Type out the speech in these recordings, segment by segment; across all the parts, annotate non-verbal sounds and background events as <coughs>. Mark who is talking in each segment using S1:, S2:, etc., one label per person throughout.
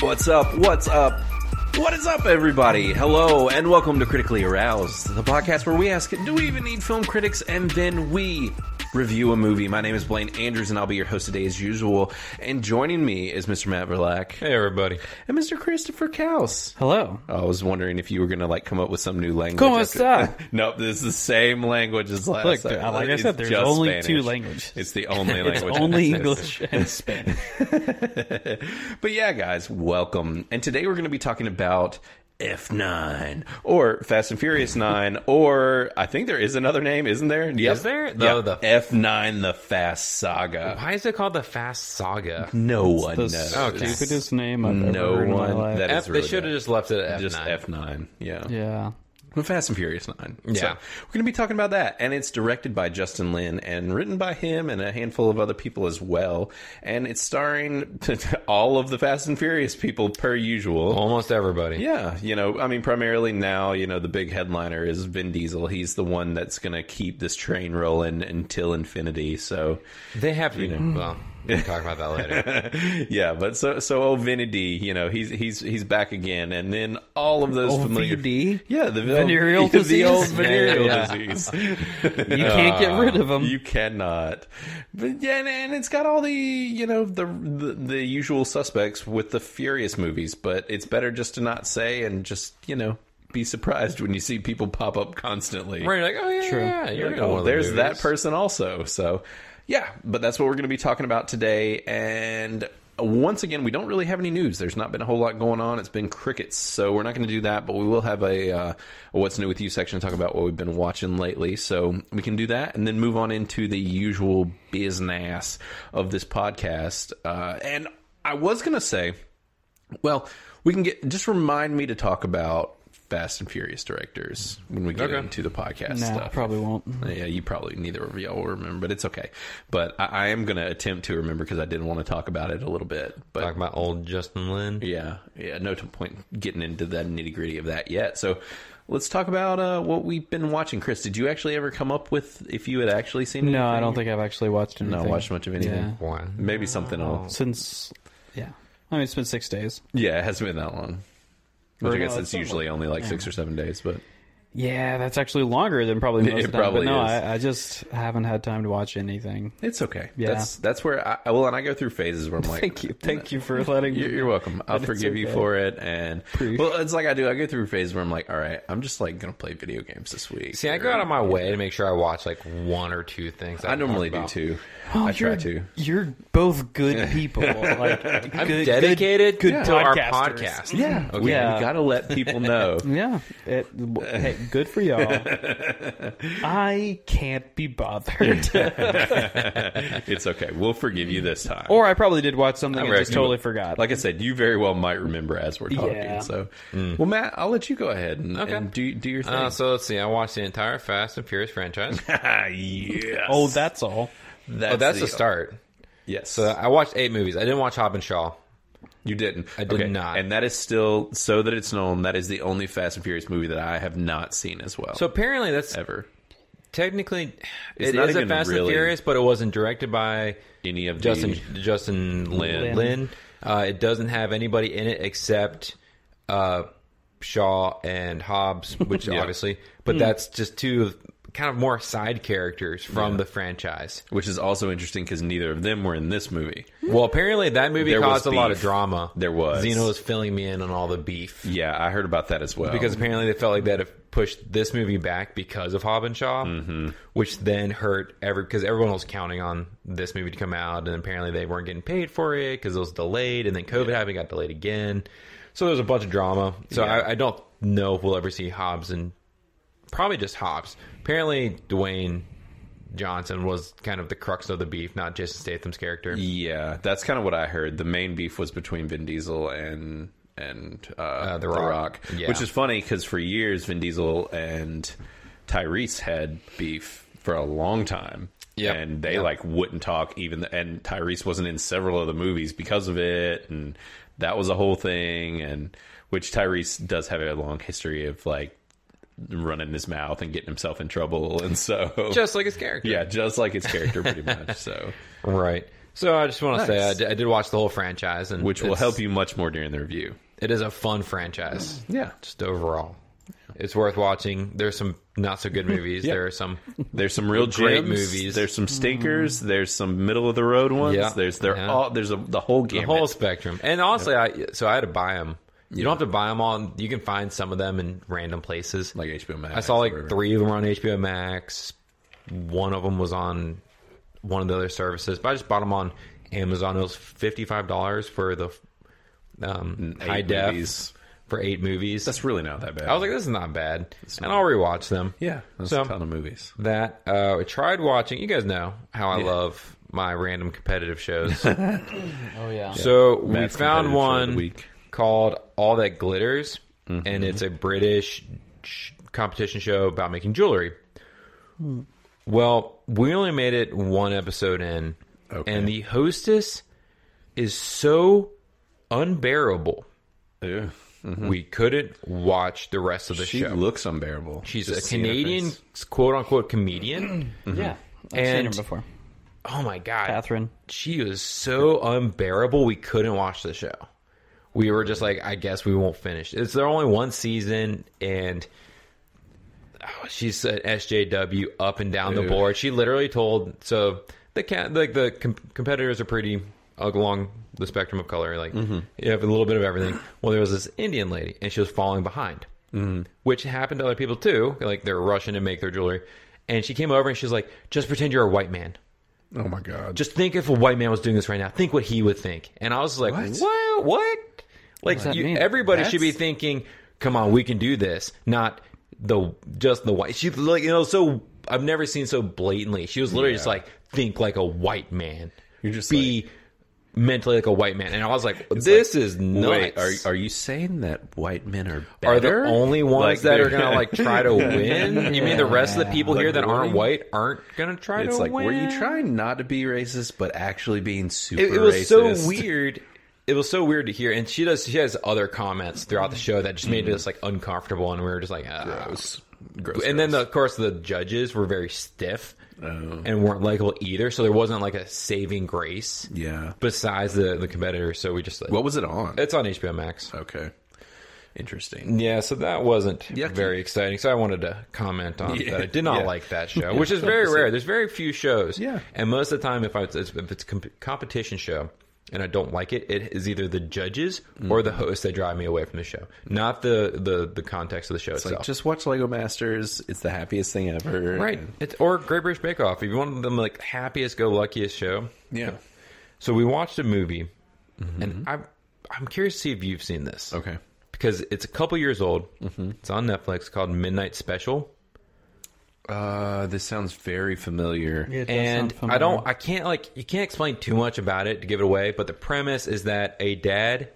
S1: What's up? What's up? What is up, everybody? Hello, and welcome to Critically Aroused, the podcast where we ask, do we even need film critics? And then we review a movie. My name is Blaine Andrews, and I'll be your host today as usual. And joining me is Mr. Matt Verlack
S2: Hey, everybody.
S1: and Mr. Christopher Kaus.
S3: Hello.
S1: I was wondering if you were going to like come up with some new language.
S3: ¿Cómo
S1: after-
S3: está?
S1: <laughs> nope, this is the same language as last
S3: Look,
S1: time.
S3: like I
S1: It's
S3: said, there's
S1: just
S3: only
S1: Spanish.
S3: two languages.
S1: It's the only language.
S3: <laughs> It's
S1: that <laughs>
S3: only
S1: exists.
S3: English and Spanish.
S1: <laughs> But yeah, guys, welcome. And today we're going to be talking about F9 or Fast and Furious
S2: <laughs>
S1: 9 or I think there is another name, isn't there? Yep.
S2: Is there?
S1: Yeah.
S2: The- the-
S1: F9 the Fast Saga.
S2: Why is it called the Fast Saga?
S1: No one
S3: The
S1: knows.
S3: stupidest name I've
S1: No
S3: ever heard
S1: one.
S3: in my life.
S1: That
S2: F,
S1: is really
S2: they should have
S1: bad.
S2: just left it at F9.
S1: just F9. Yeah.
S3: yeah.
S1: Well, Fast and Furious 9.
S2: Yeah.
S1: So, we're going to be talking about that. And it's directed by Justin Lin and written by him and a handful of other people as well. And it's starring <laughs> all of the Fast and Furious people per usual.
S2: Almost everybody.
S1: Yeah, you know, I mean, primarily now, you know, the big headliner is Vin Diesel. He's the one that's going to keep this train rolling until infinity. So,
S2: They have, you know, well, we'll talk about that later.
S1: <laughs> yeah, but so so old Vinity, you know, he's he's he's back again, and then all of those
S3: Old
S1: familiar,
S3: VD?
S1: yeah, the <laughs>
S3: Venereal
S1: the
S3: disease?
S1: old venereal
S2: Yeah.
S1: disease.
S3: <laughs> You can't get rid of them.
S1: You cannot. But yeah, and, and it's got all the you know the, the the usual suspects with the Furious movies, but it's better just to not say and just you know be surprised when you see people pop up constantly.
S2: right, you're like, oh, yeah,
S3: True.
S2: yeah, you're
S1: Like,
S2: in one
S1: oh,
S2: of the
S1: there's that
S2: movies.
S1: person also. So, yeah, but that's what we're going to be talking about today. And once again, we don't really have any news. There's not been a whole lot going on. It's been crickets, so we're not going to do that. But we will have a, uh, a what's new with you section to talk about what we've been watching lately. So we can do that, and then move on into the usual business of this podcast. Uh, and I was going to say. Well, we can get just remind me to talk about Fast and Furious directors when we get
S2: Okay.
S1: into the podcast
S3: Nah,
S1: stuff. <laughs>
S3: probably won't.
S1: Yeah, you probably neither of y'all will remember, but it's okay. But I, I am going to attempt to remember because I did want to talk about it a little bit. But
S2: Talking about old Justin Lin.
S1: yeah, yeah, no t- point getting into the nitty gritty of that yet. So let's talk about uh, what we've been watching. Chris, did you actually ever come up with if you had actually seen?
S3: No, I
S1: anything?
S3: don't think I've actually watched anything.
S1: Not watched much of anything.
S3: Yeah.
S2: Why?
S1: Maybe something else.
S3: Since, yeah. I mean, it's been six days.
S1: Yeah, it hasn't been that long. Which
S3: Or
S1: I
S3: no,
S1: guess
S3: it's
S1: it's
S3: somewhat-
S1: usually only like six or seven days, but.
S3: Yeah, that's actually longer than probably most
S1: It
S3: of the time,
S1: probably
S3: but no,
S1: is.
S3: I, I just haven't had time to watch anything.
S1: It's okay.
S3: Yeah.
S1: That's that's where I well, and I go through phases where I'm like,
S3: Thank you. Thank you for letting me.
S1: You're, you're welcome. I'll
S3: it's
S1: forgive you
S3: okay.
S1: for it. And
S3: Proof.
S1: well, it's like I do. I go through phases where I'm like, all right, I'm just like gonna play video games this week.
S2: See, I go out of my way to make sure I watch like one or two things.
S1: I normally do
S2: too.
S1: too.
S3: Oh,
S1: I try
S3: you're-
S1: to.
S3: You're both
S1: <laughs>
S3: good people. Like,
S2: I'm
S3: good,
S2: dedicated
S3: good,
S2: to our
S3: podcasters.
S2: podcast.
S1: Yeah, we,
S3: Yeah.
S1: we gotta let people
S2: <laughs>
S1: know.
S3: Yeah, it, w- hey, good for y'all. I can't be bothered.
S1: it's okay. We'll forgive you this time.
S3: <laughs> or I probably did watch something
S1: I
S3: and just
S1: reckon-
S3: totally forgot.
S1: Like I said, you very well might remember as we're talking.
S3: Yeah.
S1: So, well, Matt, I'll let you go ahead and,
S2: Mm. Okay.
S1: and do do your thing. <laughs>
S2: Uh, so let's see. I watched the entire Fast and Furious franchise.
S1: yes.
S3: oh, that's all.
S1: that's
S2: oh, that's
S1: the
S2: the start.
S1: Yes.
S2: So I watched eight movies. I didn't watch Hobbs and Shaw.
S1: You didn't. I
S2: did not.
S1: And that is still so that it's known. That is the only Fast and Furious movie that I have not seen as well.
S2: So apparently that's
S1: ever
S2: technically
S1: It's
S2: it's
S1: not
S2: a
S1: even
S2: Fast
S1: really-
S2: and Furious, but it wasn't directed by
S1: any of
S2: Justin
S1: the
S2: Justin Lin.
S3: Lin.
S2: Lin. Uh, it doesn't have anybody in it except uh, Shaw
S1: <laughs>
S2: and Hobbs, which
S1: Yeah.
S2: obviously, but that's just two of kind of more side characters from the franchise.
S1: which is also interesting because neither of them were in this movie.
S2: Well, apparently that movie
S1: There was
S2: caused a lot of
S1: beef.
S2: drama.
S1: There was.
S2: Zeno is filling me in on all the beef.
S1: Yeah, I heard about that as well.
S2: Because apparently they felt like that have pushed this movie back because of Hob and Shaw,
S1: Mm-hmm.
S2: which then hurt every because everyone was counting on this movie to come out, and apparently they weren't getting paid for it because it was delayed, and then COVID happened, got delayed again. So there's a bunch of drama. So I, I don't know if we'll ever see Hobbs and probably just Hobbs. Apparently Dwayne Johnson was kind of the crux of the beef, not Jason Statham's character.
S1: yeah, that's kind of what I heard. The main beef was between Vin Diesel and and uh,
S2: The Rock. Yeah.
S1: which is funny because for years Vin Diesel and Tyrese had beef for a long time.
S2: Yep.
S1: and they
S2: Yep.
S1: like wouldn't talk even and Tyrese wasn't in several of the movies because of it and that was a whole thing and which Tyrese does have a long history of like running his mouth and getting himself in trouble and so <laughs>
S2: Just like his character.
S1: yeah just like his character pretty much so
S2: Right. So I just want to say I
S1: Nice.
S2: di- I did watch the whole franchise, and
S1: which will
S2: it's-
S1: help you much more during the review.
S2: It is a fun franchise.
S1: Yeah.
S2: just overall, it's worth watching. There's some not so good movies.
S1: <laughs> Yeah.
S2: There are some.
S1: There's some real
S2: Great
S1: gems.
S2: movies.
S1: There's some stinkers. There's some middle of the road ones.
S2: Yeah.
S1: There's there
S2: Yeah.
S1: all there's a, the whole
S2: the
S1: game.
S2: whole spectrum. And honestly, I so I had to buy them. You don't have to buy them all. You can find some of them in random places.
S1: like HBO Max.
S2: I saw
S1: or
S2: like
S1: whatever.
S2: three of them were on HBO Max. One of them was on one of the other services, but I just bought them on Amazon. It was fifty five dollars for the um,
S1: Mm, Eight
S2: high def
S1: movies.
S2: for eight movies.
S1: That's really not that bad.
S2: I was like, this is not bad, and I'll rewatch them.
S1: yeah, that's
S2: So-
S1: a ton of movies.
S2: That uh, I tried watching. You guys know how I love my random competitive
S1: <laughs>
S2: shows.
S3: Oh yeah.
S2: So we
S1: Matt's competitive
S2: found
S1: show of
S2: one
S1: the week. Mm-hmm.
S2: called All That Glitters, and it's a British sh- competition show about making jewelry.
S1: Hmm.
S2: Well, we only made it one episode in,
S1: Okay.
S2: and the hostess is so unbearable.
S1: Ew.
S2: We couldn't watch the rest of the
S1: Mm-hmm. She
S2: show.
S1: looks unbearable.
S2: She's
S1: Just
S2: a
S1: seeing her
S2: Canadian
S1: face.
S2: quote unquote comedian.
S3: Yeah. I've seen her
S2: And-
S3: before.
S2: oh my god,
S3: Catherine.
S2: she was so unbearable we couldn't watch the show we were just like i guess we won't finish it's there only one season and oh, she's an sjw up and down the
S1: Ew.
S2: board she literally told so the cat like the com- competitors are pretty along the spectrum of color like you have a little bit of everything well there was this indian lady and she was falling behind which happened to other people too like they're rushing to make their jewelry and she came over and she's like just pretend you're a white man
S1: Oh my god.
S2: just think if a white man was doing this right now, think what he would think. And I was like,
S1: What?
S2: what? What? Like,
S3: that
S2: you,
S3: mean?
S2: everybody should be
S1: That's-
S2: thinking, come on, we can do this. Not the just the white. She like you know so I've never seen so blatantly. She was literally just
S1: Yeah.
S2: like, think like a white man.
S1: You're just
S2: be mentally like a white man. And I was like, this is nuts.
S1: Wait, are are you saying that white men are better?
S2: Are the only ones
S1: Like,
S2: that are
S1: they're-
S2: gonna like
S1: <laughs>
S2: try to win? You mean the rest of the people here that aren't
S1: really?
S2: white aren't gonna try to
S1: It's like,
S2: win?
S1: were you trying not to be racist, but actually being super
S2: it, it was
S1: racist?
S2: so weird. It was so weird to hear, and she does. She has other comments throughout the show that just made us like uncomfortable, and we were just like, ah.
S1: Gross. Gross. Oh.
S2: And then, the, of course, the judges were very stiff and weren't likable either. So there wasn't like a saving grace
S1: yeah.
S2: besides the the competitors. So we just like,
S1: What was it on?
S2: it's on HBO Max.
S1: Okay. Interesting.
S2: Yeah, so that wasn't
S1: Yucky.
S2: very exciting. So I wanted to comment on
S1: Yeah.
S2: that. I did not
S1: <laughs> Yeah.
S2: like that show, which is very rare. There's very few shows.
S1: Yeah.
S2: And most of the time, if, I, if it's a comp- competition show and I don't like it, it is either the judges
S1: Mm.
S2: or the host that drive me away from the show, not the, the, the context of the show itself.
S1: Like, just watch Lego Masters. It's the happiest thing ever.
S2: right. It's, or Great British Bake Off. If you want the like, happiest, go luckiest show.
S1: Yeah.
S2: So we watched a movie, and I'm, I'm curious to see if you've seen this.
S1: Mm-hmm. Okay. Mm-hmm.
S2: Because it's a couple years old. It's on Netflix called Midnight Special.
S1: Uh, this sounds very familiar.
S3: It does
S2: and
S3: sound
S2: I
S3: familiar.
S2: don't, I can't like, you can't explain too much about it to give it away. But the premise is that a dad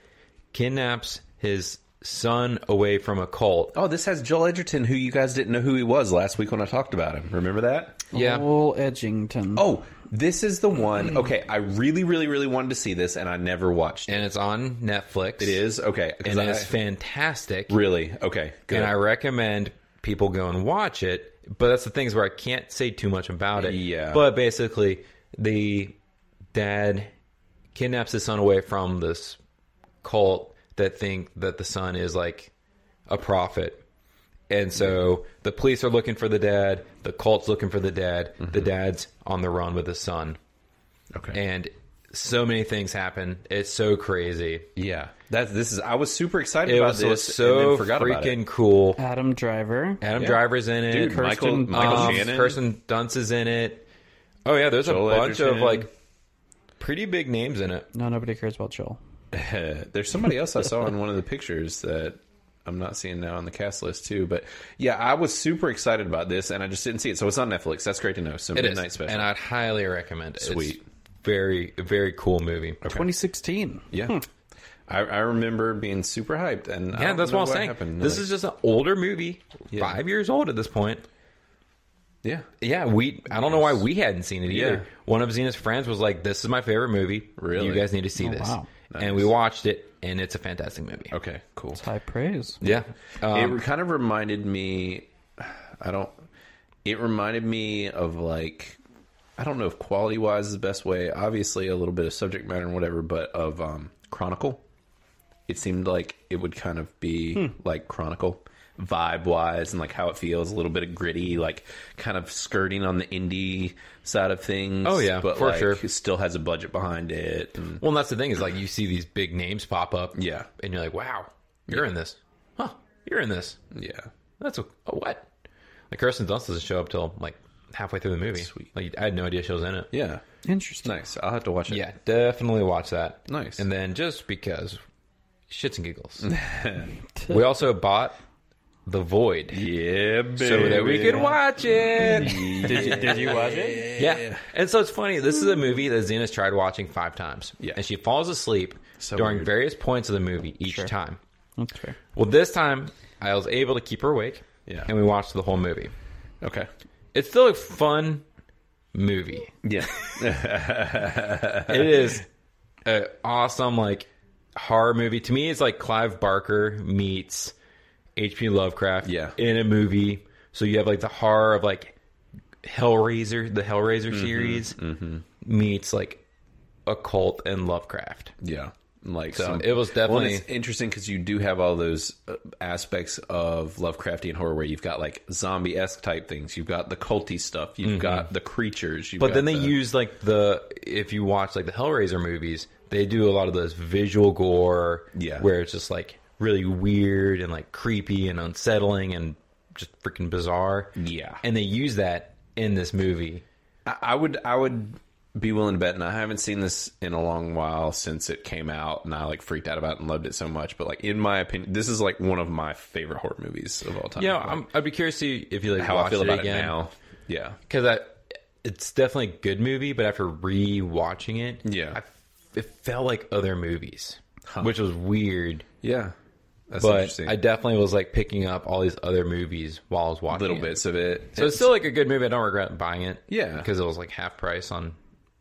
S2: kidnaps his son away from a cult.
S1: Oh, this has Joel Edgerton, who you guys didn't know who he was last week when I talked about him. Remember that?
S2: Yeah.
S3: Joel Edgington.
S1: Oh, this is the one.
S2: Hmm.
S1: Okay, I really, really, really wanted to see this, and I never watched it.
S2: and it's on Netflix.
S1: It is okay. 'cause
S2: and
S1: I-
S2: it's fantastic.
S1: really okay. Good.
S2: and I recommend people go and watch it. But that's the things where I can't say too much about it.
S1: Yeah.
S2: But basically, the dad kidnaps his son away from this cult that think that the son is like a prophet. And so
S1: Mm-hmm.
S2: the police are looking for the dad. The cult's looking for the dad.
S1: Mm-hmm.
S2: The dad's on the run with his son.
S1: okay.
S2: And so many things happen. It's so crazy.
S1: yeah, that this is. I was super excited
S2: It
S1: about
S2: was
S1: this. and
S2: so
S1: then forgot about it.
S2: freaking cool.
S3: Adam Driver.
S2: Adam
S1: Yeah.
S2: Driver's in it.
S1: dude. Michael,
S3: Kirsten
S1: Michael
S2: um,
S1: Shannon.
S2: Kirsten Dunst is in it. Oh yeah, there's
S1: Joel
S2: a bunch
S1: Edgerton.
S2: of like pretty big names in it.
S3: No, nobody cares about Joel.
S1: <laughs> There's somebody else I saw in one of the pictures that I'm not seeing now on the cast list too. But yeah, I was super excited about this, and I just didn't see it. So it's on Netflix. That's great to know. So
S2: It is,
S1: midnight special.
S2: and I'd highly recommend it.
S1: Sweet.
S2: It's very very cool movie.
S3: 2016.
S1: yeah. I, I remember being super hyped, and I
S2: Hmm. Yeah,
S1: don't
S2: that's
S1: know
S2: what I was saying.
S1: happened.
S2: This
S1: Like,
S2: is just an older movie,
S1: Yeah.
S2: five years old at this point.
S1: yeah,
S2: Yeah, we. I don't know why we hadn't seen it either.
S1: Yeah.
S2: One of Zena's friends was like, "This is my favorite movie.
S1: Really?
S2: you guys need to see
S3: Oh,
S2: this."
S3: wow.
S2: And we watched it, and it's a fantastic movie.
S1: okay, cool.
S3: High praise.
S2: Yeah, um,
S1: it kind of reminded me. I don't. It reminded me of like I don't know if quality wise is the best way. Obviously, a little bit of subject matter and whatever, but of um, Chronicle, it seemed like it would kind of be
S2: Hmm.
S1: like Chronicle vibe wise and like how it feels a little bit of gritty, like kind of skirting on the indie side of things.
S2: Oh, yeah,
S1: but
S2: for
S1: like,
S2: sure.
S1: it still has a budget behind it. And,
S2: Well, and that's the thing is like you see these big names pop up,
S1: yeah,
S2: and you're like, wow, you're in this, huh? You're in this.
S1: yeah,
S2: That's a, a what? Like Kirsten Dunst doesn't show up till like halfway through the movie.
S1: Sweet.
S2: Like I had no idea she was in it.
S1: yeah.
S3: Interesting.
S1: Nice. I'll have to watch it.
S2: Yeah, definitely watch that.
S1: Nice.
S2: And then just because shits
S1: <laughs>
S2: and giggles, we also bought The Void
S1: yeah, baby.
S2: so that we could watch it.
S4: Did you, did you watch
S2: <laughs>
S4: it?
S2: Yeah. And so it's funny. This is a movie that Xena's tried watching five times.
S1: Yeah.
S2: And she falls asleep
S1: So
S2: during
S1: weird.
S2: various points of the movie each time.
S3: That's fair.
S2: Well, this time I was able to keep her awake.
S1: Yeah.
S2: And we watched the whole movie.
S1: Okay.
S2: It's still a fun
S1: <laughs>
S2: movie. <laughs>
S1: Yeah.
S2: It is an awesome, like, horror movie. To me, it's like Clive Barker meets H.P. Lovecraft
S1: Yeah.
S2: in a movie. So you have, like, the horror of, like, Hellraiser, the Hellraiser
S1: Mm-hmm,
S2: series, meets, like, occult and Lovecraft.
S1: Yeah. Like
S2: So it was definitely-
S1: and it's interesting because you do have all those uh, aspects of Lovecraftian horror where you've got like zombie esque type things, you've got the culty stuff, you've got the creatures, you've
S2: Mm-hmm. But
S1: got
S2: then they
S1: the-
S2: use like the if you watch like the Hellraiser movies, they do a lot of those visual gore,
S1: Yeah.
S2: where it's just like really weird and like creepy and unsettling and just freaking bizarre.
S1: Yeah.
S2: and they use that in this movie.
S1: I, I would I would be willing to bet, and I haven't seen this in a long while since it came out, and I like freaked out about it and loved it so much. But like in my opinion, this is like one of my favorite horror movies of all time.
S2: You know,
S1: Like,
S2: I'm, I'd be curious to see if you like
S1: how
S2: watch
S1: I feel
S2: it
S1: about
S2: again.
S1: it now. Yeah.
S2: because I it's definitely a good movie, but after rewatching it,
S1: Yeah.
S2: I, it felt like other movies, which was weird.
S1: Yeah. That's
S2: But
S1: interesting.
S2: I definitely was like picking up all these other movies while I was watching
S1: Little
S2: it.
S1: bits of it.
S2: So it's still like a good movie. I don't regret buying it.
S1: Yeah.
S2: because it was like half price on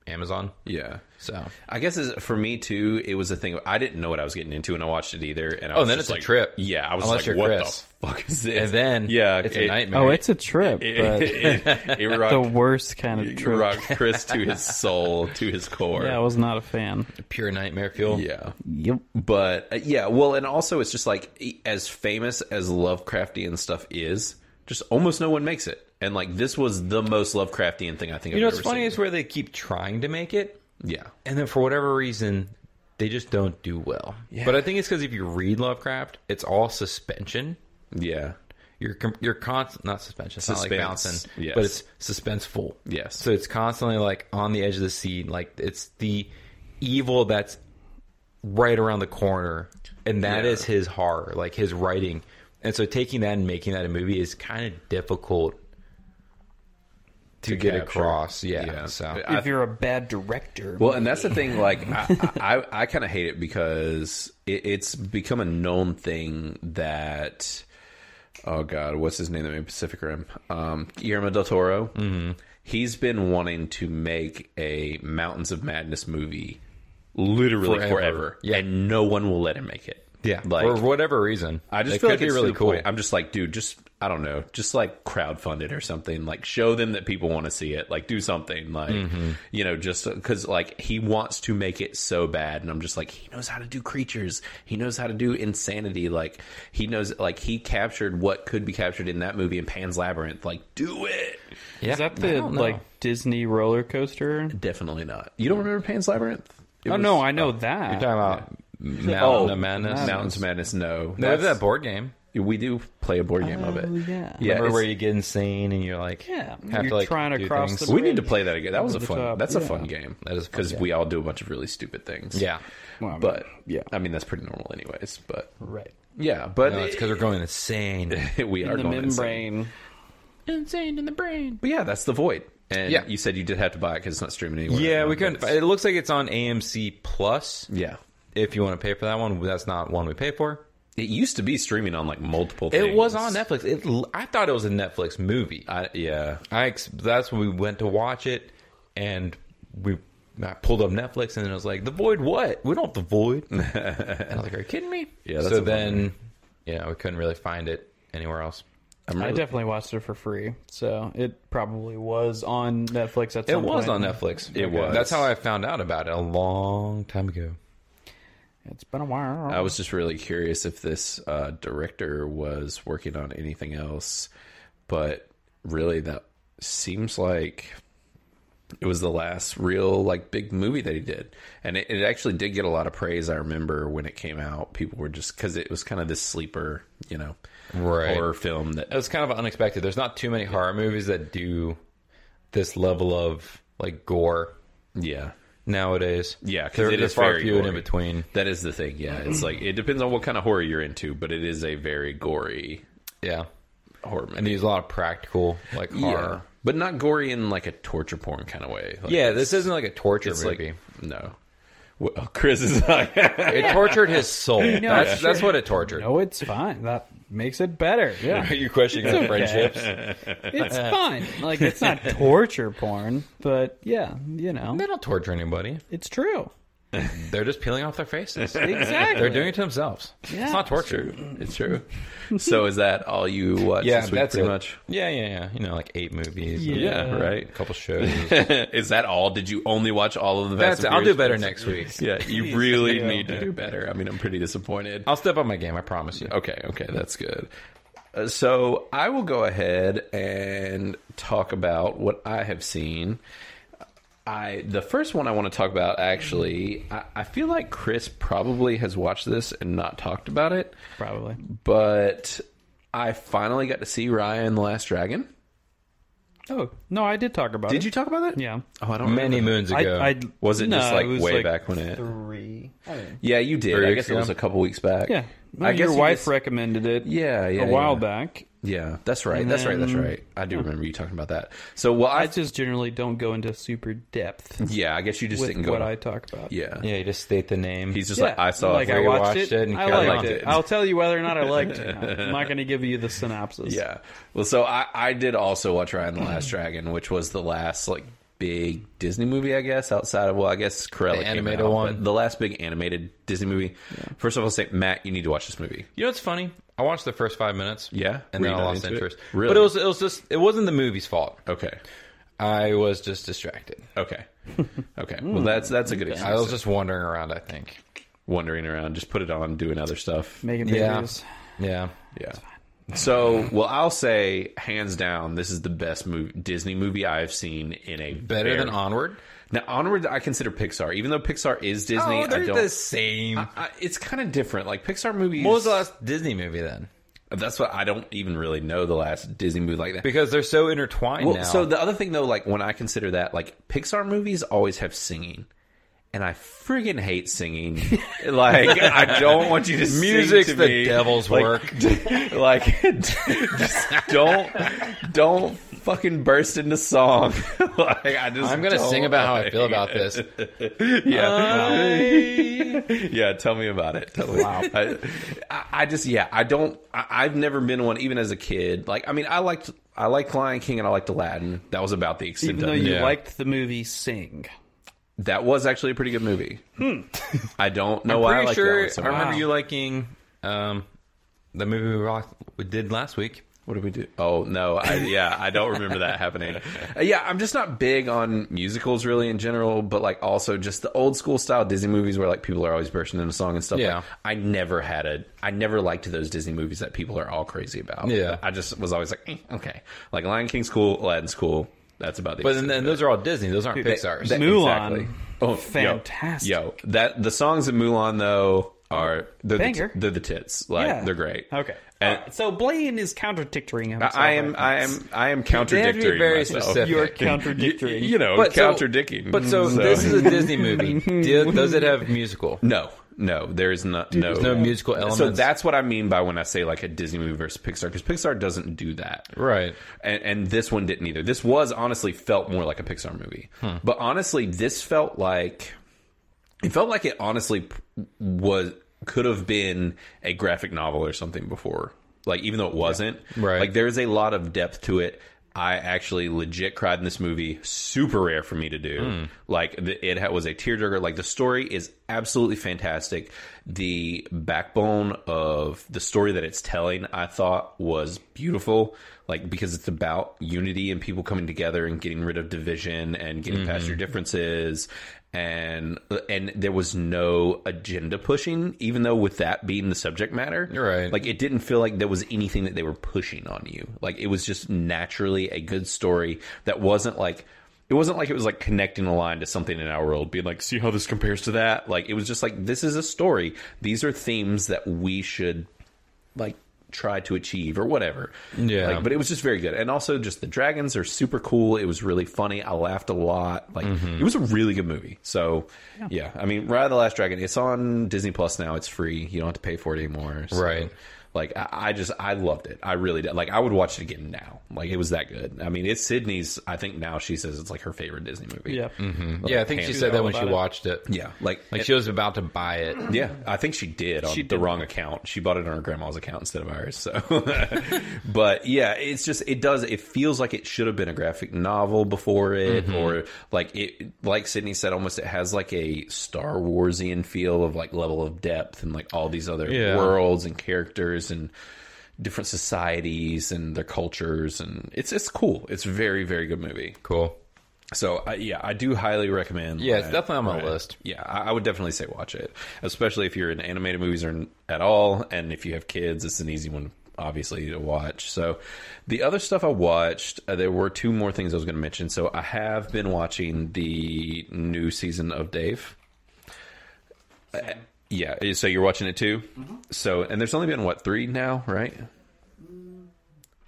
S2: Amazon.
S1: yeah.
S2: So
S1: I guess is for me too. It was a thing. I didn't know what I was getting into, and I watched it either. And I
S2: Oh,
S1: was
S2: then
S1: just
S2: it's a
S1: like-
S2: trip.
S1: Yeah, I was
S2: Unless
S1: like,
S2: you're
S1: "What
S2: Chris.
S1: the fuck is this?"
S2: and then
S1: yeah,
S2: it's
S1: it,
S2: a nightmare.
S3: Oh, it's a
S1: <laughs>
S3: trip,
S1: It,
S3: but
S1: it, it,
S2: <laughs>
S1: it <laughs>
S3: the
S1: rocked,
S3: worst kind of
S1: it
S3: trip.
S1: rocked Chris to his soul, to his core.
S3: Yeah, I was not a fan.
S2: pure nightmare fuel.
S1: yeah.
S3: Yep.
S1: But uh, yeah, well, and also it's just like e- as famous as Lovecraftian stuff is, just almost no one makes it. And like this was the most Lovecraftian thing I think
S2: You
S1: I've
S2: know
S1: ever
S2: what's funny
S1: seen.
S2: is where they keep trying to make it,
S1: yeah,
S2: and then for whatever reason, they just don't do well. But I think it's because if you read Lovecraft, it's all suspension.
S1: yeah,
S2: You're com- you're constant not suspension, it's not like
S1: Suspense,
S2: bouncing,
S1: yes.
S2: but it's suspenseful.
S1: Yes.
S2: so it's constantly like on the edge of the seat. Like it's the evil that's right around the corner, and that
S1: Yeah.
S2: is his horror, like his writing. And so taking that and making that a movie is kind of difficult to, get
S1: capture.
S2: across. Yeah,
S1: Yeah.
S2: so
S1: I-
S3: if you're a bad director,
S1: Well, and that's the thing.
S2: <laughs>
S1: Like, I I, I kind of hate it because it, it's become a known thing that. Oh God, what's his name? That made Pacific Rim. Um, Guillermo del Toro. Mm-hmm. He's been wanting to make a Mountains of Madness movie, literally
S2: Forever.
S1: forever.
S2: Yeah.
S1: and no one will let him make it.
S2: yeah,
S1: like
S2: for whatever reason,
S1: I just
S2: It
S1: feel
S2: could
S1: like it's really cool. I'm just like, dude, just I don't know, just like crowdfund it or something. Like show them that people want to see it. Like do something. Like
S2: Mm-hmm.
S1: you know, just because like he wants to make it so bad, and I'm just like, he knows how to do creatures. He knows how to do insanity. Like he knows, like he captured what could be captured in that movie in Pan's Labyrinth. Like do it.
S2: yeah,
S3: is that
S2: I
S3: the
S2: don't know.
S3: like Disney roller coaster?
S1: Definitely not. You don't remember Pan's Labyrinth? It
S3: Oh
S1: was-
S3: no, I know that.
S2: uh, You're talking about Mountain of oh, Madness.
S1: Mountains of Madness. No,
S2: They have
S1: That's-
S2: that board game.
S1: we do play a board game of
S3: Oh,
S1: it.
S3: yeah.
S1: yeah.
S2: Remember
S1: it's-
S2: where you get insane and you're like,
S3: Yeah,
S2: have
S3: you're
S2: to like
S3: trying to
S2: do
S3: cross
S2: things.
S3: the-
S1: We need to play that again. That was a
S3: the
S1: fun.
S3: top,
S1: That's a
S3: yeah.
S1: fun game.
S2: That is a fun
S1: because
S2: game.
S1: we all do a bunch of really stupid things.
S2: Yeah,
S3: Well, I mean,
S1: but
S3: yeah.
S1: I mean that's pretty normal, anyways. But
S3: right.
S1: yeah, but
S2: no, it's because we're going insane.
S1: <laughs> we are
S3: the
S1: going insane.
S3: membrane.
S2: <laughs> insane in the brain.
S1: But yeah, that's the void. And
S2: Yeah.
S1: you said you did have to buy it because it's not streaming anywhere.
S2: Yeah,
S1: right
S2: we
S1: now,
S2: couldn't.
S1: but
S2: It looks like it's on AMC Plus.
S1: it's- Yeah,
S2: If you want to pay for that one, that's not one we pay for.
S1: it used to be streaming on like multiple.
S2: It
S1: things.
S2: was on Netflix. It, l- I thought it was a Netflix movie. I,
S1: I, yeah,
S2: ex- that's when we went to watch it, and we I pulled up Netflix, and it was like, "The Void, what? We don't have the <laughs> Void." and I was like, "Are you kidding me?"
S1: Yeah, that's a
S2: so
S1: bummer.
S2: then, yeah, we couldn't really find it anywhere else.
S1: I'm
S3: I
S1: really-
S3: definitely watched it for free, so it probably was on Netflix at
S2: It
S3: some
S2: was
S3: point.
S2: on Netflix.
S1: It was.
S2: That's how I found out about it a long time ago.
S3: It's been a while.
S2: Uh,
S1: I was just really curious if this uh, director was working on anything else, but really that seems like it was the last real like big movie that he did, and it, it actually did get a lot of praise. I remember when it came out, people were just because it was kind of this sleeper, you know,
S2: Right.
S1: horror film that
S2: It was kind of unexpected. There's not too many horror movies that do this level of like gore
S1: yeah.
S2: nowadays.
S1: Yeah, 'cause
S2: there,
S1: it
S2: there's
S1: is
S2: far
S1: very
S2: few and in
S1: gory.
S2: between.
S1: That is the thing, yeah. It's like it depends on what kind of horror you're into, but it is a very gory
S2: Yeah,
S1: horror movie.
S2: and they use a lot of practical like horror.
S1: but not gory in like a torture porn kind of way. Like,
S2: Yeah,
S1: it's-
S2: this isn't like a torture
S1: it's
S2: movie.
S1: like
S2: <laughs>
S1: no. Well, <laughs> Chris is like <laughs>
S2: it tortured his soul. that's
S3: sure.
S2: that's what it tortured.
S3: no, it's fine. That makes it better. Yeah,
S2: <laughs> Are you questioning
S3: It's
S2: our
S3: okay. <laughs>
S2: friendships?
S3: it's fine. Like it's
S2: <laughs>
S3: not torture porn, but yeah, you know,
S2: They don't torture anybody.
S3: it's true.
S2: They're just peeling off their faces.
S3: Exactly.
S2: They're doing it to themselves.
S3: Yeah.
S2: It's not torture.
S1: it's true. So is that all you watch this week pretty much?
S2: Yeah, yeah, yeah. You know, like eight movies. and
S3: Yeah.
S1: Yeah, right.
S2: A couple <laughs> shows.
S1: <laughs> is that all? Did you only watch all of the Fast
S2: That's.
S1: and
S2: I'll do
S1: Furious
S2: better
S1: films?
S2: next week. <laughs>
S1: Yeah, you really need to do better. I mean, I'm pretty disappointed.
S2: I'll step up my game. I promise you.
S1: Okay, okay, that's good. Uh, so I will go ahead and talk about what I have seen. I the first one I want to talk about actually, I, I feel like Chris probably has watched this and not talked about it,
S3: Probably.
S1: but I finally got to see Ryan the Last Dragon.
S3: Oh no, I did talk about it.
S1: Did you talk about it?
S3: Yeah.
S1: Oh, I don't.
S2: Many
S1: remember.
S2: moons ago.
S3: I, I
S1: Was it
S3: no,
S1: just like
S3: was
S1: way back when it?
S3: three? I don't know.
S1: Yeah, you did.
S2: Three
S1: I
S2: weeks
S1: guess it
S2: ago?
S1: was a couple weeks back.
S3: Yeah,
S1: I guess
S3: your
S1: you
S3: wife
S1: just-
S3: recommended it.
S1: Yeah, yeah,
S3: a while
S1: yeah.
S3: back.
S1: Yeah, that's right. that's right. That's
S3: then-
S1: right. I do remember you talking about that. So, well,
S3: I
S1: I
S3: just generally don't go into super depth
S1: Yeah, I guess you <laughs> just
S3: with
S1: didn't go.
S3: what
S1: to-
S3: I talk about.
S1: yeah.
S2: yeah, you just state the name.
S1: he's just
S3: Yeah,
S1: like I saw.
S3: like
S1: it
S3: I
S1: for-
S3: watched,
S2: rewatched
S3: it.
S2: it and
S3: I
S2: kinda
S3: liked,
S1: liked
S3: it.
S1: it.
S3: I'll tell you whether or not I liked
S1: <laughs>
S3: it. I'm not going to give you the synopsis.
S1: yeah. Well, so I I did also watch Ryan the Last Dragon, which was the last like big Disney movie, I guess. Outside of well, I guess Cruella
S2: The
S1: came
S2: animated
S1: out,
S2: one.
S1: but the last big animated Disney movie. First of all, I'll say Matt, you need to watch this movie.
S2: You know what's funny? I watched the first five minutes.
S1: Yeah? Were
S2: and then
S1: you
S2: I
S1: not
S2: lost
S1: into it?
S2: interest.
S1: Really?
S2: But it was it was just it wasn't the movie's fault.
S1: Okay.
S2: I was just distracted.
S1: Okay. Okay. well, that's that's a good excuse.
S2: I was just wandering around. I think.
S1: wandering around, just put it on, doing other stuff.
S3: making
S2: Yeah.
S3: videos.
S2: Yeah.
S1: Yeah. So, well, I'll say hands down, this is the best movie, Disney movie I've seen in a
S2: Better
S1: very-
S2: than Onward.
S1: Now, Onward, I consider Pixar, even though Pixar is Disney. I don't.
S2: Oh, same.
S1: I, it's kind of different. Like Pixar movies.
S2: what was the last Disney movie then?
S1: That's what I don't even really know the last Disney movie like that.
S2: Because they're so intertwined
S1: well,
S2: now.
S1: so the other thing though, like when I consider that, like Pixar movies always have singing. And I friggin' hate
S2: <laughs>
S1: singing. like I don't want you to sing
S2: Music's
S1: to
S2: the
S1: me.
S2: devil's
S1: Like,
S2: work.
S1: like <laughs> just don't don't fucking burst into song. <laughs> like I just
S2: I'm gonna
S1: don't
S2: sing about how I
S1: like
S2: feel about
S1: it. <laughs>
S2: this.
S1: Yeah. yeah, tell me about it. Tell me. Wow. I, I- I just yeah, I don't I, I've never been one even as a kid. Like I mean, I liked I liked Lion King and I liked Aladdin. That was about the extent
S3: Even
S1: of
S3: though
S1: it.
S3: you
S2: Yeah.
S3: liked the movie Sing,
S1: That was actually a pretty good movie. I don't know
S2: I'm
S1: why I
S2: pretty
S1: like that
S2: sure
S1: one so
S2: I remember
S1: much.
S2: you liking um, the movie we, rock, we did last week.
S1: What did we do? Oh no, I, yeah, I don't remember that happening. Uh, <laughs> yeah, I'm just not big on musicals really in general, but like also just the old school style Disney movies where like people are always bursting into song and stuff.
S2: Yeah.
S1: Like, I never had a, I never liked those Disney movies that people are all crazy about.
S2: Yeah.
S1: I just was always like, eh, okay, like Lion King's cool, Aladdin's cool. That's about the.
S2: But
S1: extent
S2: then,
S1: of
S2: then
S1: it.
S2: those are all Disney. Those aren't Pixar's.
S1: That-
S3: Mulan.
S1: Oh, yo,
S3: Fantastic.
S1: Yo, that the songs in Mulan though are they're, the,
S3: Banger.
S1: they're the tits. Like
S3: Yeah.
S1: they're great.
S3: Okay.
S1: And-
S3: Alright, so Blaine is contradictoring himself.
S1: I am,
S3: right now.
S1: I am, I am contradicting.
S2: very
S1: myself.
S2: specific.
S3: You are
S1: <laughs> You,
S3: contradictory.
S1: you know,
S2: But so-
S1: contradicting.
S2: But so, this is a Disney movie. Do- Does it have musical?
S1: <laughs> no, no. There is not no,
S2: There's no musical elements.
S1: So that's what I mean by when I say like a Disney movie versus Pixar, because Pixar doesn't do that,
S2: Right.
S1: And, and this one didn't either. This was honestly felt more like a Pixar movie,
S2: Hmm.
S1: but honestly, this felt like it felt like it honestly p- was could have been a graphic novel or something before like even though it wasn't
S2: Right.
S1: like there's a lot of depth to it i actually legit cried in this movie super rare for me to do like the, it ha- was a tearjerker like the story is absolutely fantastic. The backbone of the story that it's telling, I thought, was beautiful. Like because it's about unity and people coming together and getting rid of division and getting past your differences, and and there was no agenda pushing, even though with that being the subject matter,
S2: Right.
S1: Like it didn't feel like there was anything that they were pushing on you. Like it was just naturally a good story that wasn't like it wasn't like it was like connecting a line to something in our world, being like, see how this compares to that. Like it was just like this is a story. These are themes that we should like try to achieve or whatever.
S2: Yeah.
S1: Like, but it was just very good. And also just the dragons are super cool. It was really funny. I laughed a lot. Like
S2: Mm-hmm.
S1: it was a really good movie. So yeah. I mean, Ride of the Last Dragon, it's on Disney Plus now. It's free. You don't have to pay for it anymore. So,
S2: Right.
S1: Like I, I just I loved it. I really did. Like I would watch it again now. Like it was that good. I mean, it's Sydney's I think now she says it's like her favorite Disney movie.
S3: Yeah.
S2: Mm-hmm. yeah, I think she
S1: Hands
S2: said
S3: down
S2: that when she
S3: about it.
S2: watched it.
S1: Yeah. Like
S2: Like she was about to buy it.
S1: yeah, I think she did on the wrong account. She bought it on her grandma's account instead of ours. So, <laughs> but yeah, it's just it does. It feels like it should have been a graphic novel before it, or like it, like Sydney said, almost it has like a Star Warsian feel of like level of depth and like all these other
S2: Yeah.
S1: worlds and characters and different societies and their cultures, and it's it's cool. It's a very very good movie.
S2: Cool.
S1: So I, yeah, I do highly recommend.
S2: Yeah, it's
S1: Lion-
S2: definitely on my
S1: Lion.
S2: list.
S1: Yeah, I, I would definitely say watch it, especially if you're in animated movies or n- at all, and if you have kids, it's an easy one obviously to watch. So the other stuff I watched, uh, there were two more things I was going to mention. So I have been watching the new season of Dave. Uh, yeah, so you're watching it too. So and there's only been what three now, right?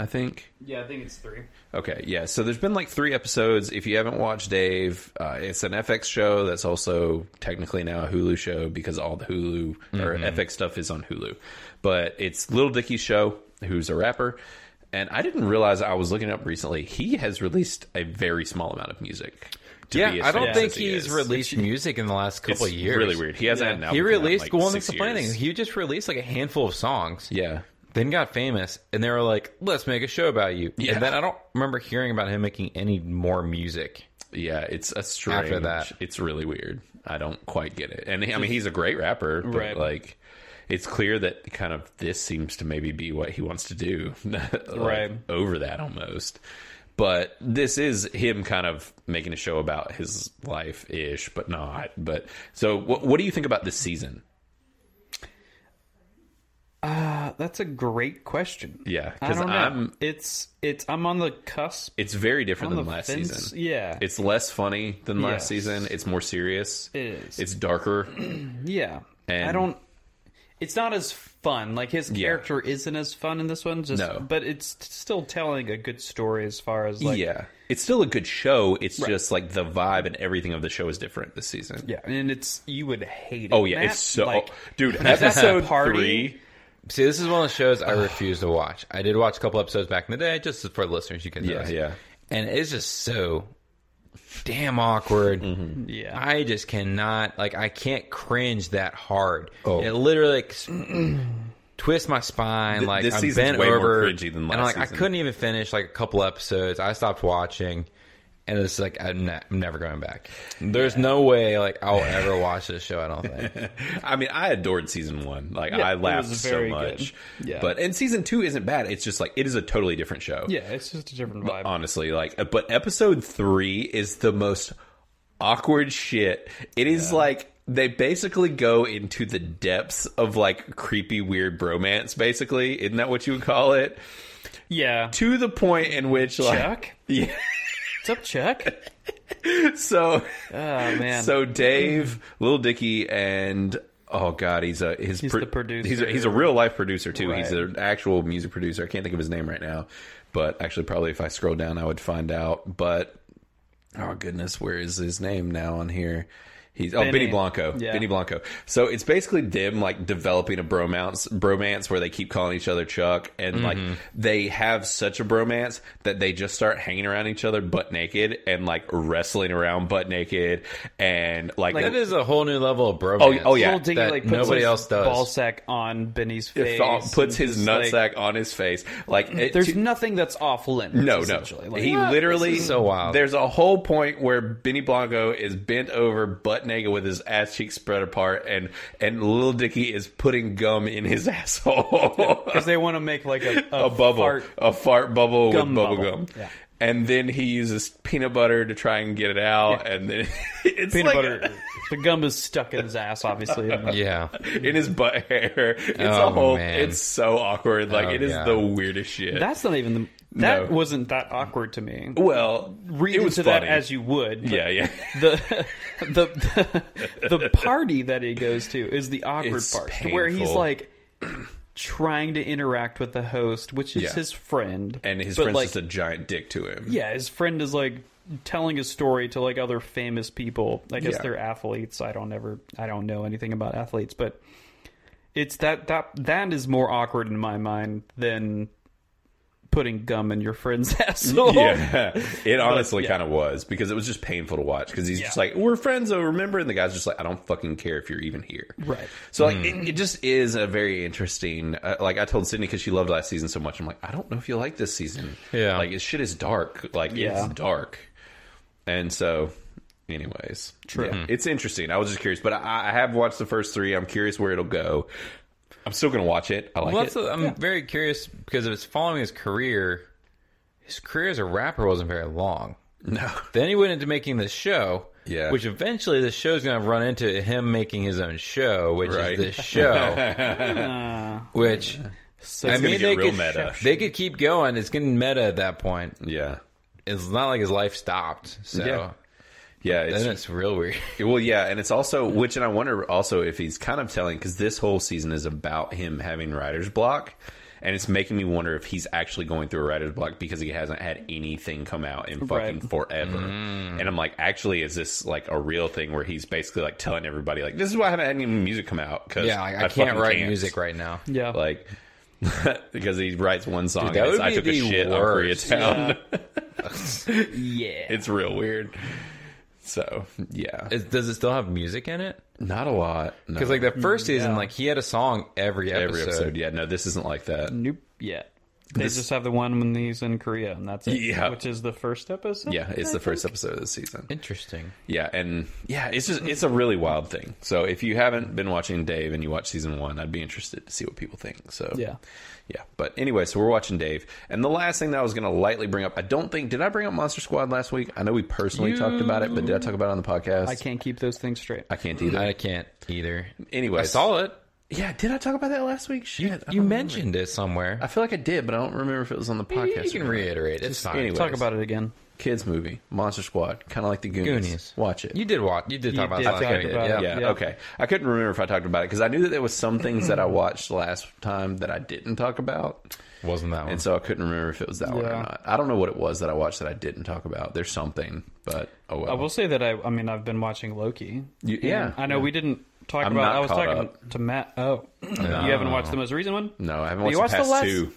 S1: I think.
S3: Yeah, I think it's three.
S1: Okay, yeah. So there's been like three episodes. If you haven't watched Dave, uh, it's an FX show that's also technically now a Hulu show because all the Hulu or
S2: Mm-hmm.
S1: FX stuff is on Hulu. But it's Little Dicky's show, who's a rapper. And I didn't realize I was looking up recently. He has released a very small amount of music. to be
S2: Yeah,
S1: as
S2: I don't
S1: famous
S2: think
S1: as he
S2: he's
S1: is.
S2: released music in the last
S1: It's
S2: couple of years.
S1: really weird. He hasn't had an album.
S2: He
S1: come out in,
S2: released
S1: like,
S2: one
S1: six
S2: that's complaining.
S1: years.
S2: He just released like a handful of songs.
S1: Yeah.
S2: Then got famous, and they were like, "Let's make a show about you." And then I don't remember hearing about him making any more music.
S1: Yeah, it's a strange.
S2: that.
S1: it's really weird. I don't quite get it. And I mean, he's a great rapper, but
S3: Right.
S1: like, it's clear that kind of this seems to maybe be what he wants to do, <laughs> Like,
S3: Right.
S1: Over that almost. But this is him kind of making a show about his life ish, but not. But so, what what do you think about this season?
S3: Uh, that's a great question.
S1: Yeah,
S3: I
S1: because
S3: don't know.
S1: I'm.
S3: it's it's I'm on the cusp.
S1: It's very different
S3: On
S1: than
S3: the
S1: last
S3: fence,
S1: season.
S3: yeah.
S1: it's less funny than last
S3: Yes.
S1: season. It's more serious.
S3: It is.
S1: It's darker.
S3: Yeah.
S1: And-
S3: I don't it's not as fun. Like his character isn't as fun in this one just
S1: No.
S3: but it's t- still telling a good story as far as like
S1: yeah, it's still a good show. It's just like the vibe and everything of the show is different this season.
S3: Yeah, and it's you would hate it.
S1: Oh yeah,
S3: Matt.
S1: it's so <laughs>
S3: like, <laughs>
S1: dude. Episode
S3: party-
S1: three.
S2: See, this is one of the shows I refuse to watch. I did watch a couple episodes back in the day, just for the listeners, you can
S1: Yeah, yeah.
S2: And it's just so damn awkward.
S1: Mm-hmm.
S3: yeah.
S2: I just cannot like I can't cringe that hard.
S1: Oh.
S2: It literally like, s- <clears throat> twists my spine.
S1: Th-
S2: like
S1: this
S2: I'm
S1: season's
S2: bent
S1: way more
S2: over,
S1: cringy than
S2: and
S1: last
S2: like I
S1: season.
S2: couldn't even finish like a couple episodes. I stopped watching, and it's like I'm, ne- I'm never going back. There's no way like I'll ever watch this show. I don't
S1: <laughs>
S2: think.
S1: I mean, I adored season one. Like I
S3: it
S1: laughed
S3: was
S1: so
S3: very
S1: much.
S3: good. Yeah.
S1: But and season two isn't bad. It's just like it is a totally different show.
S3: yeah, it's just a different vibe.
S1: Honestly, like, but episode three is the most awkward shit. It is like they basically go into the depths of like creepy, weird bromance. Basically, isn't that what you would call it?
S3: yeah.
S1: to the point in which <laughs> like
S3: Chuck?
S1: yeah <laughs>
S3: What's up, Chuck?
S1: so
S3: Oh man.
S1: so dave little dicky and oh god he's a his he's
S3: the producer.
S1: he's a, he's a real life producer too he's
S3: Right.
S1: an actual music producer i can't think of his name right now but actually probably if i scroll down i would find out but oh goodness where is his name now on here He's, oh, Benny
S3: Benny.
S1: Blanco.
S3: Yeah.
S1: Benny Blanco. So it's basically them like developing a bromance, bromance where they keep calling each other Chuck, and
S3: Mm-hmm.
S1: like they have such a bromance that they just start hanging around each other butt naked and like wrestling around butt naked, and like,
S2: that is a whole new level of bromance.
S1: oh, yeah.
S3: Little Diggy,
S2: that
S3: like, puts
S2: nobody
S3: his
S2: else does.
S3: Ball sack on Benny's face.
S1: Thong- uh, puts
S3: and
S1: his
S3: just,
S1: nutsack
S3: like,
S1: on his face. Like it,
S3: There's
S1: to-
S3: nothing that's off limits.
S1: no, no.
S3: essentially. Like,
S1: he literally
S2: is so wild.
S1: There's a whole point where Benny Blanco is bent over, butt naked with his ass cheeks spread apart, and and little Dicky is putting gum in his <laughs> asshole.
S4: Because they want to make like a,
S1: <laughs> a, bubble,
S4: fart-
S1: a fart bubble
S3: Gum
S1: with bubble,
S3: bubble.
S1: gum.
S3: Yeah.
S1: And then he uses peanut butter to try and get it out, and then <laughs> it's
S3: Peanut
S1: like
S3: butter. <laughs> the gum is stuck in his ass, obviously.
S1: <laughs>
S2: Yeah.
S1: in his butt hair. It's a
S2: Oh,
S1: whole.
S2: man.
S1: It's so awkward. Like
S2: Oh,
S1: it is
S2: God.
S1: the weirdest shit.
S3: That's not even the. That
S1: No.
S3: wasn't that awkward to me.
S1: well,
S3: Read
S1: it was
S3: into that
S1: funny.
S3: as you would.
S1: <laughs>
S3: but
S1: yeah,
S3: <laughs>
S1: yeah.
S3: The, the the the party that he goes to is the awkward
S1: It's
S3: part, where he's
S1: painful.
S3: like trying to interact with the host, which is
S1: Yeah.
S3: his friend,
S1: And his
S3: but,
S1: friend's
S3: like,
S1: just a giant dick to him.
S3: yeah, his friend is like telling a story to like other famous people. I guess
S1: Yeah.
S3: they're athletes. I don't ever I don't know anything about athletes, but it's that that that is more awkward in my mind than putting gum in your friend's <laughs>
S1: <laughs>
S3: asshole. <laughs>
S1: Yeah, it honestly
S3: yeah.
S1: kind of was because it was just painful to watch because he's just like, "We're friends, though, remember?" And the guy's just like, "I don't fucking care if you're even here."
S3: Right.
S1: So
S2: Hmm.
S1: like, it, it just is a very interesting. Uh, like I told Sydney because she loved last season so much, I'm like, I don't know if you like this season.
S2: Yeah.
S1: like this shit is dark. Like
S3: Yeah.
S1: it's dark, and so. Anyways, true.
S2: Hmm.
S1: It's interesting. I was just curious, but I, I have watched the first three. I'm curious where it'll go. I'm still gonna watch it. I like
S2: Well,
S1: it.
S2: that's i I'm very curious because if it's following his career, his career as a rapper wasn't very long.
S1: no,
S2: <laughs> Then he went into making this show.
S1: Yeah.
S2: Which eventually the show's going to run into him making his own show, which
S1: Right.
S2: is this show.
S1: <laughs>
S2: which,
S3: So
S2: I
S1: gonna
S2: mean,
S1: get
S2: they
S1: real
S2: could,
S1: meta.
S2: they could keep going. It's getting meta at that point.
S1: yeah,
S2: It's not like his life stopped. So
S1: Yeah. yeah. It's,
S2: then it's real weird.
S1: Well, yeah, and it's also which, and I wonder also if he's kind of telling because this whole season is about him having writer's block, and it's making me wonder if he's actually going through a writer's block because he hasn't had anything come out in fucking
S3: Right.
S1: forever. And I'm like, actually, is this like a real thing where he's basically like telling everybody like, this is why I haven't had any music come out because
S2: <laughs> yeah, like, I, can't write music right now.
S3: yeah.
S1: like. <laughs> because he writes one song,
S2: that
S1: and it's,
S2: would
S1: I
S2: be
S1: took a
S2: the
S1: shit on
S2: worst.
S1: Koreatown.
S3: yeah.
S1: <laughs> It's real weird. So yeah,
S2: Is, does it still have music in it?
S1: not a lot. No.
S2: Because like the first season, like he had a song every episode. Mm.
S1: every episode. Yeah, no, this isn't like that.
S3: nope. Yeah. They just have the one when he's in Korea, and that's it.
S1: Yeah.
S3: Which is the first episode.
S1: Yeah, it's the first episode of the season.
S2: Interesting.
S1: Yeah, and yeah, it's just it's a really wild thing. So if you haven't been watching Dave and you watch season one, I'd be interested to see what people think. So
S3: Yeah.
S1: yeah. But anyway, so we're watching Dave, and the last thing that I was going to lightly bring up, I don't think did I bring up Monster Squad last week? I know we personally talked about it, but did I talk about it on the podcast?
S3: I can't keep those things straight.
S1: I can't either.
S2: I can't either.
S1: anyway,
S2: I saw it.
S1: Yeah, did I talk about that last week? Shit, I don't
S2: You
S1: remember.
S2: mentioned it somewhere.
S1: I feel like I did, but I don't remember if it was on the podcast.
S2: you can
S1: or not.
S2: reiterate. It's fine.
S1: Anyway.
S3: Talk about it again.
S1: Kids movie, Monster Squad, kind of like the Goonies.
S2: Goonies.
S1: Watch it.
S2: You did watch. You did
S3: You
S2: talk about
S3: did
S2: Sonic
S3: talk
S2: Youth,
S3: about it,
S2: yeah.
S1: yeah,
S3: Uh, Yeah.
S1: okay. I couldn't remember if I talked about it because I knew that there was some things that I watched last time that I didn't talk about,
S2: Wasn't that one?
S1: and so I couldn't remember if it was that one or
S3: Yeah.
S1: not. I don't know what it was that I watched that I didn't talk about. There's something, but oh well.
S3: I will say that I, I mean, I've been watching Loki.
S1: You-
S3: And
S1: yeah,
S3: I know
S1: yeah.
S3: we didn't talk
S1: I'm
S3: about.
S1: not
S3: I was
S1: caught
S3: talking
S1: up.
S3: to Matt. Oh, you haven't watched the most recent one?
S1: no, I haven't
S3: You
S1: watched the
S3: watched the
S1: past
S3: last-
S1: two.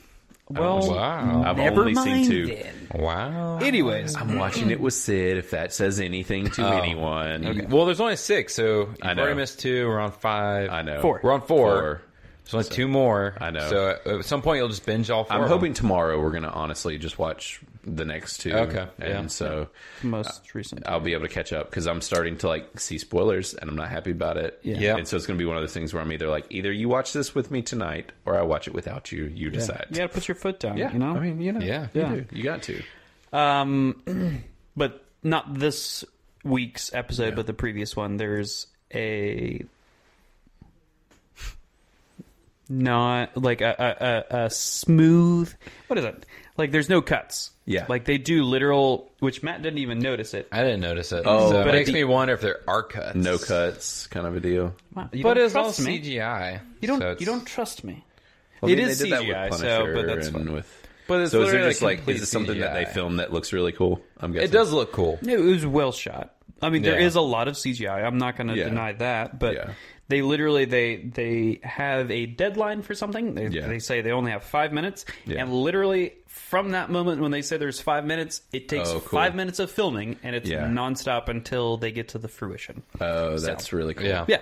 S3: Well,
S2: wow.
S1: I've
S3: never
S1: only
S3: mind
S1: seen two.
S3: then.
S2: wow.
S3: Anyways,
S1: I'm watching it with Sid. If that says anything to
S3: Oh,
S1: anyone,
S2: Well, there's only six, so you've
S1: know.
S2: already missed two. We're on five.
S1: I know
S3: Four.
S2: We're on four. There's only two more.
S1: I know.
S2: So at- at some point you'll just binge all four.
S1: I'm
S2: of
S1: hoping tomorrow we're gonna honestly just watch the next two.
S2: Okay,
S1: and
S2: yeah.
S1: so Uh,
S3: most recent.
S1: I'll be able to catch up because I'm starting to like see spoilers and I'm not happy about it.
S3: Yeah.
S2: Yeah.
S1: And so it's going to be one of those things where I'm either like, either you watch this with me tonight or I watch it without you. You decide.
S3: You got to put your foot down.
S1: Yeah.
S3: You know.
S1: I mean, you know.
S2: Yeah.
S1: You,
S3: Yeah.
S1: do. you got to.
S3: Um, <clears throat> but not this week's episode, but the previous one. There's a not like a, a, a, a smooth. What is it? Like there's no cuts.
S1: Yeah.
S3: Like they do literal, which Matt didn't even notice it.
S2: them. I didn't notice it.
S1: Oh,
S2: so it
S1: but
S2: makes
S1: the-
S2: me wonder if there are cuts.
S1: No cuts kind of a deal.
S3: Wow, you
S2: But
S3: don't
S2: it's all
S3: trust me.
S2: CGI.
S3: You don't.
S2: so
S3: you
S2: it's-
S3: don't trust me.
S1: Well, I
S3: It
S1: mean,
S3: is
S1: they did that with
S3: CGI, so-
S1: Punisher
S3: but that's
S1: and
S3: fine.
S1: with.
S2: But it's
S1: so is it
S2: literally
S1: just like
S2: complete
S1: is it something that they
S2: CGI.
S1: film that looks really cool? I'm guessing
S2: It does look cool.
S3: It was well shot. I mean, there
S2: Yeah.
S3: is a lot of CGI. I'm not going to
S1: Yeah.
S3: deny that, but
S1: Yeah.
S3: they literally they they have a deadline for something. They,
S1: Yeah.
S3: they say they only have five minutes,
S1: Yeah.
S3: and literally from that moment when they say there's five minutes, it takes
S1: Oh, cool.
S3: five minutes of filming, and it's
S1: Yeah.
S3: nonstop until they get to the fruition.
S1: Oh, that's really cool.
S2: Yeah.
S3: yeah,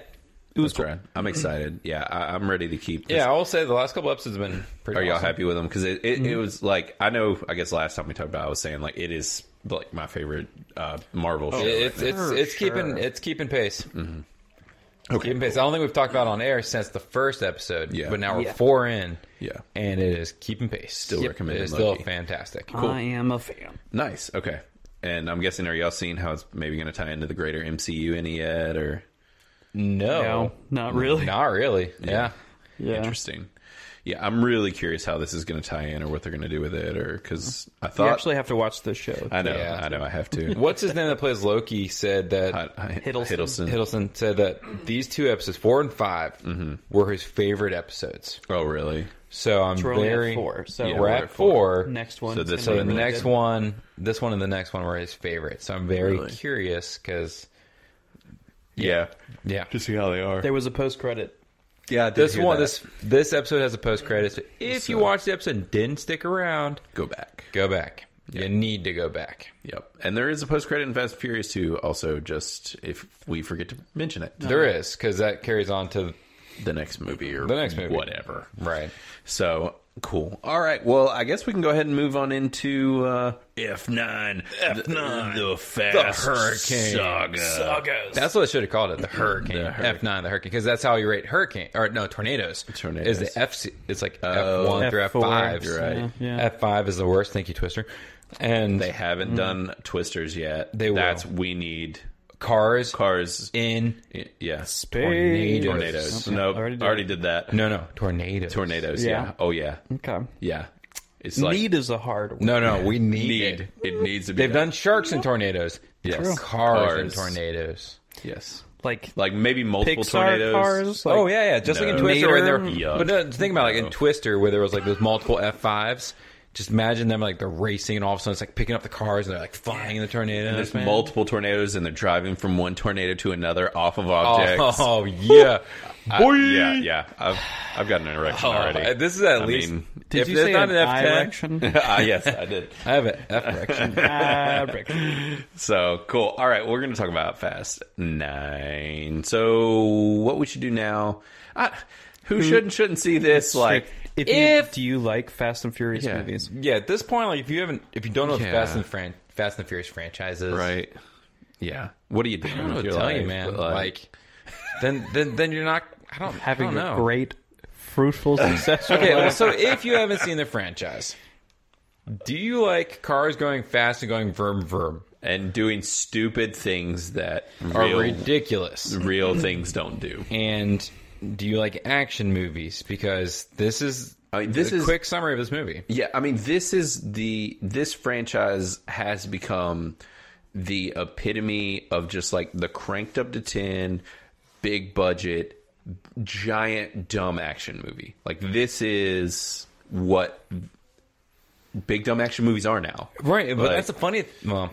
S3: it was
S1: That's right. I'm excited. Yeah, I, I'm ready to keep. This
S2: Yeah, I will say the last couple episodes have been pretty.
S1: Are y'all
S2: awesome. Mm-hmm.
S1: happy with them? Because it, it, it was like I know. I guess last time we talked about, it, I was saying like it is like my favorite uh, Marvel show.
S2: Oh, It's it's
S3: For
S2: it's keeping
S3: sure.
S2: it's keeping pace. Keeping pace. I don't think we've talked about it on air since the first episode.
S1: Yeah.
S2: But now we're
S3: Yeah.
S2: four in.
S1: Yeah.
S2: And it is keeping pace. Still
S1: recommending
S2: It's still
S1: Loki.
S2: fantastic.
S3: I am a fan.
S1: Nice. Okay. And I'm guessing, are y'all seeing how it's maybe going to tie into the greater MCU any yet? Or Oh.
S2: No.
S3: No, not really.
S2: Not really. Yeah.
S3: yeah.
S1: interesting. Yeah, I'm really curious how this is going to tie in, or what they're going to do with it, or because I
S3: You
S1: thought
S3: actually have to watch this show.
S1: I know,
S2: Yeah.
S1: I know, I have
S2: <laughs>
S1: to.
S2: What's his name that plays Loki said that
S1: I, I,
S3: Hiddleston.
S2: Hiddleston said that these two episodes, four and 5 were his favorite episodes.
S1: Oh, really?
S2: So I'm
S3: We're only at
S2: very
S3: four, so
S1: Yeah,
S2: we're
S1: we're
S2: at
S1: at four.
S2: four.
S3: next one.
S1: So this-
S2: So
S1: Really,
S2: the
S1: really
S2: next one, this one and the next one were his favorites. So I'm very
S1: Really?
S2: curious because
S1: Yeah.
S2: yeah,
S1: To see how they are.
S3: There was a post credit.
S1: Yeah, I did
S2: this
S1: hear
S2: one
S1: that.
S2: this this episode has a post credits. If you
S1: So-
S2: watched the episode and didn't stick around,
S1: go back.
S2: go back. You need to go back.
S1: Yep. And there is a post credit in Fast and Furious too. Also, just if we forget to mention it,
S2: There is because that carries on to
S1: the next movie or
S2: The next movie.
S1: whatever.
S2: right.
S1: So cool. All right. Well, I guess we can go ahead and move on into uh, F nine. F nine. The, fast
S2: Hurricane.
S1: saga.
S2: That's what I should have called it. The hurricane,
S1: The hurricane.
S2: F nine, the hurricane, because that's how you rate hurricane or no tornadoes.
S1: Tornadoes.
S2: is the F. se- It's like
S1: Oh.
S2: F one through F
S3: F4.
S2: five.
S1: You're right.
S3: Yeah, yeah.
S2: F five is the worst. Thank you, Twister. And
S1: They haven't done Twisters yet.
S2: They will.
S1: That's we need
S2: cars
S1: cars.
S2: in
S1: Yeah.
S3: Space.
S1: Tornadoes.
S3: Okay,
S1: Nope.
S3: already
S1: Already,
S3: did
S1: did that.
S2: no no tornadoes.
S1: Tornadoes. Yeah.
S3: Yeah.
S1: Oh yeah.
S3: Okay.
S1: Yeah. It's like
S3: Need is a hard one.
S2: No no we need.
S1: need.
S2: it.
S1: It needs to be.
S2: They've done sharks and tornadoes.
S1: Yes. True.
S2: cars, and
S1: Cars.
S2: tornadoes.
S1: Yes.
S3: Like,
S1: Like maybe multiple
S3: Pixar
S1: tornadoes.
S3: cars. Like,
S2: oh yeah, yeah. Just like in
S1: No.
S2: Twister, where
S3: Mater.
S2: there.
S1: Yuck.
S2: But no, think about it, like in Twister, where there was like those multiple F fives. Just imagine them like they're racing, and all of a sudden it's like picking up the cars, and they're like flying in the tornadoes.
S1: There's
S2: man.
S1: multiple tornadoes, and they're driving from one tornado to another off of objects.
S2: Oh, oh, yeah,
S1: I- <laughs> Uh, yeah, yeah. I've I've got an erection
S2: Oh,
S1: already.
S2: this is at
S1: I
S2: least.
S1: mean-
S3: Did
S2: if
S3: you
S2: there's
S3: say
S2: not
S3: an
S2: an F
S3: eye
S2: ten,
S3: <laughs> erection?
S1: <laughs> Ah, yes, I did.
S2: I have an F
S1: <laughs>
S2: erection.
S3: Eye erection.
S1: So cool. All right, we're going to talk about Fast Nine. So what we should do now? I,
S2: Hmm.
S1: who should and shouldn't see this? Like,
S3: if,
S2: if-
S3: you, do you like Fast and Furious
S1: Yeah.
S3: movies?
S2: yeah, at this point, like if you haven't, if you don't know what the
S1: Yeah.
S2: Fast and Fran- Fast and Furious franchise is,
S1: right? Yeah. What are you doing?
S2: I don't know
S1: with
S2: what to
S1: your
S2: tell you,
S1: life?
S2: man. Like, then, then, then you're not. I don't
S3: Having
S2: I don't know.
S3: a great, <laughs> fruitful, successful
S2: Okay, well,
S3: life.
S2: so if you haven't seen the franchise, do you like cars going fast and going vroom vroom?
S1: and doing stupid things that
S2: Are
S1: real
S2: ridiculous.
S1: real things don't do.
S2: And do you like action movies? Because this is
S1: I mean, this
S2: a
S1: is-
S2: quick summary of this movie.
S1: Yeah, I mean, this is the this franchise has become the epitome of just like the cranked up to ten, big budget, giant dumb action movie. Like this is what big dumb action movies are now.
S2: Right, but
S1: Like-
S2: that's the funny. Well,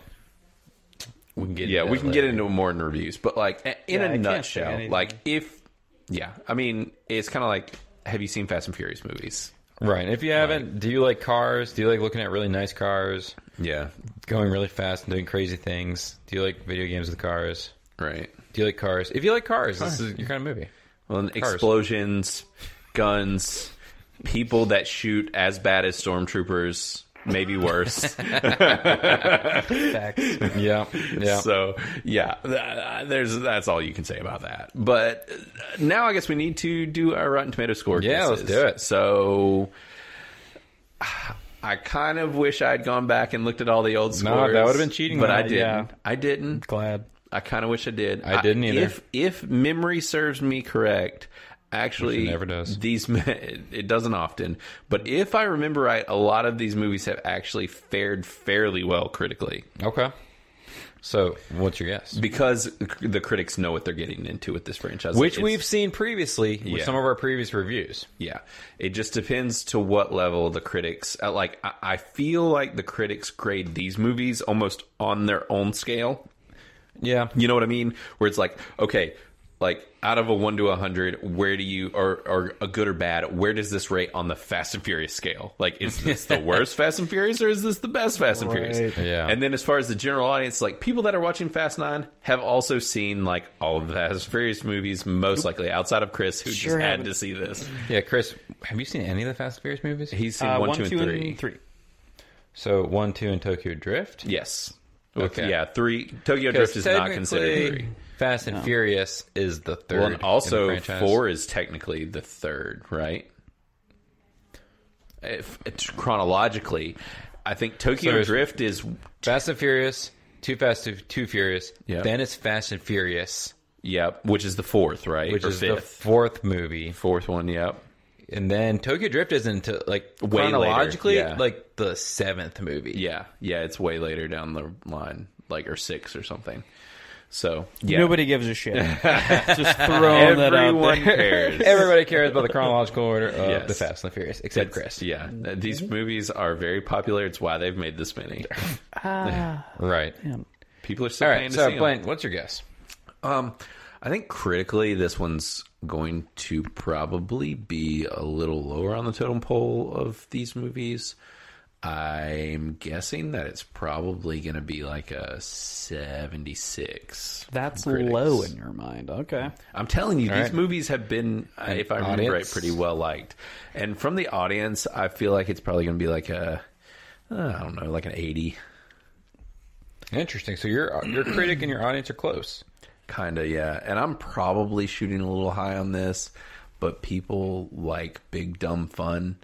S2: we can get
S1: Yeah,
S2: into
S1: we
S2: that
S1: can get
S2: later.
S1: into it more in reviews, but like a- in
S3: Yeah,
S1: a
S3: I can't say
S1: nutshell,
S3: anything.
S1: like if yeah, I mean, it's kind of like have you seen Fast and Furious movies?
S2: right. and If you haven't, do you like cars? Do you like looking at really nice cars,
S1: Yeah,
S2: going really fast and doing crazy things? Do you like video games with cars?
S1: right.
S2: Do you like cars? If you like cars, this is your kind
S1: <laughs>
S2: of movie.
S1: Well, and explosions, guns, people that shoot as bad as stormtroopers, maybe worse.
S3: Facts.
S2: Yeah, <laughs> yeah.
S1: <laughs> So, yeah, th- uh, there's that's all you can say about that. But uh, now I guess we need to do our Rotten Tomato score.
S2: Yeah, let's
S1: guesses.
S2: do it.
S1: So. <sighs> I kind of wish I'd gone back and looked at all the old
S2: No,
S1: scores.
S2: that would've been cheating,
S1: but
S2: man.
S1: I didn't.
S3: Yeah.
S1: I didn't.
S3: Glad.
S1: I kind of wish I did.
S2: I didn't either.
S1: If if memory serves me correct, actually,
S2: Which it never does.
S1: These <laughs> it doesn't often, but if I remember right, a lot of these movies have actually fared fairly well critically
S2: Okay. So, what's your guess?
S1: because the critics know what they're getting into with this franchise.
S2: Which
S1: Like, it's-
S2: we've seen previously with
S1: Yeah.
S2: some of our previous reviews.
S1: yeah, it just depends to what level the critics uh, like. I, I feel like the critics grade these movies almost on their own scale.
S2: Yeah.
S1: You know what I mean? Where it's like, okay, like out of a one to a hundred, where do you or or a good or bad? Where does this rate on the Fast and Furious scale? Like, is this
S3: <laughs>
S1: the worst Fast and Furious or is this the best Fast and Furious?
S3: Right.
S2: Yeah.
S1: And then as far as the general audience, like people that are watching Fast Nine have also seen like all of the Fast and Furious movies, most likely outside of Chris, who
S3: Sure
S1: just had
S3: haven't.
S1: to see this.
S2: Yeah, Chris, have you seen any of the Fast and Furious movies?
S1: He's seen
S3: Uh,
S1: one, two, and three.
S3: three.
S2: So, 1, 2, and Tokyo Drift?
S1: Yes. With-
S2: Okay.
S1: Yeah, three. Tokyo Drift is not considered
S2: technically,
S1: three.
S2: Fast and Furious is the third.
S1: Well, and
S2: in
S1: also
S2: the franchise.
S1: four is technically the third, right? If it's chronologically, I think
S2: So
S1: Tokyo
S2: there's-
S1: Drift is
S2: Fast and Furious, Too Fast, Too, too Furious.
S1: Yeah.
S2: Then it's Fast and Furious,
S1: yep, which is the fourth, right?
S2: which
S1: or
S2: is the
S1: fifth,
S2: fourth movie,
S1: fourth one, yep.
S2: and then Tokyo Drift isn't until like
S1: Way later,
S2: chronologically
S1: yeah.
S2: like the seventh movie.
S1: Yeah, yeah, it's way later down the line, like or six or something. So yeah,
S3: Nobody gives a <laughs> shit. Just throwing that out
S1: everyone
S3: there.
S2: <laughs>
S1: cares.
S2: Everybody cares about the chronological order of
S1: Yes.
S2: the Fast and the Furious, except Chris.
S1: yeah, these movies are very popular. It's why they've made this
S2: <laughs>
S1: many.
S2: Right.
S1: People are still
S2: All
S1: paying
S2: right.
S1: to
S2: So,
S1: see 'em.
S2: Blaine, what's your guess?
S1: Um, I think critically, this one's going to probably be a little lower on the totem pole of these movies. I'm guessing that it's probably going to be like a 76.
S3: <laughs> That's
S1: critics.
S3: low in your mind. Okay.
S1: I'm telling you, these
S2: right.
S1: movies have been, uh, if I remember right,
S2: audience?
S1: pretty well liked. And from the audience, I feel like it's probably going to be like a, uh, I don't know, like an 80.
S2: Interesting. So your your critic and your audience are close.
S1: Kinda, yeah. And I'm probably shooting a little high on this, but people like big dumb fun.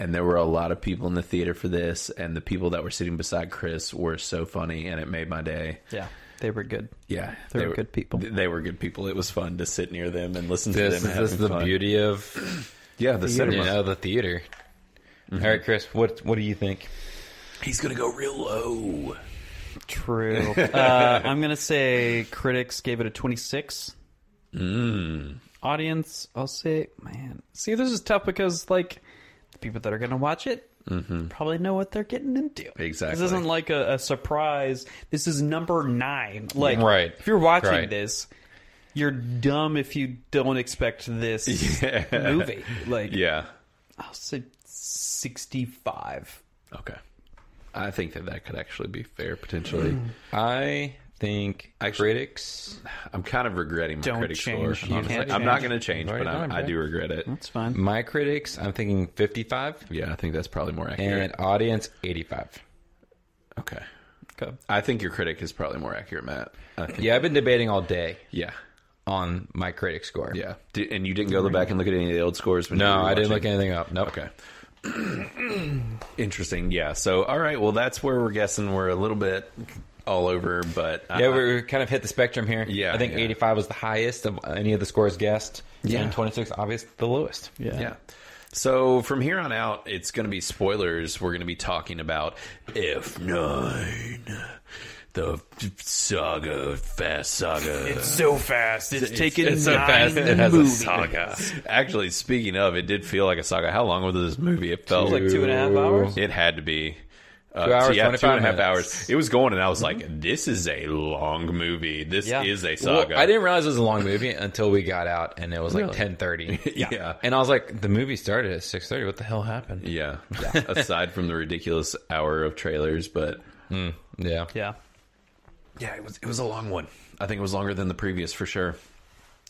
S1: And there were a lot of people in the theater for this, and the people that were sitting beside Chris were so funny, and it made my day.
S3: Yeah. They were good.
S1: Yeah,
S3: They were good people.
S1: They were good people. It was fun to sit near them and listen
S2: This
S1: to them.
S2: is this is
S1: having
S2: the
S1: fun.
S2: beauty of
S1: Yeah, the cinema.
S2: you know the theater. All right, Chris. What what do you think?
S1: He's gonna go real low.
S3: True. Uh, I'm gonna say critics gave it a 26. Audience, I'll say, man, see, this is tough because like the people that are gonna watch it probably know what they're getting into.
S1: Exactly.
S3: This isn't like a, a surprise. This is number nine. Like,
S2: Right.
S3: If you're watching
S2: Right.
S3: this, you're dumb if you don't expect this movie. Like,
S1: Yeah.
S3: I'll say 65.
S1: Okay. I think that that could actually be fair potentially.
S2: Mm. I think critics.
S1: I'm kind of regretting my
S3: Don't
S1: critic
S3: change.
S1: score.
S3: You
S1: honestly.
S3: can't
S1: I'm not
S3: change.
S1: going to change,
S2: Already
S1: but
S2: done,
S1: I, I
S2: bro.
S1: do regret
S2: Mm.
S1: it.
S3: That's fine.
S2: My critics. I'm thinking 55
S1: Yeah, I think that's probably more accurate.
S2: and audience 85.
S1: okay.
S3: Okay.
S1: I think your critic is probably more accurate, Matt. I think,
S2: Yeah, I've been debating all day
S1: yeah.
S2: on my critic score.
S1: Yeah. Did, and you didn't go back and look at any of the old scores? When you
S2: No,
S1: were
S2: I didn't look
S1: watching?
S2: anything up. Nope.
S1: Okay. <clears throat> Interesting. Yeah. So, all right. Well, that's where we're guessing. We're a little bit all over, but uh, I-
S2: Yeah, we we kind of hit the spectrum here.
S1: Yeah,
S2: I think
S1: yeah.
S2: 85 was the highest of any of the scores guessed.
S1: Yeah.
S2: And 26, obviously, the lowest.
S1: Yeah. So from here on out, it's going to be spoilers. We're going to be talking about F9, the saga, Fast Saga.
S4: It's so fast. It's, taken
S1: it's so
S4: nine
S1: fast, it has a
S4: movies.
S1: saga. Actually, speaking of, it did feel like a saga. How long was this movie? It felt
S3: Like two and a half hours?
S1: it had to be. Uh,
S2: Two hours,
S1: so yeah, two
S2: 25
S1: and a half
S2: minutes.
S1: hours. It was going, and I was like, "This is a long movie. This
S3: Yeah.
S1: is a saga."
S2: Well, I didn't realize it was a long movie until we got out and it was like 10:30.
S1: <laughs> Yeah. Yeah.
S2: And I was like the movie started at 6:30. What the hell happened?
S1: Yeah. <laughs> Aside from the ridiculous hour of trailers, but
S2: Yeah.
S3: Yeah.
S1: Yeah, it was it was a long one. I think it was longer than the previous for sure.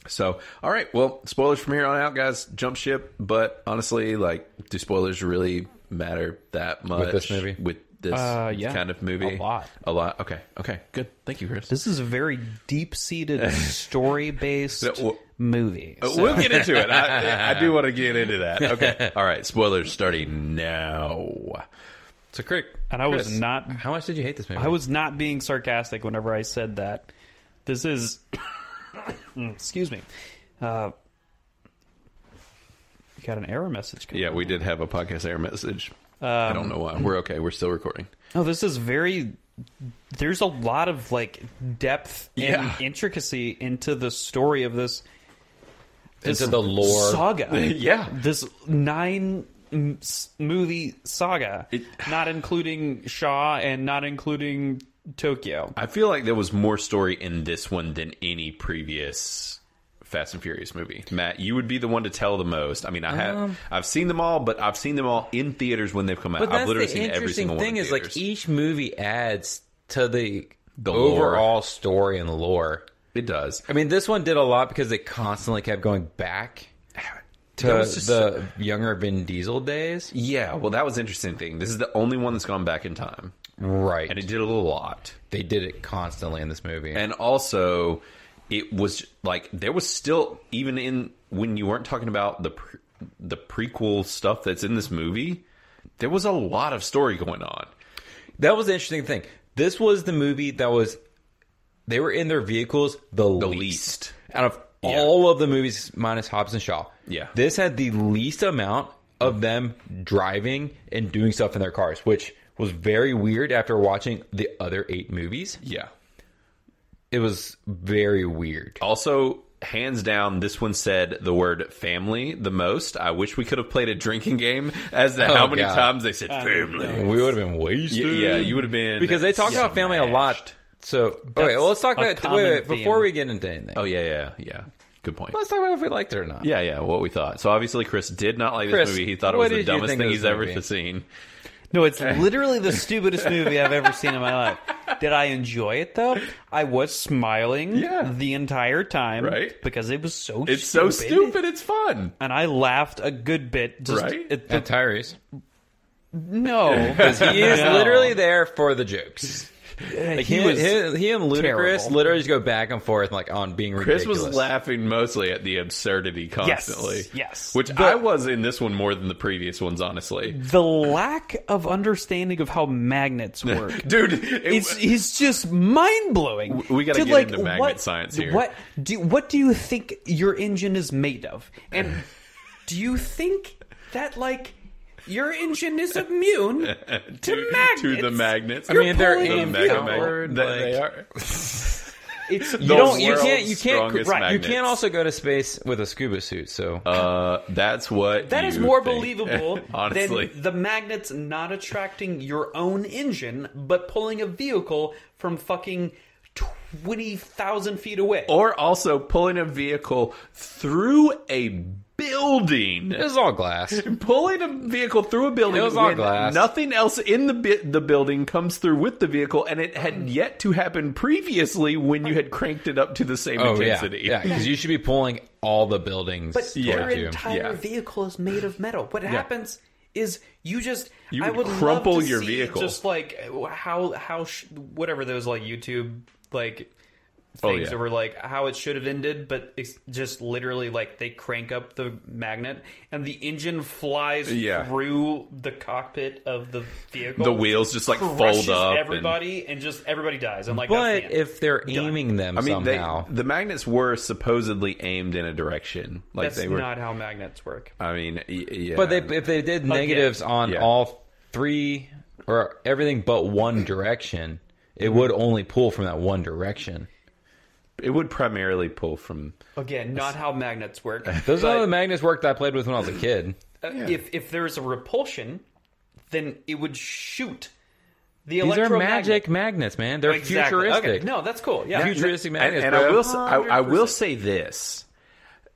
S1: So, all right, well, spoilers from here on out, guys. Jump ship, but honestly, like, do spoilers really matter that much
S2: this movie?
S1: With this
S3: Uh, yeah.
S1: kind of movie,
S3: A lot.
S1: a lot. Okay, okay, good. Thank you, Chris.
S3: This is a very
S1: <laughs>
S3: deep seated story based
S1: Yeah, well-
S3: movie.
S1: Uh,
S3: So
S1: We'll get into it.
S3: <laughs>
S1: I, I do want to get into that. Okay, all right. Spoilers starting now.
S2: So critic.
S3: And I was not-
S2: How much did you hate this movie?
S3: I was not being sarcastic whenever I said that. This is. <coughs> excuse me. Uh, we got an error message. coming.
S1: Yeah, we did have a podcast air message.
S3: Um,
S1: I don't know why. We're okay. We're still recording.
S3: No, this is very. There's a lot of like depth and
S1: Yeah.
S3: intricacy into the story of this.
S2: into the lore.
S3: saga.
S1: Yeah.
S3: this nine m- s- movie saga, not including Shaw and not including Tokyo.
S1: I feel like there was more story in this one than any previous Fast and Furious movie. Matt, you would be the one to tell the most. I mean, I have I've seen them all, but I've seen them all in theaters when they've come out.
S2: Um, But
S1: I've
S2: that's
S1: literally
S2: the
S1: seen every
S2: interesting
S1: single
S2: thing
S1: one. in
S2: is like
S1: theaters.
S2: each movie adds to the
S1: The lore.
S2: overall story and lore.
S1: it does.
S2: I mean, this one did a lot because it constantly kept going back to
S1: That was just
S2: the younger Vin Diesel days.
S1: Yeah, well, that was an interesting thing. This is the only one that's gone back in time.
S2: Right.
S1: and it did a lot.
S2: they did it constantly in this movie.
S1: And also, it was like there was still even in when you weren't talking about the pre- the prequel stuff that's in this movie, there was a lot of story going on.
S2: that was the interesting thing. This was the movie that was they were in their vehicles the,
S1: The
S2: least.
S1: least,
S2: out of
S1: Yeah.
S2: all of the movies minus Hobbs and Shaw.
S1: Yeah.
S2: This had the least amount of them driving and doing stuff in their cars, which was very weird after watching the other eight movies.
S1: yeah.
S2: It was very weird.
S1: Also, hands down, this one said the word family the most. I wish we could have played a drinking game as to how
S2: Oh,
S1: many
S2: God.
S1: times they said family.
S2: We would have been
S1: Y-
S2: wasted.
S1: Oh, yeah, you would have been
S2: because they talked about family a lot.
S1: smashed.
S2: So okay, Oh, well, let's talk
S5: a
S2: about wait, wait,
S5: common
S2: before
S5: theme.
S2: we get into anything.
S1: Oh yeah, yeah, yeah. Good point.
S2: Let's talk about if we liked it or not.
S1: Yeah, yeah, what we thought. So obviously, Chris did not like
S2: Chris,
S1: this movie. He thought it was
S2: what
S1: the
S2: did you
S1: dumbest
S2: think of
S1: thing
S2: this
S1: he's ever
S2: movie?
S1: seen.
S3: No, it's literally the stupidest movie I've ever seen in my life. Did I enjoy it though? I was smiling
S1: Yeah.
S3: the entire time,
S1: Right.
S3: Because it was so
S1: It's so stupid. It's fun.
S3: and I laughed a good bit. Just,
S1: Right?
S3: It,
S2: <laughs> At Tyrese.
S3: no,
S2: He is
S3: No.
S2: literally there for the jokes. Like
S3: he
S2: he,
S3: was
S2: he, he and Ludacris
S3: terrible.
S2: literally just go back and forth like on being
S1: Chris
S2: ridiculous.
S1: was laughing mostly at the absurdity constantly.
S3: yes.
S1: Which I was in this one more than the previous ones, honestly.
S3: the lack of understanding of how magnets work.
S1: Dude, it,
S3: It's he's just mind blowing.
S1: We- we gotta get into magnet science here.
S3: What do what do you think your engine is made of? And
S1: <laughs>
S3: do you think that like your engine is immune
S1: <laughs>
S3: to,
S1: <laughs> to,
S3: magnets?
S1: to the magnets.
S3: You're
S2: mean, they're
S3: pulling
S1: the
S2: in
S3: it
S1: mega
S3: out.
S1: mag-
S2: outward,
S1: that they
S2: like-
S1: are.
S3: It's
S2: You don't. You
S1: world's
S2: can't. You can't.
S1: strongest
S2: Right.
S1: magnets.
S2: You can't also go to space with a scuba suit. So
S1: Uh, that's what.
S3: That is
S1: you
S3: more
S1: think.
S3: believable
S1: <laughs> Honestly.
S3: than the magnets not attracting your own engine, but pulling a vehicle from fucking 20,000 feet away.
S1: or also pulling a vehicle through a building.
S2: it was
S1: <laughs>
S2: all glass.
S1: pulling a vehicle through a building
S2: It was all
S1: when
S2: glass.
S1: nothing else in the bi- the building comes through with the vehicle and it had yet to happen previously when you had cranked it up to the same
S2: Oh yeah.
S1: intensity
S2: Yeah. Because you should be pulling all the buildings.
S3: But
S2: towards
S3: your
S2: you.
S3: entire
S1: Yeah.
S3: vehicle is made of metal. What happens is you just
S1: You
S3: I
S1: would
S3: would
S1: crumple
S3: love to
S1: your
S3: see
S1: vehicle.
S3: Just like how how sh- whatever those like YouTube like things
S1: Oh, yeah.
S3: that were like how it should have ended, but it's just literally like they crank up the magnet and the engine flies
S1: Yeah.
S3: through the cockpit of the vehicle.
S1: the wheels just like fold
S3: crushes
S1: up and-
S3: everybody and, just everybody dies. I'm like, that's
S2: But
S3: the end.
S2: if they're aiming them
S1: I mean, they,
S2: somehow,
S1: the magnets were supposedly aimed in a direction. Like
S3: that's
S1: they were.
S3: not how magnets work.
S1: I mean, y- yeah.
S2: but they if they did negatives on
S1: Yeah.
S2: all three or everything but one direction, it
S1: Mm-hmm.
S2: would only pull from that one direction.
S1: it would primarily pull from.
S3: Again, not how
S1: <laughs>
S3: magnets work.
S2: Those are the magnets work that I played with when I was a kid.
S3: Uh, if if there's a repulsion, then it would shoot. The
S2: These are
S3: electromagnet-
S2: magic magnets, man. They're
S3: Exactly. Okay.
S2: futuristic.
S3: No, that's cool. Yeah.
S2: futuristic
S1: And,
S2: magnets.
S1: and I
S2: bro.
S1: will. s- I, I will say this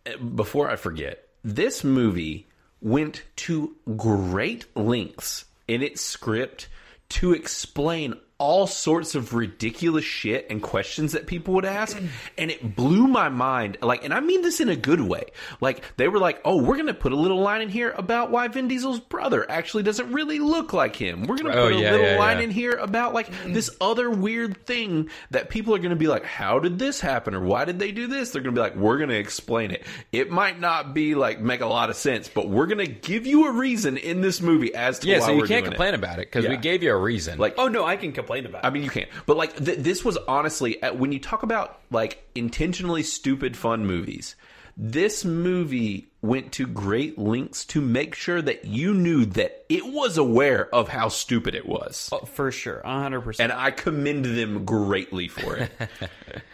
S1: uh, before I forget. This movie went to great lengths in its script to explain all sorts of ridiculous shit and questions that people would
S2: <clears throat>
S1: ask and it blew my mind like and I mean this in a good way like they were like oh we're going to put a little line in here about why Vin Diesel's brother actually doesn't really look like him we're going to
S2: Oh,
S1: put a
S2: yeah,
S1: little
S2: yeah,
S1: line
S2: yeah.
S1: in here about like this other weird thing that people are going to be like, how did this happen or why did they do this? They're going to be like, we're going to explain it. It might not be like make a lot of sense, but we're going to give you a reason in this movie as to
S2: Yeah,
S1: why
S2: so you
S1: we're
S2: can't
S1: doing it.
S2: complain about it because
S1: Yeah.
S2: we gave you a reason.
S1: Like-
S3: Oh no, I can complain about.
S1: I
S3: it.
S1: mean, you can't. But like, th- this was honestly uh, when you talk about like intentionally stupid fun movies. This movie went to great lengths to make sure that you knew that it was aware of how stupid it was.
S3: for sure, hundred percent.
S1: and I commend them greatly for
S3: <laughs>
S1: it.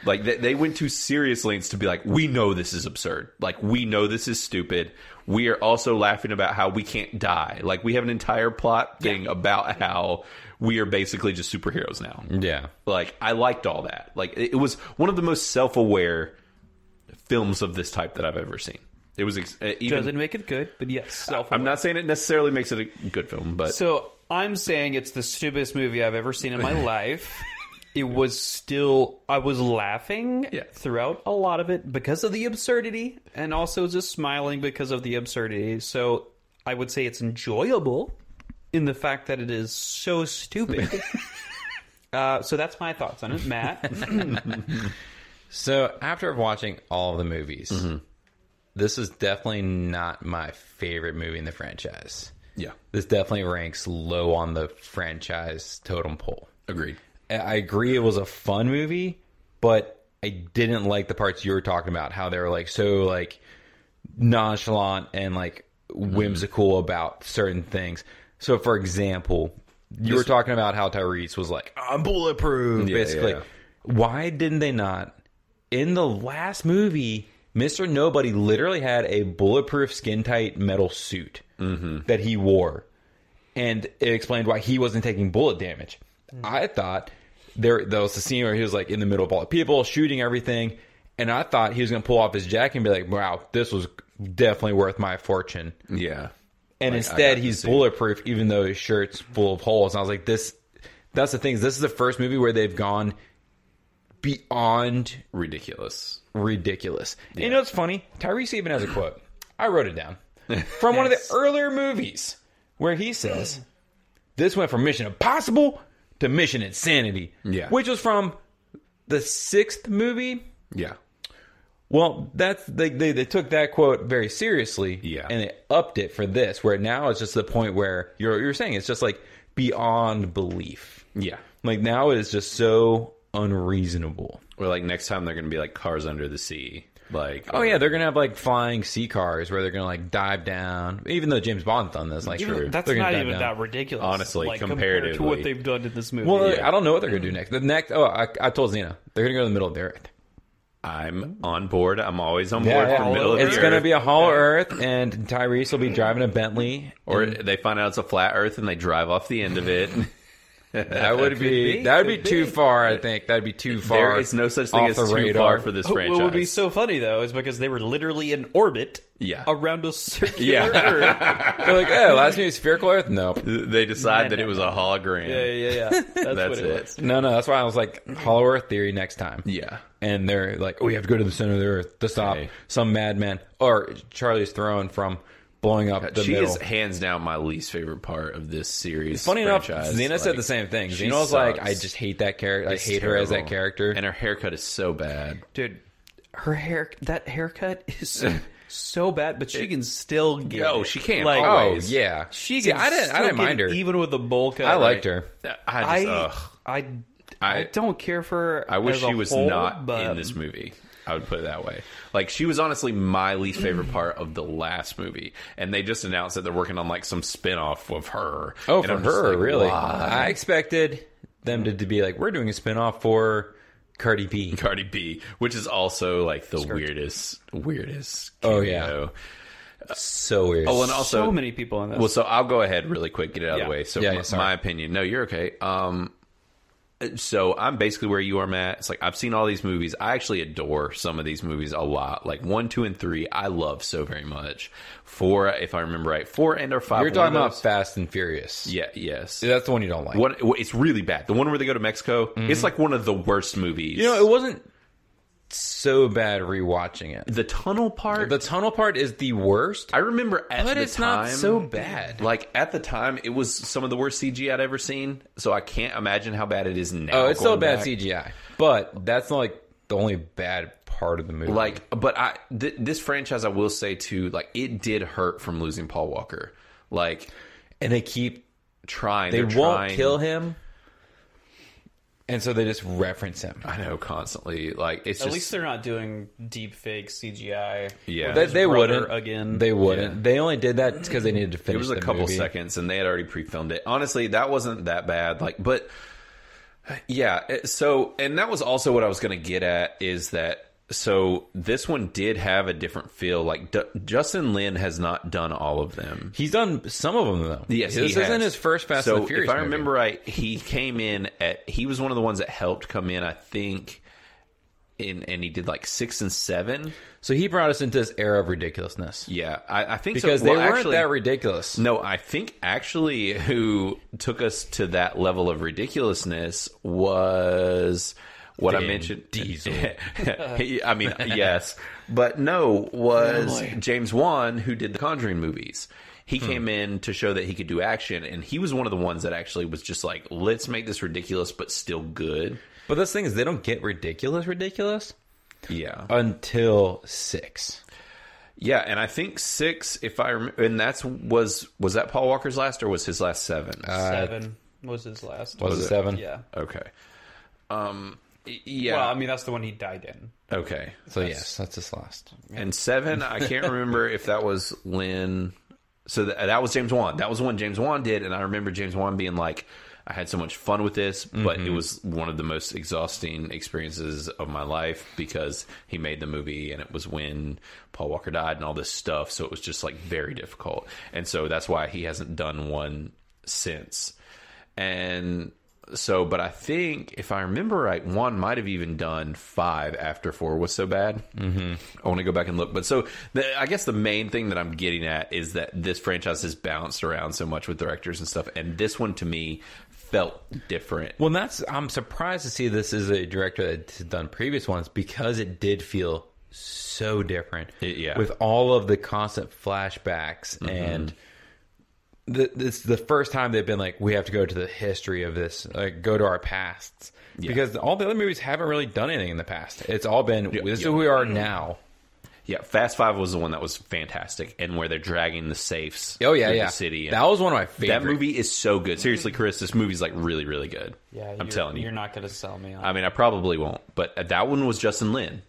S1: like they, they went to serious lengths to be like, we know this is absurd. Like we know this is stupid. We are also laughing about how we can't die. Like we have an entire plot thing about how we are basically just superheroes now.
S2: yeah,
S1: Like I liked all that. Like it, it was one of the most self-aware films of this type that I've ever seen. It was ex- uh, even.
S3: Doesn't make it good, but yes, self.
S1: I'm not saying it necessarily makes it a good film, but
S3: So I'm saying it's the stupidest movie I've ever seen in my life. It was still I was laughing
S1: Yeah.
S3: throughout a lot of it because of the absurdity and also just smiling because of the absurdity. So I would say it's enjoyable in the fact that it is so stupid.
S4: Uh, so that's my thoughts on it, Matt.
S2: So after watching all of the movies,
S1: Mm-hmm.
S2: this is definitely not my favorite movie in the franchise.
S1: Yeah.
S2: This definitely ranks low on the franchise totem pole.
S1: Agreed.
S2: I- I agree it was a fun movie, but I didn't like the parts you were talking about, how they were like so like nonchalant and like
S1: Mm-hmm.
S2: whimsical about certain things. So for example, you were talking about how Tyrese was like, I'm bulletproof
S1: Yeah,
S2: basically.
S1: yeah.
S2: Why didn't they not in the last movie, Mr. Nobody literally had a bulletproof skin tight metal suit
S1: Mm-hmm.
S2: that he wore and it explained why he wasn't taking bullet damage.
S1: Mm.
S2: I thought there, there was the scene where he was like in the middle of all the people shooting everything, and I thought he was gonna pull off his jacket and be like, "Wow, this was definitely worth my fortune."
S1: Yeah.
S2: And
S1: got
S2: instead,
S1: to
S2: he's
S1: see.
S2: bulletproof, even though his shirt's full of holes. And I was like, "This." That's the thing. is This is the first movie where they've gone beyond
S1: Ridiculous.
S2: ridiculous. And you know what's funny? Tyrese even has
S1: <clears throat>
S2: a quote. I wrote it down
S1: <laughs>
S2: from one of the earlier movies where he says, "This went from Mission Impossible to Mission Insanity."
S1: Yeah.
S2: which was from the sixth movie.
S1: Yeah.
S2: Well, that's they, they they took that quote very seriously.
S1: Yeah.
S2: and they upped it for this, where now it's just the point where you're you're saying it's just like beyond belief.
S1: Yeah.
S2: Like now it is just so unreasonable.
S1: Or like next time they're going to be like cars under the sea. Like
S2: Oh yeah, they're gonna have like flying sea cars where they're gonna like dive down. Even though James Bond's done this, like
S3: Even- That's
S2: they're
S3: not
S2: gonna dive
S3: even
S2: down.
S3: that ridiculous.
S1: Honestly,
S3: like, to
S1: comparatively.
S3: what they've done in this movie.
S2: Well, I don't know what they're gonna
S1: Mm.
S2: do next. The next, oh, I, I told Xena they're gonna go to the middle of the earth.
S1: I'm on board. I'm always on board for middle of
S2: it's
S1: the
S2: gonna
S1: earth.
S2: be a hollow Earth, and Tyrese will be driving a Bentley.
S1: or they find out it's a flat Earth and they drive off the end of
S2: <laughs>
S1: it. <laughs>
S2: That would be, that would be too far. I think that'd be too far.
S1: there is no such thing
S2: off
S1: as
S2: the
S1: too
S2: radar.
S1: far for this
S4: what
S1: franchise.
S4: would be so funny though is because they were literally in orbit
S1: Yeah.
S4: around a circular
S1: Yeah.
S4: Earth.
S1: <laughs>
S2: They're like, oh, last movie spherical Earth. No,
S1: they decide that it was a hologram.
S4: Yeah, yeah, yeah. That's,
S1: That's
S4: what it,
S1: it.
S4: was.
S2: no, no. That's why I was like hollow Earth theory next time.
S1: Yeah.
S2: and they're like, "Oh, we have to go to the center of the earth to stop
S1: Okay.
S2: some madman or Charlie's throne from blowing up the
S1: she
S2: middle."
S1: is hands down my least favorite part of this series.
S2: Funny enough,
S1: franchise.
S2: Xena
S1: Like,
S2: said the same thing.
S1: she
S2: Xena was like,
S1: sucks.
S2: "I just hate that character. I
S1: It's
S2: hate her as that
S1: terrible.
S2: character."
S1: and her haircut is so bad.
S4: dude. Her hair, that haircut
S1: <laughs>
S4: is so bad, but she can still get.
S1: No,
S4: it.
S1: she can.
S4: Like,
S1: Oh,
S2: oh
S1: always.
S2: yeah,
S4: she
S2: See,
S4: can.
S2: I didn't. I
S4: still
S2: didn't
S4: get
S2: mind
S4: it
S2: her.
S4: even with a bowl cut.
S2: I liked her.
S1: I
S4: I,
S1: just, ugh.
S4: I,
S1: I-
S4: I, don't care for.
S1: I wish
S4: as a
S1: she was
S4: whole,
S1: not
S4: but
S1: in this movie. I would put it that way. Like she was honestly my least favorite part of the last movie, and they just announced that they're working on like some spin-off of her.
S2: Oh,
S1: And
S2: for
S1: I'm just
S2: her,
S1: like,
S2: really.
S1: why?
S2: I expected them to, to be like, "We're doing a spinoff for Cardi B."
S1: Cardi B, which is also like the weirdest, weirdest.
S2: Oh, yeah.
S1: cameo.
S2: So weird.
S1: Well, Oh, and also
S4: so many people in this.
S1: Well, so I'll go ahead really quick, get it out of
S4: Yeah.
S1: the way. So
S2: Yeah,
S1: my,
S2: yeah, sorry.
S1: my opinion. No, you're okay. Um, so I'm basically where you are, Matt. It's like I've seen all these movies. I actually adore some of these movies a lot. Like one, two, and three, I love so very much. Four, if I remember right, four and or five.
S2: you're
S1: one
S2: talking
S1: of
S2: about
S1: those-
S2: Fast and Furious.
S1: yeah, yes.
S2: that's the one you don't like.
S1: One, it's really bad. The one where they go to Mexico. It's like one of the worst movies.
S2: Mm-hmm. You know, it wasn't so bad rewatching it.
S1: the tunnel part.
S2: The tunnel part is the worst,
S1: I remember at
S2: but
S1: the
S2: it's
S1: time,
S2: not so bad.
S1: Like at the time, it was some of the worst CG I'd ever seen. So I can't imagine how bad it is now.
S2: Oh, it's still
S1: going
S2: bad
S1: back.
S2: CGI, but that's not like the only bad part of the movie.
S1: Like, but I th- this franchise, I will say too, like it did hurt from losing Paul Walker. Like
S2: and they keep
S1: trying,
S2: they
S1: they're
S2: won't
S1: trying-
S2: kill him, and so they just reference him.
S1: I know constantly. Like it's
S4: at
S1: just
S4: least they're not doing deep fake CGI.
S1: yeah.
S2: They, they
S4: brother
S2: wouldn't
S4: again.
S2: They wouldn't. They only did that because they needed to finish.
S1: it was a
S2: the
S1: couple
S2: movie.
S1: seconds, and they had already pre-filmed it. Honestly, that wasn't that bad. Like, but yeah. it- So, and that was also what I was going to get at is that. So this one did have a different feel. Like D- Justin Lin has not done all of them.
S2: He's done some of them though.
S1: Yes,
S2: this
S1: he has.
S2: isn't his first Fast
S1: so
S2: and the Furious.
S1: If I
S2: movie.
S1: remember right, he came in at he was one of the ones that helped come in. I think. In, and he did like six and seven.
S2: so he brought us into this era of ridiculousness
S1: Yeah, I, I think
S2: because
S1: so.
S2: they
S1: Well,
S2: weren't
S1: actually-
S2: that ridiculous.
S1: No, I think actually who took us to that level of ridiculousness was what I
S2: Vin
S1: mentioned. <laughs>
S2: Diesel.
S1: I mean, yes, but no, was James Wan who did the Conjuring movies. He came in to show that he could do action, and he was one of the ones that actually was just like, let's make this ridiculous but still good.
S2: But the thing is, they don't get ridiculous, ridiculous
S1: Yeah.
S2: Uh, until six.
S1: Yeah, and I think six, if I remember, and that's was was that Paul Walker's last or was his last seven?
S3: Seven was his last.
S2: Was, it seven?
S3: Yeah.
S1: okay. Um. y- Yeah.
S4: Well, I mean, that's the one he died in.
S1: okay.
S2: So yes, that's his last.
S1: And seven, I can't
S4: <laughs>
S1: remember if that was Lynn. So that, that was James Wan. That was one James Wan did, and I remember James Wan being like, "I had so much fun with this, but
S4: Mm-hmm.
S1: it was one of the most exhausting experiences of my life because he made the movie, and it was when Paul Walker died and all this stuff. So it was just like very difficult, and so that's why he hasn't done one since. And so, but I think if I remember right, Juan might have even done five after four was so bad. Mm-hmm. I want to go back and look. But so, the, I guess the main thing that I'm getting at is that this franchise has bounced around so much with directors and stuff. And this one to me felt different.
S2: Well, that's I'm surprised to see this is a director that's done previous ones because it did feel so different.
S1: It- yeah.
S2: with all of the constant flashbacks and. The, this the first time they've been like we have to go to the history of this like go to our pasts because all the other movies haven't really done anything in the past it's all been this is
S1: yeah.
S2: who we are now
S1: Yeah, Fast Five was the one that was fantastic, and where they're dragging the safes.
S2: oh yeah
S1: through
S2: yeah
S1: the city. And
S2: that was one of my favorite
S1: that movie is so good. Seriously, Chris, this movie's like really, really good.
S4: Yeah,
S1: I'm telling you.
S4: you're not going to sell me on.
S1: I mean, I probably won't, but that one was Justin Lin.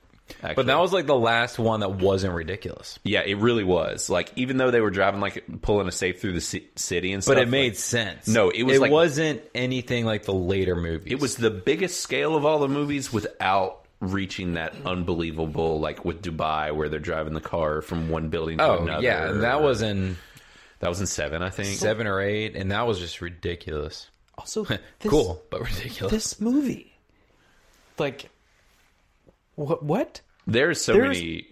S1: Actually.
S2: but that was like the last one that wasn't ridiculous
S1: Yeah, it really was. Like, even though they were driving, like, pulling a safe through the ci- city and stuff.
S2: but it made
S1: like,
S2: sense.
S1: No, it was
S2: It
S1: like-
S2: wasn't anything like the later movies.
S1: it was the biggest scale of all the movies without reaching that unbelievable, like, with Dubai, where they're driving the car from one building to
S2: Oh
S1: another.
S2: yeah, and that was in
S1: That was in seven, I think.
S2: seven or eight, and that was just ridiculous. <laughs>
S1: <laughs>
S4: also,
S2: cool, but ridiculous.
S4: This movie, like, what? What?
S1: There's so
S4: There's-
S1: many.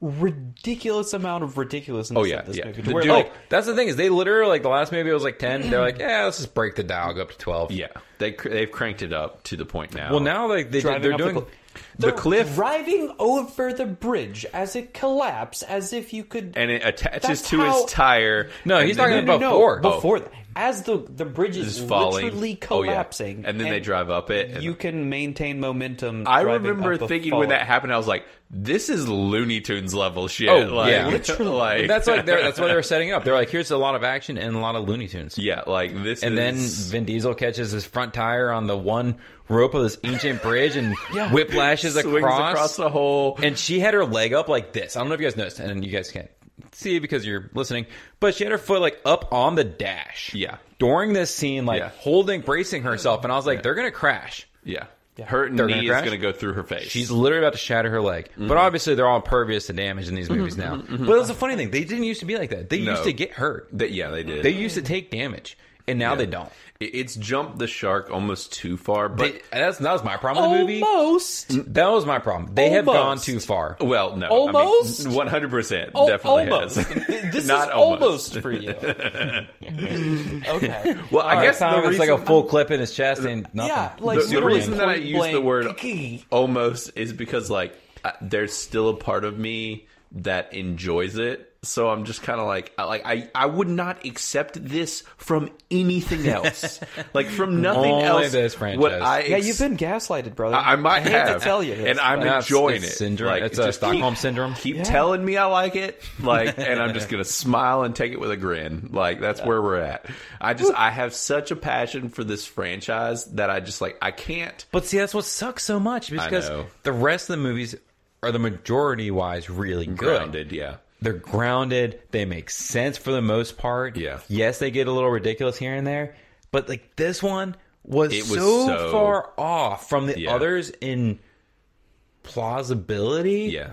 S4: ridiculous amount of ridiculousness
S1: Oh, yeah,
S4: in this
S1: yeah.
S4: movie.
S1: The
S4: Where,
S1: dude-
S4: like,
S2: oh, that's the thing is they literally like the last movie was like ten. They're like, yeah, let's just break the dial, go up to twelve.
S1: Yeah, they, cr- they've cranked it up to the point now.
S2: Well, now like they,
S4: Driving
S2: they're
S4: up the
S2: doing
S4: cl-
S1: the
S4: they're
S1: cliff.
S4: driving over the bridge as it collapsed, as if you could.
S1: And it attaches
S4: That's
S1: to
S4: how-
S1: his tire.
S2: No,
S1: and
S2: he's
S1: then
S2: talking
S1: it
S2: about- before.
S4: no, before that, as the the bridge is
S1: is falling.
S4: literally
S1: Oh, yeah.
S4: collapsing,
S1: And then they drive up it. and-
S4: You can maintain momentum.
S1: I
S4: driving
S1: remember
S4: up a
S1: thinking
S4: fall.
S1: when that happened, I was like, "This is Looney Tunes level shit."
S2: Oh,
S1: like,
S2: yeah.
S4: Literally.
S1: like-
S2: that's like they're, that's
S1: <laughs>
S2: what they were setting up. They're like, here's a lot of action and a lot of Looney Tunes.
S1: yeah, like this.
S2: And then
S1: is-
S2: Vin Diesel catches his front tire on the one rope of this ancient
S1: <laughs>
S2: bridge and whiplashes
S1: swings across the whole.
S2: and she had her leg up like this. I don't know if you guys noticed, and you guys can't see because you're listening, but she had her foot like up on the dash.
S1: Yeah.
S2: During this scene, like
S1: Yeah.
S2: holding, bracing herself, and I was like, they're gonna crash.
S1: yeah. her
S2: They're gonna
S1: knee is
S2: crash?
S1: going to go through her face.
S2: She's literally about to shatter her leg.
S1: Mm-hmm.
S2: But obviously, they're all impervious to damage in these movies now. But that's the funny thing. They didn't used to be like that. They
S1: No.
S2: used to get hurt.
S1: That- yeah, they did.
S2: They used to take damage, and now they don't.
S1: It- it's jumped the shark almost too far,
S2: They,
S1: but
S2: that's that was my problem with the movie.
S4: almost.
S2: That was my problem. They have gone
S4: Almost.
S2: too far.
S1: well, no,
S4: Almost?
S1: one hundred percent,
S2: Oh,
S4: Al-
S1: definitely
S4: almost.
S1: has. <laughs>
S4: This
S1: Not
S4: is almost. for
S1: <laughs>
S4: you. okay.
S1: Well, I
S2: I
S1: guess
S2: guess
S1: the
S2: time it's
S1: reason,
S2: like a full clip in his chest and nothing.
S4: Yeah,
S1: the,
S4: like
S1: the
S4: literally
S1: reason that I
S4: point
S1: use the
S4: blank,
S1: word
S4: kiki.
S1: almost is because like I, there's still a part of me that enjoys it so i'm just kind of like I, like I, I would not accept this from
S4: <laughs>
S1: anything else like from nothing
S2: Only
S1: else
S2: this franchise.
S1: would I
S4: Yeah,
S1: ex-
S4: you've been gaslighted, brother.
S1: I I might
S4: hate
S1: have
S4: to tell you this,
S1: and I'm
S4: but-
S2: That's-
S1: enjoying
S2: it's
S1: it.
S2: syndrome. It's a
S1: just keep-
S2: Stockholm syndrome.
S1: Keep telling me I like it, like, and I'm
S2: <laughs>
S1: just gonna smile and take it with a grin. Like that's where we're at. I just I have such a passion for this franchise that I just like I can't.
S2: But see, that's what sucks so much because
S1: know.
S2: the rest of the movies are the majority wise really good.
S1: Grounded, yeah.
S2: They're grounded. They make sense for the most part.
S1: Yeah.
S2: Yes, they get a little ridiculous here and there, but like this one was,
S1: It was
S2: so,
S1: so-
S2: far off from the
S1: Yeah.
S2: others in plausibility.
S1: Yeah.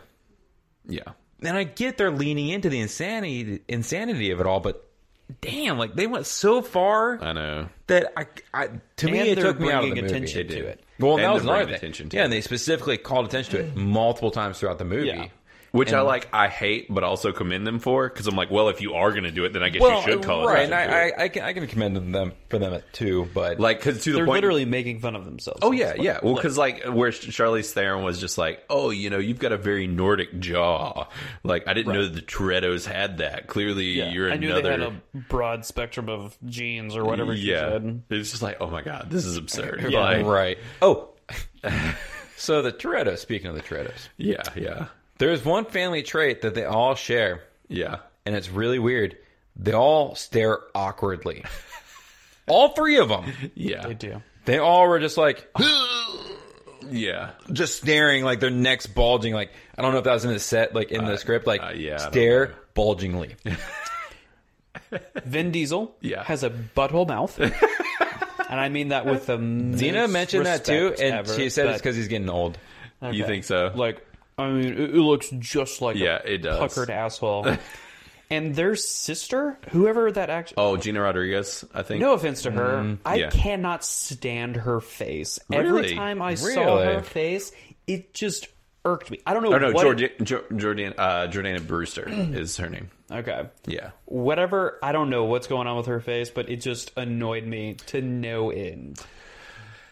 S1: Yeah.
S2: And I get they're leaning into the insanity insanity of it all, but damn, like they went so far.
S1: I know.
S2: that I, I to me
S4: And
S2: it
S4: they're
S2: took me out of the
S4: bringing
S2: movie.
S4: attention
S1: They
S4: to
S1: did.
S4: it.
S2: Well,
S1: And
S2: that was
S1: they're
S2: another
S1: bringing
S2: thing.
S1: attention to
S2: yeah,
S1: it. Mm.
S2: and they specifically called attention to it multiple times throughout the movie.
S4: Yeah.
S1: Which I like, I hate, but also commend them for because I'm like, well, if you are going to do it, then I guess you should call
S2: right,
S1: it
S2: and I, I, I can I can commend them for them too, but
S1: like, because to the
S4: They're
S1: point,
S4: literally making fun of themselves.
S1: Oh yeah, yeah. Well, because like where Charlize Theron was just like, oh, you know, you've got a very Nordic jaw. Like I didn't know that the Toretto's had that. Clearly, you're
S3: I knew
S1: another.
S3: they had a broad spectrum of genes or whatever she
S1: yeah,
S3: said.
S1: it's just like, oh my god, this is absurd.
S2: Yeah,
S1: Like,
S2: right. Oh, <laughs> so the Toretto. Speaking of the Toretto's,
S1: Yeah, yeah,
S2: there's one family trait that they all share,
S1: yeah.
S2: and it's really weird. They all stare
S1: <laughs>
S2: awkwardly. all three of them.
S1: Yeah,
S3: They do.
S2: They all were just like
S1: yeah,
S2: just staring, like their necks bulging. Like I don't know if that was in the set, like in the script, like
S1: uh, yeah, I don't
S2: stare
S1: <laughs>
S2: bulgingly.
S4: Vin Diesel
S1: Yeah.
S4: has a butthole
S1: <laughs>
S4: mouth. and I mean that with the
S2: Dina mentioned that too, and she said
S4: because
S2: it's because he's getting old.
S1: You think so?
S3: Like, I mean, it, it looks just like
S1: yeah,
S3: a
S1: it does.
S4: puckered asshole.
S3: well,
S4: and their sister, whoever that actually.
S1: Oh, Gina Rodriguez, I think.
S4: No offense to her, I
S1: yeah.
S4: cannot stand her face.
S1: Really?
S4: Every time I saw
S2: Really?
S4: her face, it just irked me. I don't know.
S1: or Oh, no,
S4: what
S1: Jordan, Jordan, uh, Jordana Brewster <clears throat> is her name.
S4: Okay.
S1: Yeah,
S4: Whatever. I don't know what's going on with her face, but it just annoyed me to no end.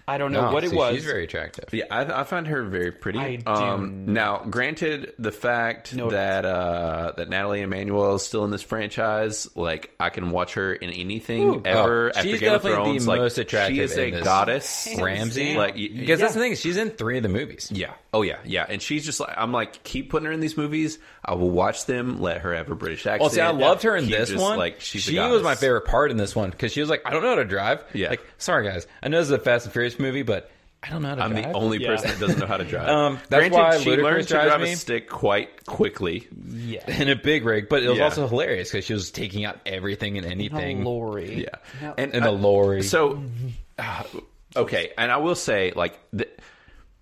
S4: I don't know
S2: Oh,
S4: what it
S2: see,
S4: was.
S2: She's very attractive.
S1: Yeah, I, I find her very pretty.
S4: I do
S1: um, now, granted, the fact that uh, that Natalie Emanuel is still in this franchise, like I can watch her in anything ever
S2: Oh,
S1: after
S2: she's
S1: Game of
S2: definitely the
S1: Thrones. like
S2: most attractive
S1: she is
S2: in
S1: a
S2: this.
S1: goddess,
S2: Ramsey,
S1: Like y-
S2: because
S1: yeah.
S2: that's the thing. She's in three of the movies.
S1: yeah, oh yeah, yeah, and she's just like I'm like keep putting her in these movies. I will watch them. Let her have her British accent.
S2: Well, Oh, see, I loved her in
S1: Keep
S2: this
S1: just,
S2: one.
S1: Like she's a
S2: she
S1: goddess.
S2: was my favorite part in this one because she was like, "I don't know how to drive."
S1: Yeah.
S2: Like, sorry guys, I know this is a Fast and Furious movie, but I don't know how to
S1: I'm
S2: drive.
S1: the
S2: <laughs>
S1: only
S3: Yeah.
S1: person that doesn't know how to drive.
S2: Um, that's why
S1: she
S2: Ludacris
S1: learned to
S2: drives
S1: drive
S2: me.
S1: a stick quite quickly.
S2: <laughs>
S4: yeah.
S2: in a big rig, but it was
S1: Yeah.
S2: also hilarious because she was taking out everything and anything.
S4: Lori.
S1: Yeah,
S4: Now-
S2: And the lorry.
S1: So, <sighs> uh, okay, and I will say, like, the,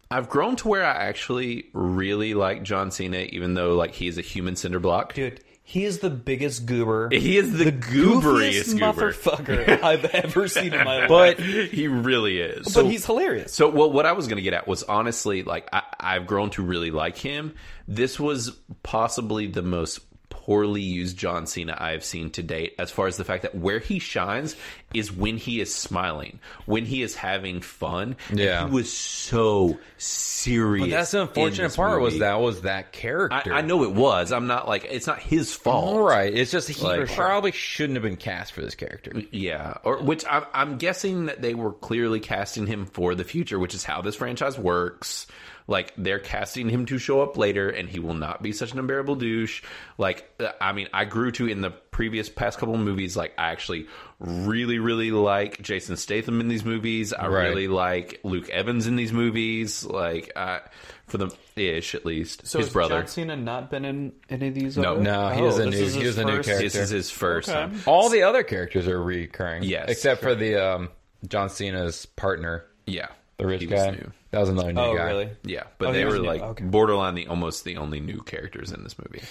S1: I've grown to where I actually really like John Cena, even though like he's a human cinder block.
S4: Dude, he is the biggest goober.
S1: He is the, gooberiest
S4: goofiest
S1: goober.
S4: motherfucker I've ever seen in my life.
S1: <laughs>
S2: but
S1: he really is.
S4: but he's hilarious.
S1: So, well, what I was going to get at was honestly, like, I, I've grown to really like him. This was possibly the most poorly used John Cena I have seen to date, as far as the fact that where he shines is when he is smiling, when he is having fun. And
S2: Yeah.
S1: he was so serious.
S2: that's the
S1: in
S2: unfortunate
S1: this
S2: part was
S1: movie.
S2: that was that character.
S1: I, I know it was. I'm not like it's not his fault.
S2: All right, it's just he
S1: Like-
S2: probably shouldn't have been cast for this character.
S1: Yeah, or which I'm, I'm guessing that they were clearly casting him for the future, which is how this franchise works. Like they're casting him to show up later, and he will not be such an unbearable douche. Like uh, I mean, I grew to in the previous past couple of movies. Like I actually really, really like Jason Statham in these movies. I
S2: Right.
S1: really like Luke Evans in these movies. Like uh, for the ish at least
S3: so
S1: his
S3: has
S1: brother.
S3: John Cena not been in any of these?
S1: No.
S3: other-
S2: No, he
S3: Oh,
S2: was a
S3: this
S2: new.
S3: is
S2: He
S3: his
S2: was a new
S3: first-
S2: character.
S1: this is his first
S3: Okay.
S1: time.
S2: All the other characters are recurring.
S1: Yes.
S2: Except for the um, John Cena's partner,
S1: Yeah,
S2: the rich
S1: He was
S2: guy.
S1: new.
S2: That was another new
S4: Oh,
S2: guy.
S4: really?
S1: Yeah, but
S4: Oh,
S1: they
S4: he was
S1: were
S4: new.
S1: like
S4: Okay.
S1: borderline the almost the only new characters in this movie.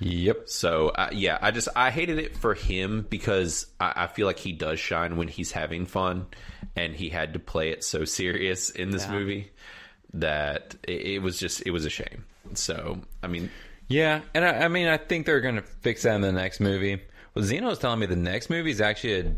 S2: Yep.
S1: So uh, yeah, I just I hated it for him because I, I feel like he does shine when he's having fun, and he had to play it so serious in this movie that it, it was just it was a shame. So I mean,
S2: Yeah, and I, I mean, I think they're going to fix that in the next movie. Well, Zeno was telling me the next movie is actually a,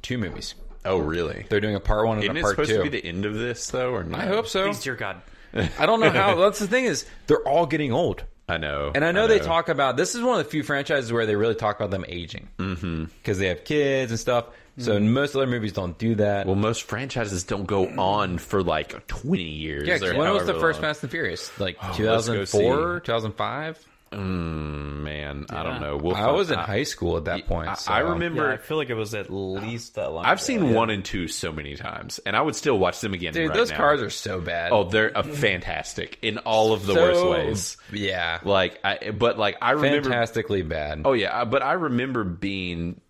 S2: two movies.
S1: oh really?
S2: They're doing a part one and
S1: Isn't
S2: a
S1: it
S2: part
S1: supposed
S2: two.
S1: to be the end of this though, or not?
S2: I hope so.
S4: Please, dear God.
S2: I don't
S1: <laughs>
S2: know how. That's the thing is, they're all getting old.
S1: I know,
S2: And I know, they talk about this is one of the few franchises where they really talk about them aging because mm-hmm. they have kids and stuff. So most other movies don't do that.
S1: Well, most franchises don't go on for like twenty years.
S2: yeah, 'cause
S1: or
S2: when was the
S1: however
S2: first
S1: long. Oh,
S2: Fast and Furious? Like
S1: let's go
S2: 2004, 2005?
S1: Mm, man, I don't know. We'll
S2: I
S1: find-
S2: was in high school at that point.
S1: I,
S2: so-
S1: I remember
S4: Yeah, I feel like it was at least that long.
S1: I've seen one and two so many times, and I would still watch them again.
S2: Dude,
S1: right
S2: those
S1: now.
S2: cars are so bad.
S1: oh, they're uh, fantastic in all of the
S2: So-
S1: worst ways.
S2: Yeah.
S1: Like, I, but like I remember.
S2: Fantastically bad.
S1: Oh yeah, I- but I remember being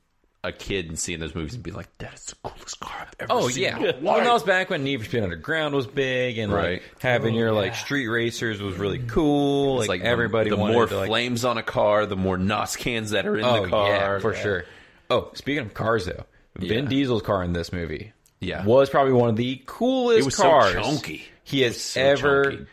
S1: a kid and seeing those movies and being like, "That is the coolest car I've ever
S2: Oh
S1: seen."
S2: yeah,
S1: in my
S2: well, that
S1: life."
S2: was back when Need for Speed Underground was big, and
S1: Right.
S2: like having your like street racers was really cool. Like,
S1: Like the-
S2: everybody
S1: the,
S2: wanted
S1: more
S2: to, like,
S1: flames on a car, the more nos cans that are in
S2: oh,
S1: the car.
S2: Yeah, for sure. Oh, speaking of cars though, Vin
S1: Yeah.
S2: Diesel's car in this movie,
S1: Yeah.
S2: was probably one of the coolest
S1: It was so
S2: cars.
S1: chunky.
S2: He has
S1: so
S2: ever
S1: chunky.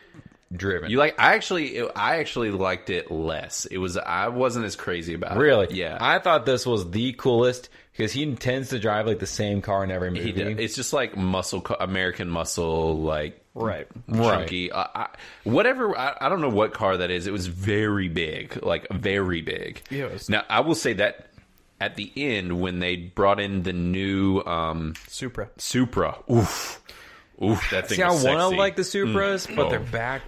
S2: driven.
S1: You like? I actually, I actually liked it less. It was I wasn't as crazy about
S2: really?
S1: it. Yeah,
S2: I thought this was the coolest because he tends to drive like the same car in every movie.
S1: He d- it's just like muscle, ca- American muscle, like
S3: Right.
S1: chunky. I, I, whatever. I, I don't know what car that is. It was very big, like very big.
S3: Yeah, it was-
S1: Now I will say that at the end when they brought in the new um,
S3: Supra.
S1: Supra, oof, oof, that thing.
S2: See, I
S1: was
S2: want
S1: sexy.
S2: to like the Supras, but
S1: Oh.
S2: their back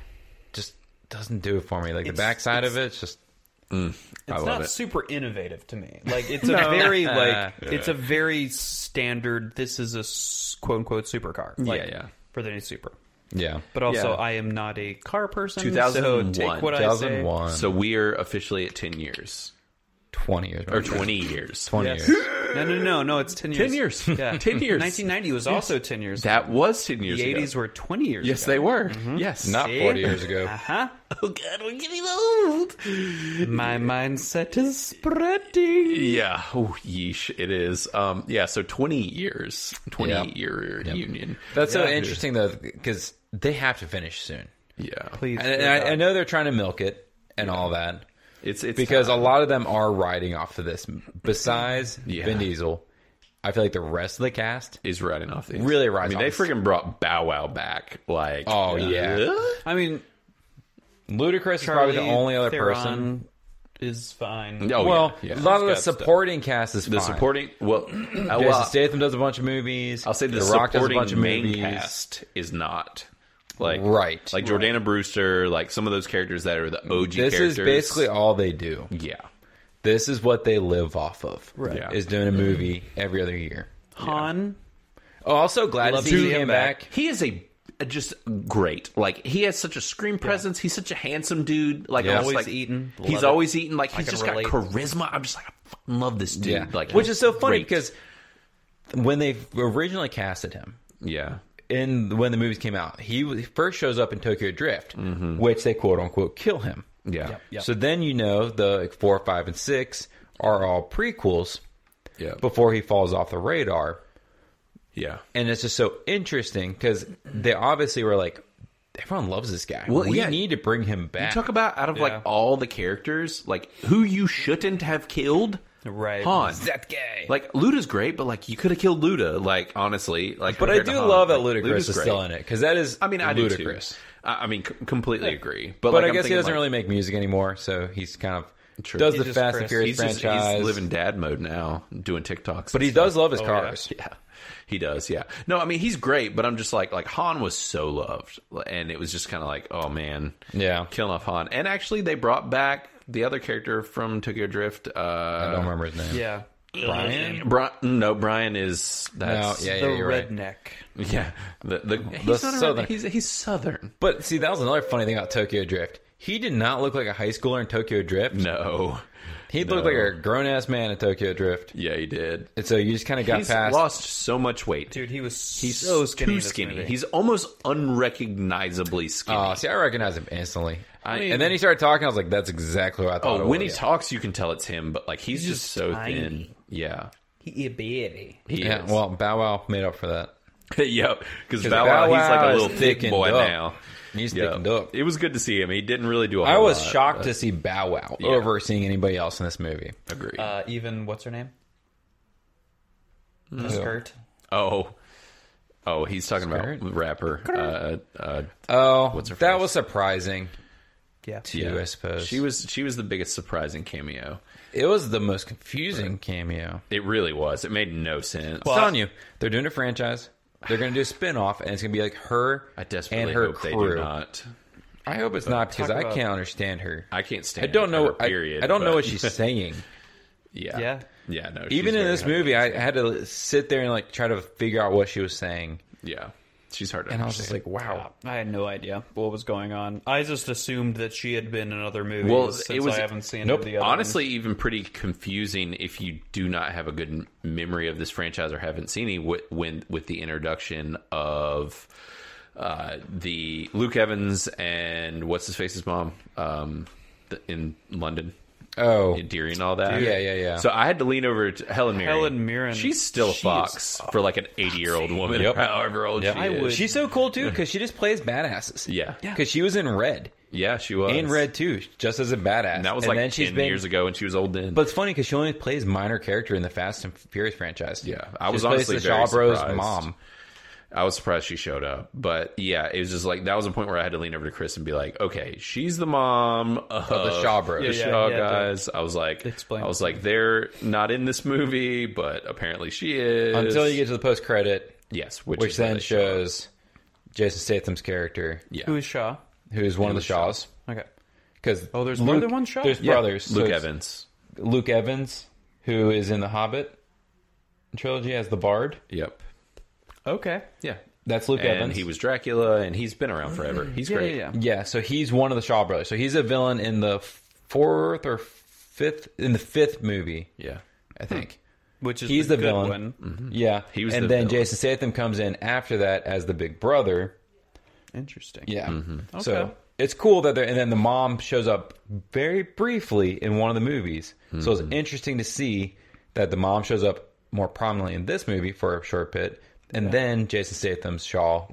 S2: just doesn't do it for me. Like the back side of it's just
S1: I
S4: It's
S1: love
S4: not
S1: it.
S4: super innovative to me. Like it's a
S2: <laughs>
S4: very like it's a very standard. This is a s- quote unquote supercar. Like,
S1: Yeah, yeah.
S4: For the new super,
S2: yeah.
S4: but also
S1: Yeah.
S4: I am not a car person.
S1: 2001.
S4: So take what I say.
S2: 2001,
S1: So we are officially at ten years
S2: 20 years
S1: or twenty years.
S2: 20
S3: Yes.
S2: years.
S4: No, no, no, no. It's ten years.
S1: <laughs> Ten years.
S4: Yeah.
S1: ten years.
S4: 1990 was also ten years.
S1: That was ten years.
S4: the
S1: ago.
S4: 80s were 20 years. Uh-huh.
S1: Yes, they were. Yes.
S2: Not
S1: <laughs>
S2: 40 years ago.
S4: Huh?
S1: Oh God, we're getting old.
S4: My mindset is spreading.
S1: Yeah. Oh, yeesh. It is. Um. Yeah. So twenty years. Twenty
S2: Yeah.
S1: year union.
S2: That's so interesting though, because they have to finish soon.
S1: Yeah.
S4: Please.
S2: And, and I, I know they're trying to milk it and all that
S1: It's it's
S2: because a lot of them are riding off of this. Besides
S1: Yeah.
S2: Vin Diesel, I feel like the rest of the cast.
S1: is riding off. These.
S2: Really rides
S1: I mean,
S2: off.
S1: they freaking brought Bow Wow back. Like.
S2: Oh, yeah.
S4: I mean,
S2: Ludacris
S4: Charlie
S2: is probably the only other
S4: Theron
S2: person.
S4: is fine.
S1: Oh,
S2: well,
S1: yeah, yeah.
S2: a lot of the
S1: It's got stuff.
S2: supporting cast is
S1: the
S2: fine.
S1: supporting. Well, <clears throat> uh,
S2: Jason
S1: well,
S2: Statham does a bunch of movies.
S1: I'll say the,
S2: Rock does a
S1: supporting
S2: bunch of
S1: main
S2: movies.
S1: cast is not like
S2: Right.
S1: like Jordana Brewster, like some of those characters that are the OG.
S2: This
S1: characters.
S2: is basically all they do.
S1: yeah.
S2: This is what they live off of. Right.
S1: Yeah.
S2: Is doing a movie every other year.
S4: Han.
S2: Oh, also glad to
S4: Love
S2: see,
S4: to see
S2: him
S4: him
S2: back.
S1: He is a a just great. Like he has such a screen presence. He's such a handsome dude. Like
S2: Yeah.
S1: almost,
S4: Always
S1: like,
S4: eaten.
S1: He's
S4: Love it.
S1: always eaten. Like he's
S4: can
S1: just
S4: relate.
S1: got charisma. I'm just like I fucking love this dude.
S2: Yeah.
S1: Like
S2: Which is so funny
S1: great.
S2: because when they originally casted him
S1: yeah.
S2: in when the movies came out, he was- he first shows up in Tokyo Drift, which they quote unquote kill him.
S1: Mm-hmm. Yeah.
S2: So then you know the four, five, and six are all prequels
S1: Yeah.
S2: before he falls off the radar.
S1: Yeah.
S2: and it's just so interesting because they obviously were like, everyone loves this guy.
S1: Well,
S2: we
S1: yeah.
S2: need to bring him back.
S1: Talk about out of
S4: Yeah.
S1: like all the characters, like who you shouldn't have killed.
S4: Right.
S1: Han.
S2: that guy.
S1: Like Luda's great, but like you could have killed Luda. Like honestly, like
S2: but I
S1: compared
S2: do
S1: to Han,
S2: love that
S1: like,
S2: Ludacris
S1: Luda's
S2: is
S1: great.
S2: still in it because that is.
S1: I mean, I do too.
S2: ludicrous.
S1: I I mean, c- completely agree. But,
S2: But
S1: like,
S2: I
S1: I'm
S2: guess he
S1: thinking,
S2: doesn't
S1: like,
S2: really make music anymore, so he's kind of
S1: True.
S2: does
S1: He
S2: the
S4: just
S2: Fast and
S4: Chris.
S2: Furious
S1: He's just
S2: franchise.
S1: he's living dad mode now, doing TikToks.
S2: but he does love his cars.
S1: <laughs> Yeah, he does. Yeah. No, I mean he's great, but I'm just like like Han was so loved, and it was just kind of like, oh man,
S2: Yeah.
S1: killing off Han. And actually, they brought back the other character from Tokyo Drift.
S2: I don't
S1: Uh,
S2: remember his name.
S4: Yeah.
S2: Brian.
S1: Brian. No, Brian is
S2: No,
S1: that's
S2: yeah,
S4: The
S2: yeah, you're right.
S4: redneck.
S1: <laughs> yeah. The, the, he's not a
S2: Southern.
S1: southern. He's he's southern.
S2: But see, that was another funny thing about Tokyo Drift. He did not look like a high schooler in Tokyo Drift.
S1: No.
S2: he looked
S1: no.
S2: like a grown ass man in Tokyo Drift.
S1: Yeah, he did.
S2: And so you just kind of got
S1: He's
S2: past.
S1: lost so much weight.
S4: Dude, he was
S1: He's
S4: so skinny. in
S1: too
S4: this
S1: skinny.
S4: movie.
S1: He's almost unrecognizably skinny.
S2: Oh, see, I recognize him instantly.
S1: I-
S2: and then he started talking. I was like, "That's exactly what I thought."
S1: oh,
S2: it
S1: when he
S2: was.
S1: talks, you can tell it's him, but like he's, just,
S4: just
S1: so
S4: tiny.
S1: thin. <laughs> Yeah,
S4: He a baby.
S1: he
S2: yeah.
S1: is.
S2: Well, Bow Wow made up for that.
S1: yep. Because Bow,
S2: Bow
S1: Wow, he's like
S2: Wow
S1: a
S2: is
S1: little thick
S2: thickened
S1: boy
S2: up.
S1: now.
S2: He's
S1: Yeah.
S2: thickened up.
S1: It was good to see him. He didn't really do. A
S2: I
S1: whole
S2: was
S1: lot.
S2: shocked to see Bow Wow
S1: Yeah.
S2: over seeing anybody else in this movie.
S1: Agreed.
S4: Uh, even what's her name? The skirt.
S1: oh, oh, he's talking
S2: Skirt.
S1: about rapper. Uh, uh,
S2: Oh,
S1: What's her
S2: that
S1: face?
S2: was surprising
S4: Yeah.
S2: too. I suppose
S1: she was she was the biggest surprising cameo.
S2: It was the most confusing cameo.
S1: It really was. It made no sense.
S2: I'm telling you, they're doing a franchise. They're going to do a spin-off, and it's going to be like her
S1: I
S2: and
S1: desperately
S2: her
S1: hope
S2: crew.
S1: they do not.
S2: I hope it's not because
S4: Talk
S2: I
S4: about-
S2: can't understand her.
S1: I can't stand.
S2: I don't know.
S1: her,
S2: I-
S1: period.
S2: I, don't know
S1: but-
S2: what
S1: <laughs>
S2: she's saying.
S1: Yeah.
S4: Yeah.
S1: Yeah. No. she's
S2: Even in
S1: very
S2: this
S1: hard to
S2: movie, I had to sit there and like try to figure out what she was saying,
S1: Yeah. She's hard to
S2: and I was just
S1: understand.
S2: like, "Wow,
S3: I
S4: had no idea what was going on. I just assumed that she had been in other movies
S1: Well,
S4: since
S1: it was-
S4: I haven't seen
S2: Nope.
S4: the other
S1: Honestly, even pretty confusing if you do not have a good m- memory of this franchise or haven't seen any with, when, with the introduction of uh, the Luke Evans and what's his face's mom um, the, in London.
S2: Oh,
S1: deer and all that.
S2: Yeah, yeah, yeah.
S1: So I had to lean over to Helen Mirren.
S3: Helen Mirren.
S1: She's still a
S3: She is
S1: fox for like an 80 year old woman,
S2: Yep.
S1: however old
S2: Yep.
S1: she
S2: I
S1: is.
S3: would-
S2: she's so cool too because she just plays badasses.
S1: Yeah. Yeah.
S2: because she was in Red
S1: Yeah, she was.
S2: and Red too, just as a badass.
S1: And that was
S2: And
S1: like 10
S2: then she's been-
S1: years ago and she was old then.
S2: But it's funny because she only plays minor character in the Fast and Furious franchise.
S1: Yeah, I
S2: She
S1: was
S2: plays
S1: honestly
S2: the
S1: very
S2: Shaw Bros.
S1: surprised.
S2: mom.
S1: I was surprised she showed up. But yeah, it was just like that was a point where I had to lean over to Chris and be like, okay, she's the mom of,
S2: the Shaw Bros.
S1: The
S3: Yeah, yeah,
S1: Shaw
S3: yeah.
S1: guys. I was like,
S3: Explain.
S1: I was like, they're not in this movie, but apparently she is.
S2: Until you get to the post credit,
S1: yes, which,
S2: which
S1: is where
S2: then
S1: they show up.
S2: shows Jason Statham's character,
S1: yeah,
S3: Who is Shaw?
S2: who is one of the Shaws.
S3: Okay.
S2: Because
S3: Oh, there's more than one Shaw?
S2: There's
S1: Yeah,
S2: brothers.
S1: Luke
S2: So it's
S1: Evans.
S2: Luke Evans, who is in the Hobbit trilogy as the Bard.
S1: Yep.
S3: Okay.
S1: Yeah.
S2: That's Luke
S1: And
S2: Evans.
S1: he was Dracula, and he's been around forever. He's
S3: Yeah,
S1: great.
S3: yeah, yeah.
S2: Yeah, so he's one of the Shaw brothers. So he's a villain in the fourth or fifth in the fifth movie,
S1: Yeah.
S2: I think.
S3: Which is
S2: He's
S3: the,
S2: the
S3: good
S2: villain. Mm-hmm.
S3: one.
S2: Yeah,
S1: He was
S2: and
S1: the villain.
S2: then Jason Statham comes in after that as the big brother.
S3: Interesting.
S2: Yeah, so
S3: Okay.
S2: Mm-hmm. it's cool that they're and then the mom shows up very briefly in one of the movies. So it's interesting to see that the mom shows up more prominently in this movie for a short bit, and then Jason Statham's Shaw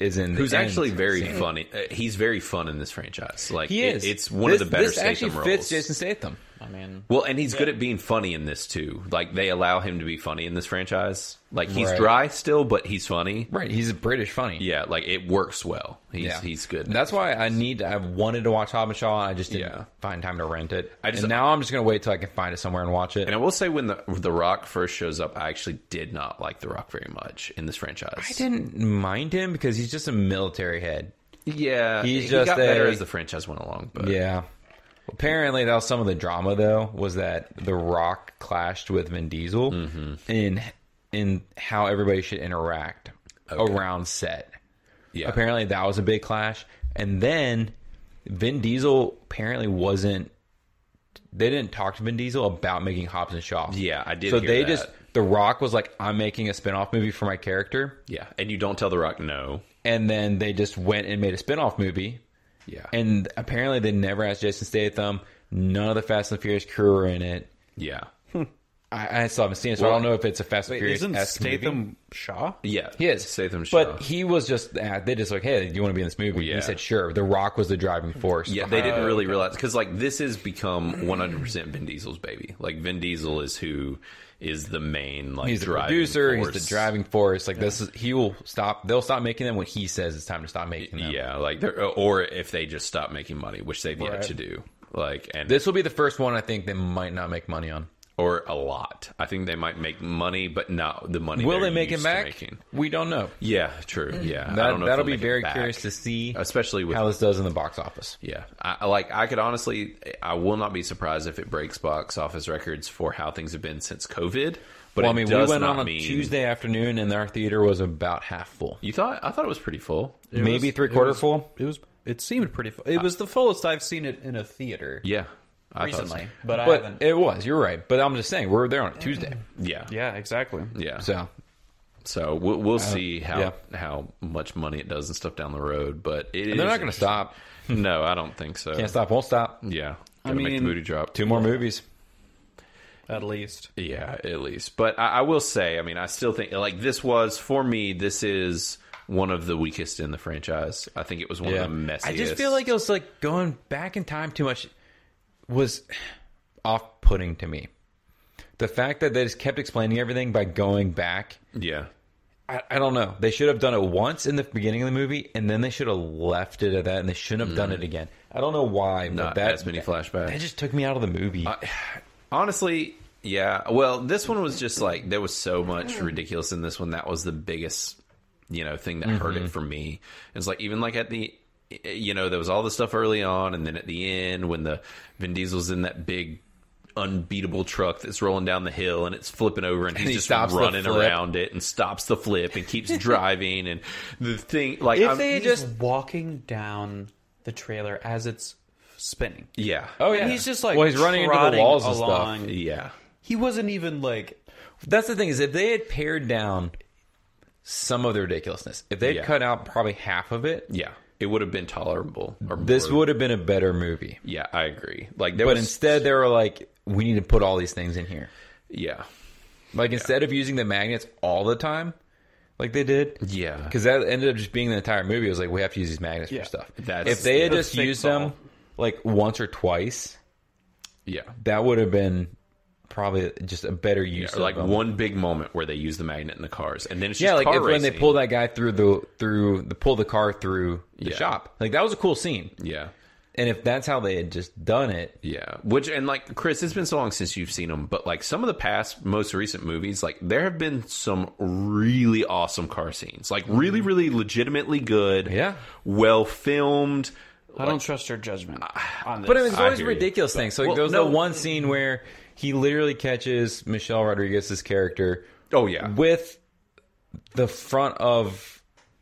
S2: is in. The
S1: Who's
S2: end
S1: actually very
S2: scene.
S1: funny. Uh, he's very fun in this franchise. Like
S2: He
S1: it-
S2: is.
S1: it's one
S2: This-
S1: of the better
S2: This
S1: Statham
S2: actually
S1: roles.
S2: fits Jason Statham.
S3: I mean,
S1: Well, and he's good at being funny in this too. Like they allow him to be funny in this franchise. Like he's
S2: Right.
S1: dry still, but he's funny.
S2: Right, he's British funny.
S1: Yeah, like it works well. He's he's good. in
S2: That's
S1: it.
S2: why I need. I wanted to watch Hobbit Shaw. I just didn't
S1: Yeah.
S2: find time to rent it.
S1: I just-
S2: and now I'm just gonna wait till I can find it somewhere and watch it.
S1: And I will say when the the Rock first shows up, I actually did not like the Rock very much in this franchise.
S2: I didn't mind him because he's just a military head.
S1: Yeah,
S2: He's
S1: he
S2: just
S1: got better
S2: a-
S1: as the franchise went along. But
S2: Yeah. Apparently, that was some of the drama though was that The Rock clashed with Vin Diesel
S1: Mm-hmm.
S2: in in how everybody should interact around set.
S1: yeah,
S2: Apparently, that was a big clash. And then Vin Diesel apparently wasn't. They didn't talk to Vin Diesel about making Hobbs and Shaw.
S1: Yeah, I did
S2: So
S1: hear
S2: they
S1: that.
S2: just The Rock was like, "I'm making a spin-off movie for my character,"
S1: yeah. And you don't tell the Rock no.
S2: and then they just went and made a spin-off movie.
S1: Yeah,
S2: And apparently, they never asked Jason Statham. None of the Fast and Furious crew are in it.
S1: yeah,
S2: Hmm. I, I still haven't seen it, so I
S1: Well,
S2: don't know if it's a Fast and Furious.
S3: isn't Statham Shaw?
S1: yeah.
S2: He is
S1: Statham Shaw.
S2: but he was just ah, they just like, hey, do you want to be in this movie? And
S1: Yeah.
S2: He said, sure. The Rock was the driving force.
S1: Yeah, they didn't really realize because like this has become 100 percent Vin Diesel's baby. Like Vin Diesel is who is the main like
S2: he's the
S1: driving
S2: producer. He's
S1: force.
S2: the driving force. Like this is he will stop. They'll stop making them when he says it's time to stop making them.
S1: Yeah, like they're, or if they just stop making money, which they've yet to do. Like and
S2: This will be the first one I think they might not make money on.
S1: or a lot. I think they might make money, but not the money.
S2: Will
S1: they're
S2: they make it
S1: used to
S2: back?
S1: making.
S2: We don't know.
S1: Yeah, true. Yeah, I
S2: That,
S1: don't know if they'll
S2: that'll be
S1: make it
S2: very
S1: back.
S2: curious to see
S1: especially with
S2: how this does in the box office.
S1: Yeah, I I- like I could honestly, I will not be surprised if it breaks box office records for how things have been since COVID. But
S2: well,
S1: it
S2: I mean, we
S1: does
S2: went
S1: not
S2: on a
S1: mean-
S2: Tuesday afternoon, and our theater was about half full,
S1: You thought I thought it was pretty full.
S2: maybe
S3: was-
S2: three quarter
S3: it was-
S2: full.
S3: It was. It seemed pretty. Fu- it was the fullest I've seen it in a theater
S1: Yeah, I thought so.
S3: recently, but I
S2: But
S3: haven't.
S2: it was. You're right. But I'm just saying, we were there on a Tuesday,
S1: Yeah, yeah.
S3: yeah, exactly.
S2: so uh,
S1: So we'll, we'll see how
S2: yeah.
S1: how much money it does and stuff down the road. But it
S2: they're
S1: is
S2: not going to stop.
S1: interesting. <laughs> No, I don't think so.
S2: Can't stop. Won't stop.
S1: Yeah, gotta make
S3: mean-
S1: the booty drop.
S2: Two more movies.
S3: At least.
S1: Yeah, at least. But I, I will say, I mean, I still think like this was for me. This is one of the weakest in the franchise. I think it was one of the messiest.
S2: I just feel like it was like going back in time too much was off putting to me. The fact that they just kept explaining everything by going back,
S1: yeah,
S2: I, I don't know. They should have done it once in the beginning of the movie, and then they should have left it at that, and they shouldn't have done it again. I don't know why, but
S1: Mm. not
S2: that,
S1: as many Uh,
S2: that
S1: flashbacks.
S2: just took me out of the movie.
S1: Honestly, yeah. Well, this one was just like there was so much ridiculous in this one. That was the biggest, you know, thing that hurt
S2: Mm-hmm.
S1: it for me. It's like even like at the. eh, You know, there was all the stuff early on, and then at the end, when the Vin Diesel's in that big, unbeatable truck that's rolling down the hill and it's flipping over, and he's
S2: he
S1: just
S2: stops the
S1: running
S2: flip.
S1: around it and stops the flip and
S2: <laughs>
S1: keeps driving, and the thing like
S2: if
S1: I'm-
S2: they
S3: He's
S2: just
S3: just walking down the trailer as it's spinning.
S1: yeah,
S2: oh yeah,
S3: He's just like
S2: well, he's running into the
S3: trotting
S2: walls and
S3: along.
S2: stuff.
S1: yeah,
S3: He wasn't even like
S2: That's the thing is if they had pared down some of the ridiculousness, if they'd
S1: Yeah.
S2: cut out probably half of it,
S1: yeah. it would have been tolerable. Or
S2: This
S1: more-
S2: would have been a better movie.
S1: yeah, I agree. Like there
S2: But
S1: was,
S2: instead, they were like, we need to put all these things in here.
S1: yeah,
S2: Like, instead of using the magnets all the time, like they did.
S1: yeah,
S2: Because that ended up just being the entire movie. It was like, we have to use these magnets
S3: Yeah.
S2: for stuff.
S1: That's-
S2: if they had
S3: The
S2: just
S3: thick
S2: used
S3: ball.
S2: them like once or twice,
S1: yeah.
S2: that would have been probably just a better use
S1: Or
S2: of
S1: like
S2: them.
S1: one big moment where they use the magnet in the cars, and then it's just
S2: yeah, like
S1: car
S2: if when they
S1: racing.
S2: pull that guy through the through the pull the car through the
S1: Yeah.
S2: shop, like that was a cool scene.
S1: Yeah,
S2: And if that's how they had just done it,
S1: yeah. Which and like Chris, it's been so long since you've seen them, but like some of the past most recent movies, like there have been some really awesome car scenes, like really, really legitimately good.
S2: Mm-hmm. Yeah.
S1: well filmed.
S4: I don't trust your judgment on this.
S2: but I mean, it's
S1: I
S2: always
S1: hear you.
S2: ridiculous things. So like,
S1: Well,
S2: there was
S1: no-
S2: the one scene where he literally catches Michelle Rodriguez's character
S1: Oh yeah,
S2: with the front of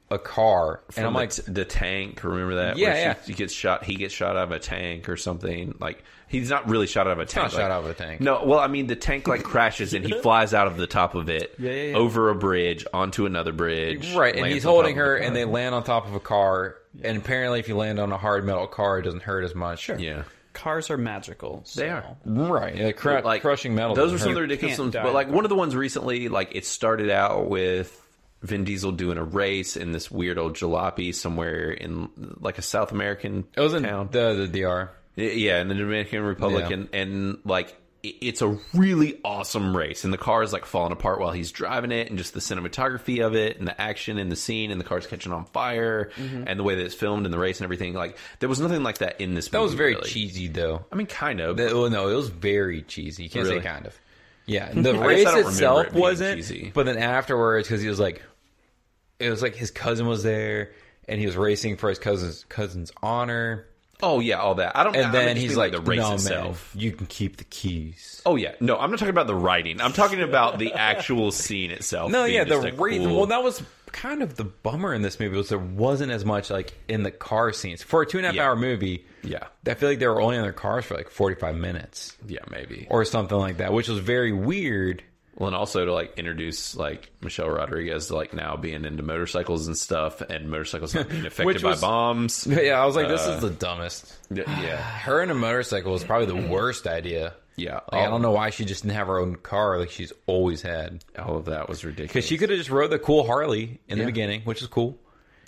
S2: a car, and
S1: From
S2: I'm
S1: the-
S2: like,
S1: the tank. Remember that?
S2: Yeah,
S1: Where she-
S2: yeah.
S1: She gets shot. He gets shot out of a tank or something. Like he's not really shot out of a tank.
S2: not
S1: like-
S2: shot out of a tank.
S1: No. Well, I mean, the tank like crashes
S2: <laughs>
S1: and he flies out of the top of it
S3: yeah, yeah.
S1: over a bridge onto another bridge.
S2: right, and
S1: lands
S2: he's
S1: on top
S2: holding
S1: of the
S2: her,
S1: car.
S2: and they land on top of a car. And apparently, if you land on a hard metal car, it doesn't hurt as much. Sure.
S1: yeah,
S3: Cars are magical. So.
S1: they are.
S2: Right. Yeah, cru-
S1: like
S2: crushing metal.
S1: Those
S2: doesn't
S1: are some of the
S2: hurt.
S1: ridiculous
S3: can't
S1: ones.
S3: die
S1: But like
S3: in
S1: one of the ones recently, like it started out with Vin Diesel doing a race in this weird old jalopy somewhere in like a South American
S2: It was in
S1: town.
S2: the, the DR.
S1: Yeah, in the Dominican Republic,
S2: Yeah.
S1: and, and like i- it's a really awesome race, and the car is like falling apart while he's driving it, and just the cinematography of it, and the action, and the scene, and the car's catching on fire,
S2: Mm-hmm.
S1: and the way that it's filmed, and the race, and everything. Like there was nothing like that in this.
S2: That was very cheesy, though.
S1: I mean, kind of.
S2: That- oh no, it was very cheesy. You can't
S1: Really?
S2: say kind of. Yeah, the
S1: I
S2: race
S1: don't remember
S2: itself
S1: it being
S2: wasn't,
S1: cheesy.
S2: but then afterwards, because he was like, it was like his cousin was there, and he was racing for his cousin's cousin's honor,
S1: oh yeah, all that. I don't.
S2: and
S1: I
S2: then
S1: mean, just
S2: he's
S1: mean,
S2: like,
S1: the race
S2: "No, man,
S1: itself.
S2: you can keep the keys.
S1: Oh yeah, no, I'm not talking about the writing. I'm talking about the actual <laughs> scene itself.
S2: No,
S1: being
S2: yeah, the
S1: just a
S2: race.
S1: cool-
S2: Well, that was kind of the bummer in this movie was there wasn't as much like in the car scenes for a two and a half
S1: Yeah.
S2: hour movie.
S1: Yeah.
S2: I feel like they were only in their cars for like forty five minutes.
S1: yeah, maybe.
S2: or something like that, which was very weird.
S1: Well, and also to like introduce like Michelle Rodriguez to like now being into motorcycles and stuff, and motorcycles not
S2: <laughs>
S1: being affected
S2: Which
S1: by
S2: was- <laughs>
S1: bombs.
S2: But yeah, I was like, this
S1: Uh,
S2: is the dumbest.
S1: yeah,
S2: Her and a motorcycle was probably
S1: <clears throat>
S2: the worst idea.
S1: yeah.
S2: Like, I
S1: all-
S2: don't know why she just didn't have her own car like she's always had.
S1: All of that was ridiculous.
S2: Because she could have just rode the cool Harley in
S1: Yeah.
S2: the beginning, which is cool,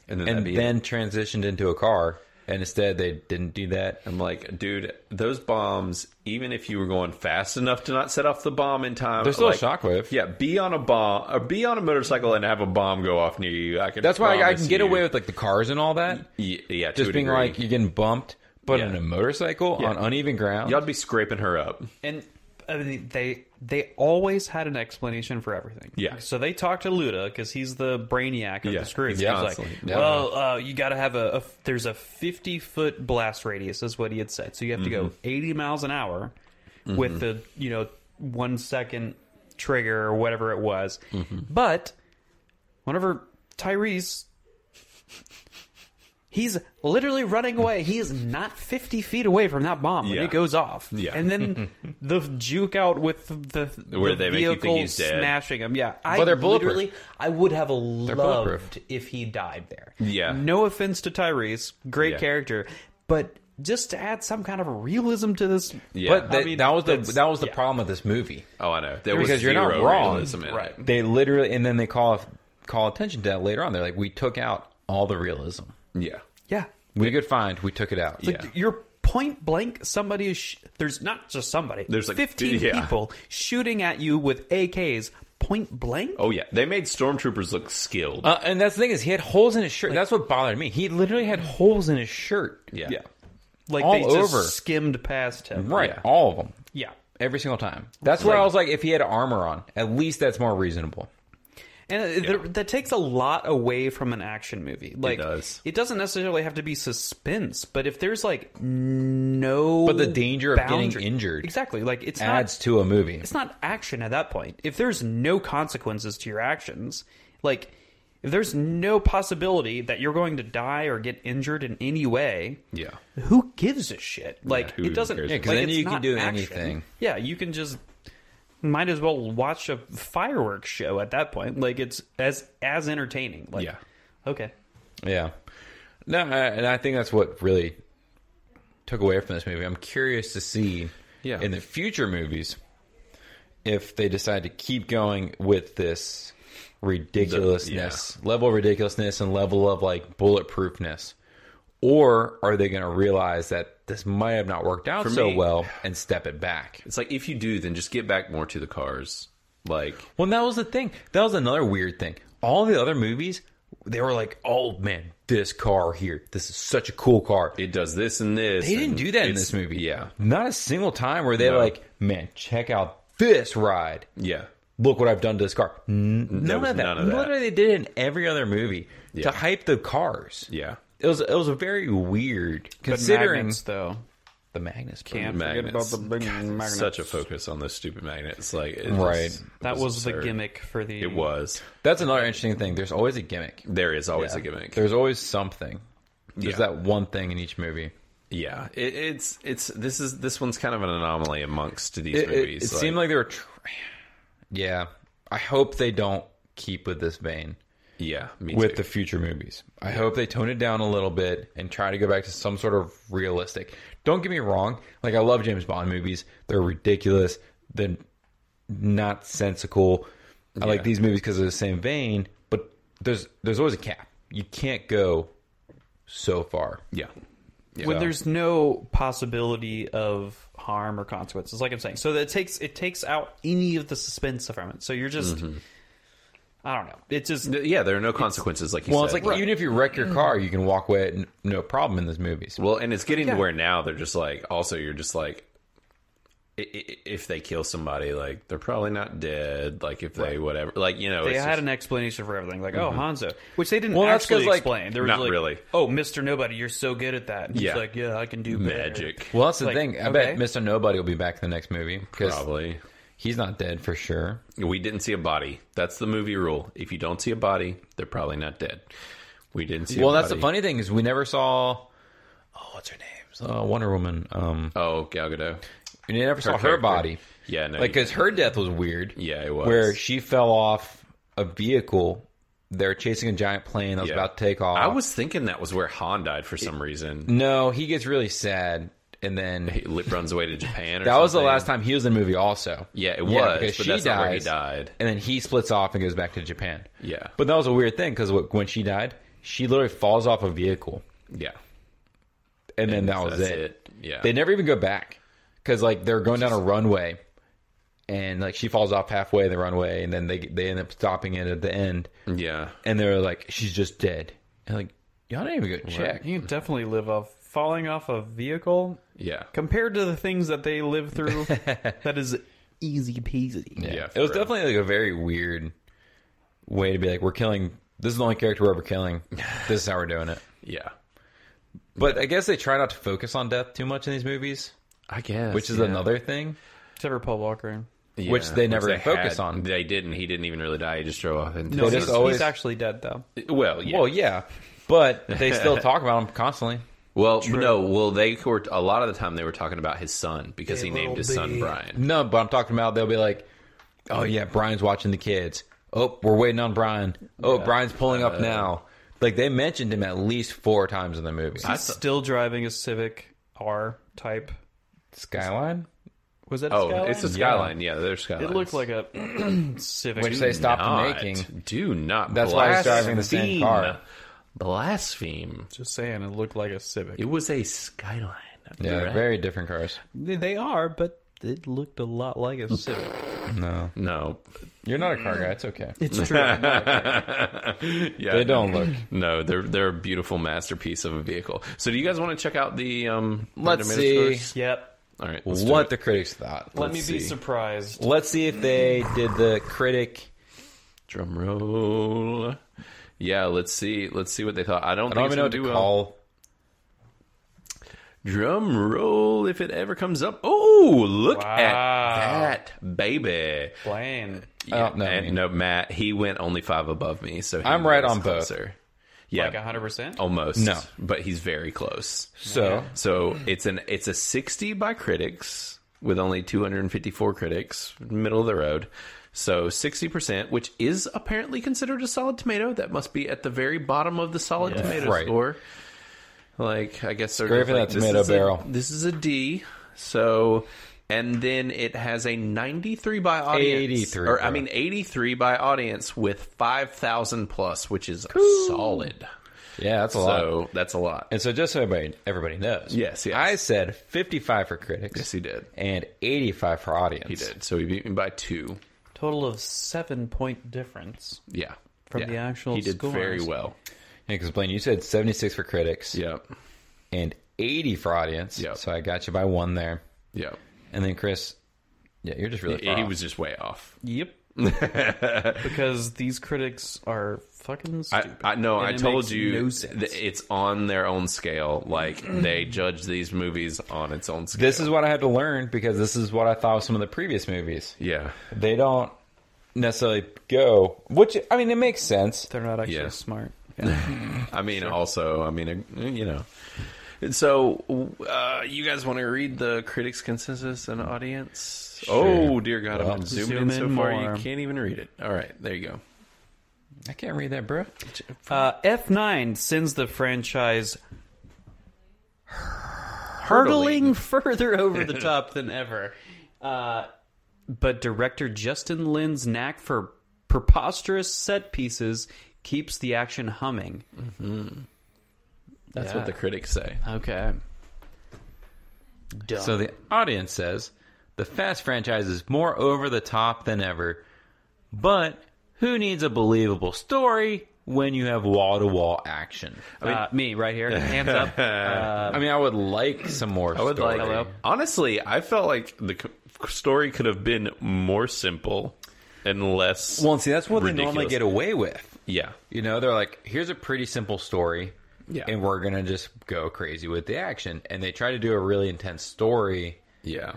S1: and then,
S2: and
S1: that'd be it.
S2: then transitioned into a car. And instead, they didn't do that.
S1: I'm like, dude, those bombs. Even if you were going fast enough to not set off the bomb in time,
S2: There's still
S1: like,
S2: a shockwave.
S1: Yeah, be on a bomb or be on a motorcycle and have a bomb go off near you. I can.
S2: That's why I, I
S1: promise
S2: can get
S1: you.
S2: away with like the cars and all that.
S1: Y- yeah, to
S2: Just
S1: a
S2: being
S1: degree.
S2: like you're getting bumped, but
S1: Yeah.
S2: on a motorcycle on uneven ground.
S1: y'all would be scraping her up.
S3: And I mean, they they always had an explanation for everything.
S1: Yeah.
S3: So they talked to Luda because he's the brainiac of
S1: Yeah,
S3: the screw.
S1: he's
S3: He was like,
S1: constantly-
S2: Yeah.
S3: well, uh, you got to have a, a there's a 50 foot blast radius is what he had said. So you have to
S1: Mm-hmm.
S3: go 80 miles an hour with the you know one second trigger or whatever it was.
S1: Mm-hmm.
S3: But whenever Tyrese. He's literally running away. He is not 50 feet away from that bomb when
S1: Yeah.
S3: it goes off.
S1: Yeah. <laughs>
S3: And then the juke out with the, the
S1: Where they make you
S3: vehicle
S1: think he's dead.
S3: smashing him. Yeah.
S4: I
S2: But they're bulletproof.
S4: literally, I would have loved
S2: bulletproof.
S4: if he died there.
S1: Yeah,
S3: No offense to Tyrese. Great
S1: Yeah.
S3: character. But just to add some kind of realism to this.
S1: Yeah.
S2: But
S1: I
S2: that-
S3: mean,
S2: that was the
S3: that's-
S2: that was the
S3: yeah.
S2: problem with this movie.
S1: Oh, I know. There was
S2: because you're
S1: zero
S2: not wrong,
S1: realism in it.
S3: right.
S2: They literally, and then they call call attention to that later on. They're like, we took out all the realism
S1: Yeah.
S3: Yeah.
S2: we could find. We took it out.
S1: Yeah.
S3: You're point blank. Somebody is. Sh- there's not just somebody.
S1: There's like-
S3: 15
S1: yeah.
S3: people shooting at you with AKs point blank.
S1: Oh yeah, they made stormtroopers look skilled.
S2: Uh, and that's the thing is, he had holes in his shirt. that's what bothered me. He literally had holes in his shirt.
S1: yeah.
S3: yeah. Like
S2: All
S3: they just
S2: over.
S3: skimmed past him.
S2: Right,
S1: Yeah.
S2: all of them,
S3: Yeah.
S2: every single time. That's where I was like, if he had armor on, at least that's more reasonable.
S3: And it- there- that takes a lot away from an action movie. Like
S1: does.
S3: not necessarily have to be suspense, but if there's like no,
S2: But the danger of getting
S3: boundary-
S2: injured
S3: exactly. Like it's
S2: Adds
S3: not
S2: to a movie.
S3: it's not action at that point. If there's no consequences to your actions, like if there's no possibility that you're going to die or get injured in any way,
S1: Yeah.
S3: who gives a shit? Like
S1: who
S3: it doesn't.
S1: cares? Yeah,
S2: 'cause
S3: like,
S2: then
S3: it's
S2: you can
S3: not
S2: do
S3: action.
S2: anything.
S3: Yeah, you can just might as well watch a fireworks show at that point. Like it's as as entertaining. Like
S1: Yeah.
S3: okay,
S2: Yeah. No, I, and I think that's what really took away from this movie. I'm curious to see
S1: Yeah.
S2: in the future movies if they decide to keep going with this ridiculousness, level of ridiculousness and level of like bulletproofness. Or are they going to realize that this might have not worked out so
S1: me- <sighs>
S2: well and step it back?
S1: It's like if you do, then just get back more to the cars. Like
S2: Well, and that was the thing. That was another weird thing. All the other movies, they were like, "Oh man, this car here, this is such a cool car."
S1: it does this and this.
S2: They didn't
S1: and
S2: do that in
S1: it's-
S2: this movie.
S1: Yeah,
S2: Not a single time where they
S1: No.
S2: like, man, check out this ride.
S1: yeah.
S2: Look what I've done to this car. N- none,
S1: was
S2: of that.
S1: none of that.
S2: Literally, they did it in every other movie
S1: Yeah.
S2: to hype the cars.
S1: Yeah.
S2: It was it was very weird
S4: But
S2: considering
S4: magnets, though.
S2: the Magnus. bro.
S4: Can't forget about
S1: Magnets.
S4: the big magnets.
S1: Such a focus on those stupid magnets. Like it
S2: Right.
S1: just- it
S3: That was the
S1: absurd.
S3: gimmick for the.
S1: It was.
S2: That's another interesting thing. There's always a gimmick.
S1: There is always
S2: Yeah.
S1: a gimmick.
S2: There's always something. There's
S1: Yeah.
S2: that one thing in each movie.
S1: yeah, it, it's it's this is this one's kind of an anomaly amongst these
S2: It, it-
S1: movies.
S2: it seemed like they were. Tr- <sighs> yeah, I hope they don't keep with this vein
S1: yeah, me
S2: with
S1: too.
S2: the future movies. I hope they tone it down a little bit and try to go back to some sort of realistic. Don't get me wrong; like I love James Bond movies; they're ridiculous, they're not sensical. I like these movies because they're the same vein, but there's there's always a cap. You can't go so far.
S1: yeah.
S3: when
S2: So-
S3: there's no possibility of harm or consequences like i'm saying so that it takes it takes out any of the suspense from it so you're just i don't know it's just
S1: Th- Yeah, there are no consequences, like you
S2: Well,
S1: said.
S2: it's like even if you wreck your car, you can walk away, n- no problem in these movies.
S1: well, and it's getting to where now they're just like. Also, you're just like, i- i- if they kill somebody, like they're probably not dead. Like if they whatever, like you know,
S3: they
S1: it's
S3: had
S1: just-
S3: an explanation for everything like
S1: Mm-hmm.
S3: oh hanzo which they didn't
S2: Well, that's
S3: actually
S2: 'cause, like,
S3: explain there was
S1: not
S3: like
S1: really.
S3: oh mr nobody you're so good at that and he's
S1: Yeah.
S3: like yeah i can do better."
S1: magic.
S2: Well, that's the
S3: Like,
S2: thing. I
S3: okay.
S2: bet Mr. Nobody will be back in the next movie because
S1: Probably,
S2: he's not dead for sure.
S1: we didn't see a body. That's the movie rule. If you don't see a body, they're probably not dead. We didn't see.
S2: Well,
S1: a
S2: that's the
S1: body.
S2: funny thing is we never saw. Oh, what's her name? Uh, Wonder Woman. Um,
S1: Oh, Gal Gadot.
S2: we never saw her
S1: character.
S2: body.
S1: Yeah, no,
S2: Like,
S1: you-
S2: because her death was weird.
S1: Yeah, it was.
S2: Where she fell off a vehicle. They're chasing a giant plane that was
S1: Yeah.
S2: about to take off.
S1: I was thinking that was where Han died for some reason.
S2: No, he gets really sad, and then
S1: He li- runs away to Japan. Or
S2: that was the
S1: something.
S2: last time he was in the movie. Also,
S1: Yeah, it was,
S2: because
S1: but
S2: she
S1: that's not where he
S2: dies,
S1: died.
S2: and then he splits off and goes back to Japan.
S1: Yeah.
S2: but that was a weird thing because when she died, she literally falls off a vehicle,
S1: Yeah,
S2: and, then that was
S1: that's
S2: it.
S1: it. Yeah,
S2: They never even go back because like they're going down a runway, and like she falls off halfway the runway, and then they they end up stopping it at the end,
S1: yeah.
S2: and they're like, she's just dead, and like y'all didn't even go check.
S3: you can definitely live off falling off a vehicle
S1: Yeah.
S3: compared to the things that they live
S1: <laughs>
S3: through that is easy peasy
S1: Yeah,
S2: it
S1: for
S2: was
S1: real.
S2: definitely like a very weird way to be like, we're killing. This is the only character we're
S1: <laughs>
S2: ever killing. This is how we're doing it.
S1: Yeah.
S2: But I guess they try not to focus on death too much in these movies,
S1: I guess.
S2: which is
S1: yeah.
S2: another thing.
S3: except for paul walker
S1: Yeah,
S2: which they never focus on.
S1: They didn't. He didn't even really die. He just drove off into
S3: no
S2: They
S1: the
S2: just
S3: he's,
S1: sun.
S2: always-
S3: he's actually dead though
S1: Well, yeah.
S2: Well,
S1: Well,
S2: yeah, but they still
S1: <laughs>
S2: talk about him constantly.
S1: no. Well, they were a lot of the time they were talking about his son because he named his son Brian.
S2: No, but I'm talking about they'll be like, "Oh yeah, Brian's watching the kids. Oh, we're waiting on Brian. Oh, Brian's pulling up now." Like they mentioned him at least four times in the movie.
S1: I thought-
S3: still driving a Civic R type.
S2: Skyline,
S3: Was that? A
S1: oh,
S3: Skyline?
S1: it's a skyline. Yeah, there's skyline.
S3: It looked like a <clears throat> Civic.
S2: which they stopped making.
S1: Do not.
S2: That's why he's
S1: blaspheme.
S2: driving the same car.
S1: Blaspheme.
S3: Just saying, it looked like a Civic.
S1: It was a skyline.
S2: Yeah,
S1: Right?
S2: very different cars.
S3: They are, but it looked a lot
S1: <laughs>
S3: like a Civic.
S2: No,
S1: No.
S2: you're not a car guy. It's okay.
S1: <laughs>
S3: it's true. I'm not-
S1: Yeah.
S2: They don't <clears throat> look.
S1: No, they're they're a beautiful masterpiece of a vehicle. So, do you guys want to check out the um?
S2: Let's
S1: Rotten
S2: see
S1: Tomatoes scores?
S3: yep.
S1: All right. let's do
S2: what
S1: it.
S2: the critics thought.
S3: Let me
S1: Let's
S3: be
S1: see.
S3: surprised.
S2: Let's see if they did the critic.
S1: Drum roll. Yeah, let's see. Let's see what they thought. I don't,
S2: I don't
S1: think
S2: even know
S1: it's
S2: what to
S1: gonna do well.
S2: uh, call.
S1: Drum roll if it ever comes up. Oh, look
S3: Wow.
S1: at that, baby.
S3: Blaine.
S2: don't know,
S1: and
S2: man.
S1: no, Matt. He went only five above me, so he
S2: I'm right
S1: was
S2: on both.
S1: closer. Yeah, Oh.
S3: Like 100%?
S1: almost.
S2: No.
S1: but he's very close.
S2: So
S1: So it's an it's a 60 by critics with only 254 critics, middle of the road. So 60%, which is apparently considered a solid tomato, that must be at the very bottom of the solid tomato
S2: Right.
S1: score. Like I guess they're
S2: Great
S1: just
S2: for
S1: like,
S2: that
S1: this
S2: tomato
S1: is a-
S2: barrel.
S1: this is a D. So and then it has a 93 by audience
S2: 83,
S1: or I
S2: bro.
S1: mean 83 by audience with 5000 plus, which is solid.
S2: Yeah, that's a lot.
S1: So that's a lot.
S2: And so just so everybody everybody knows.
S1: Yes, yes.
S2: I said 55 for critics.
S1: Yes, he did.
S2: And 85 for audience.
S1: He did. So he beat me by 2.
S3: Total of seven point difference.
S1: Yeah.
S3: From
S1: Yeah.
S3: the actual
S1: He did very
S3: scores.
S1: well.
S2: Yeah, because Blaine, you said 76 for critics
S1: Yeah.
S2: and 80 for audience.
S1: Yep.
S2: So I got you by one there.
S1: Yeah.
S2: And then Chris, yeah, you're just really far
S1: He
S2: off.
S1: was just way off. <laughs>
S3: Yep. because these critics are fucking
S1: I,
S3: stupid.
S1: I no,
S3: And
S1: I
S3: it
S1: told
S3: makes
S1: you
S3: no
S1: th-
S3: sense.
S1: it's on their own scale. Like they judge these movies on its own scale.
S2: This is what I had to learn because this is what I thought of some of the previous movies.
S1: yeah,
S2: They don't necessarily go, which I mean, it makes sense.
S3: They're not actually
S1: Yeah.
S3: smart.
S1: I mean, also, I mean, uh, you know. And So, uh, you guys want to read the critics' consensus and audience? Oh dear God,
S2: Well,
S1: I'm zoomed in
S3: zoom
S1: so
S3: in
S1: far
S3: more.
S1: you can't even read it. All right, there you go.
S2: I can't read that, bro.
S3: Uh, F9 sends the franchise hurtling further
S1: <laughs>
S3: over the top than ever. Uh, but director Justin Lin's knack for preposterous set pieces keeps the action humming.
S1: Mm-hmm. That's what the critics say.
S3: Okay.
S2: So the audience says the Fast franchise is more over the top than ever, but who needs a believable story when you have wall to wall action?
S3: uh, me right here, hands
S1: <laughs>
S3: up. Uh,
S2: I mean, I would like some more. I
S1: Um, would like-
S3: Hello.
S1: Honestly, I felt like the c- story could have been more simple and less.
S2: Well, and see, that's what they normally
S1: Ridiculous.
S2: get away with.
S1: yeah,
S2: You know, they're like, here's a pretty simple story,
S1: Yeah.
S2: and we're gonna just go crazy with the action. And they try to do a really intense story,
S1: yeah.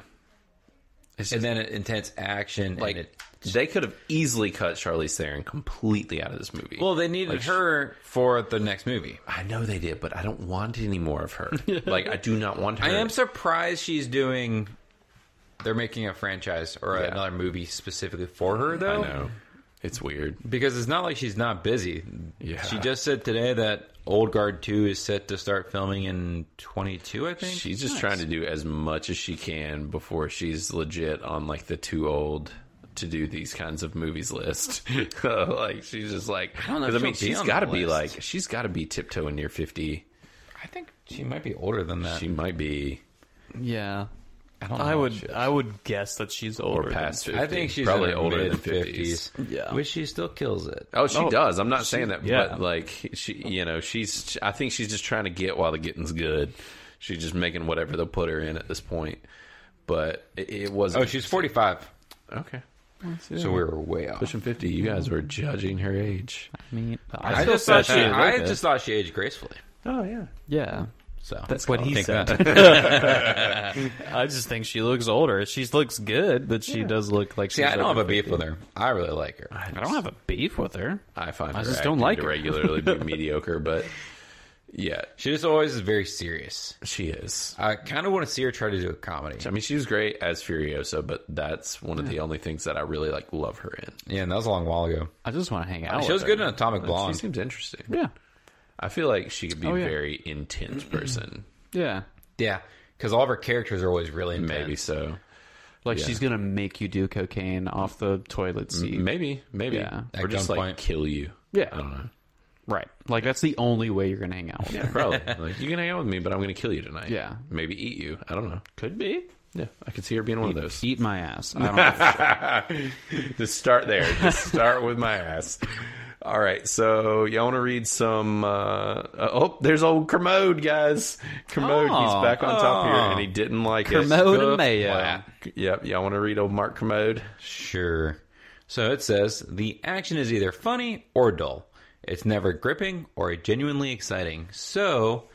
S2: and then an intense action.
S1: Like
S2: and it,
S1: they could have easily cut Charlize Theron completely out of this movie.
S2: well, they needed
S1: like,
S2: her for the next movie.
S1: I know they did, but I don't want any more of
S2: <laughs>
S1: her. like I do not want her.
S2: I am surprised she's doing. They're making a franchise or
S1: Yeah.
S2: another movie specifically for her, though.
S1: I know it's weird.
S2: Because it's not like she's not busy.
S1: Yeah.
S2: She just said today that Old Guard 2 is set to start filming in 22, I think.
S1: She's just trying to do as much as she can before she's legit on like the too old to do these kinds of movies list. <laughs> like she's just like I
S2: don't know if
S1: I mean,
S2: she'll be
S1: she's
S2: on
S1: got to
S2: that
S1: be
S2: list.
S1: like she's got to be tiptoeing near fifty.
S2: I think she might be older than that.
S1: She might be
S3: yeah,
S2: I don't know.
S3: I
S2: how
S3: would.
S2: she is.
S3: I would guess that she's
S1: Oh, or
S3: older.
S1: past
S3: than,
S1: fifty.
S2: I think she's
S1: probably
S2: in her
S1: older than fifties.
S2: mid-fifties,
S3: Yeah.
S2: Which she still kills it.
S1: Oh, she does. I'm not saying that,
S3: yeah.
S1: but like she, you know, she's. I think she's just trying to get while the getting's good. She's just making whatever they'll put her in at this point. But it, it was.
S2: Oh, she's 45.
S1: okay.
S2: So we were way off.
S1: Pushing fifty. You guys were judging her age.
S3: I mean,
S2: I
S3: still
S2: just thought she.
S3: looked
S2: I
S3: it.
S2: just thought she aged gracefully.
S1: Oh yeah.
S3: yeah.
S2: So
S3: That's what he
S2: Think
S3: said.
S2: that.
S3: <laughs> I just think she looks older. She looks good, but she does look like.
S2: See,
S3: she's
S2: I don't have
S3: over
S2: a beef with her. I really like her.
S3: I don't have a beef with her.
S1: I find.
S3: I
S1: her
S3: just don't
S1: acting
S3: like
S1: to
S3: her.
S1: regularly
S3: <laughs>
S1: be mediocre, but yeah,
S2: She just always is very serious.
S1: she is.
S2: I kind of want to see her try to do a comedy.
S1: I mean, she was great as Furiosa, but that's one of the only things that I really like love her in.
S2: Yeah, and that was a long while ago.
S3: I just want to hang out.
S2: She was
S3: with
S2: good in Atomic
S1: She
S2: Blonde.
S1: seems interesting.
S3: her. Yeah,
S1: I feel like she could be
S3: Oh,
S1: a
S3: yeah.
S1: very intense person.
S3: yeah.
S2: Yeah, because all of her characters are always really intense.
S1: Maybe so.
S3: Like
S1: Yeah.
S3: she's gonna make you do cocaine off the toilet seat.
S1: Maybe, maybe,
S3: Yeah.
S1: or
S2: At
S1: just like
S2: gunpoint.
S1: kill you.
S3: Yeah.
S1: I don't know.
S3: Right. Like that's the only way you're gonna hang out. With her.
S1: Yeah, probably. like you can hang out with me, but I'm going to kill you tonight.
S3: Yeah.
S1: maybe eat you. I don't know.
S3: Could be.
S1: Yeah, I could see her being one of those.
S3: Eat my ass. I don't know.
S1: Just start there. Just start with my ass. All right, so y'all want to read some? Uh, uh, oh, there's old Kermode, guys. Kermode, he's
S3: Oh.
S1: back on top here, and he didn't like
S3: Kermode
S1: it.
S3: and mayo.
S1: Flat. Yep, y'all want to read old Mark Kermode?
S2: Sure. So it says the action is either funny or dull. It's never gripping or genuinely exciting. So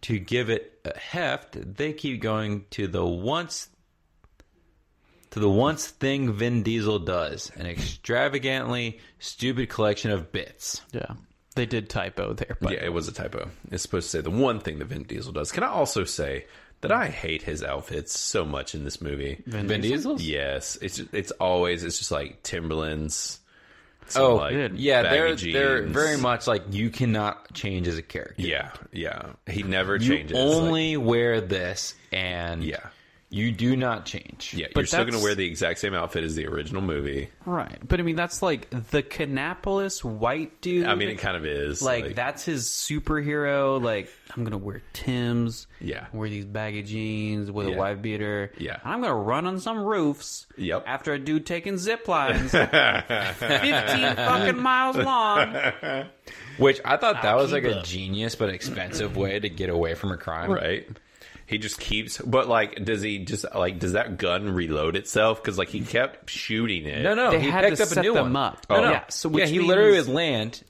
S2: to give it a heft, they keep going to the once to the once thing Vin Diesel does, an extravagantly stupid collection of bits.
S3: yeah. They did typo there, but
S1: yeah, it was a typo. It's supposed to say the one thing that Vin Diesel does. Can I also say that I hate his outfits so much in this movie?
S2: Vin Diesel?
S1: Yes, it's it's always it's just like Timberlands, So,
S2: oh,
S1: like,
S2: yeah,
S1: baggy
S2: they're they're
S1: jeans.
S2: very much like you cannot change as a character.
S1: Yeah, yeah. He never
S2: you
S1: changes. Like,
S2: only wear this, and
S1: Yeah.
S2: you do not change.
S1: yeah,
S3: but
S1: you're still going to
S3: that's-
S1: wear the exact same outfit as the original movie.
S3: Right. But I mean, that's like the Canapolis white dude.
S1: I mean, it kind of is
S3: like, that's his superhero. Like, I'm gonna wear Tim's.
S1: Yeah.
S3: Wear these baggy jeans with
S1: Yeah.
S3: a wide beater.
S1: Yeah.
S3: And I'm gonna run on some roofs.
S1: Yep.
S3: After a dude
S1: <laughs>
S3: taking zip lines, fifteen fucking miles long.
S2: Which I thought that was
S6: keep
S2: like a
S6: up.
S2: genius but expensive way to get away from a crime.
S1: right. He just keeps, but like, does he just like does that gun reload itself? Because like he kept shooting it.
S2: No, no,
S3: They
S2: he
S3: had
S2: picked
S3: to
S2: up
S3: set
S2: a new
S3: them
S2: one.
S3: up.
S2: No,
S3: Oh.
S2: no.
S3: Yeah, so
S2: yeah,
S3: which
S2: he literally
S3: means-
S2: would land,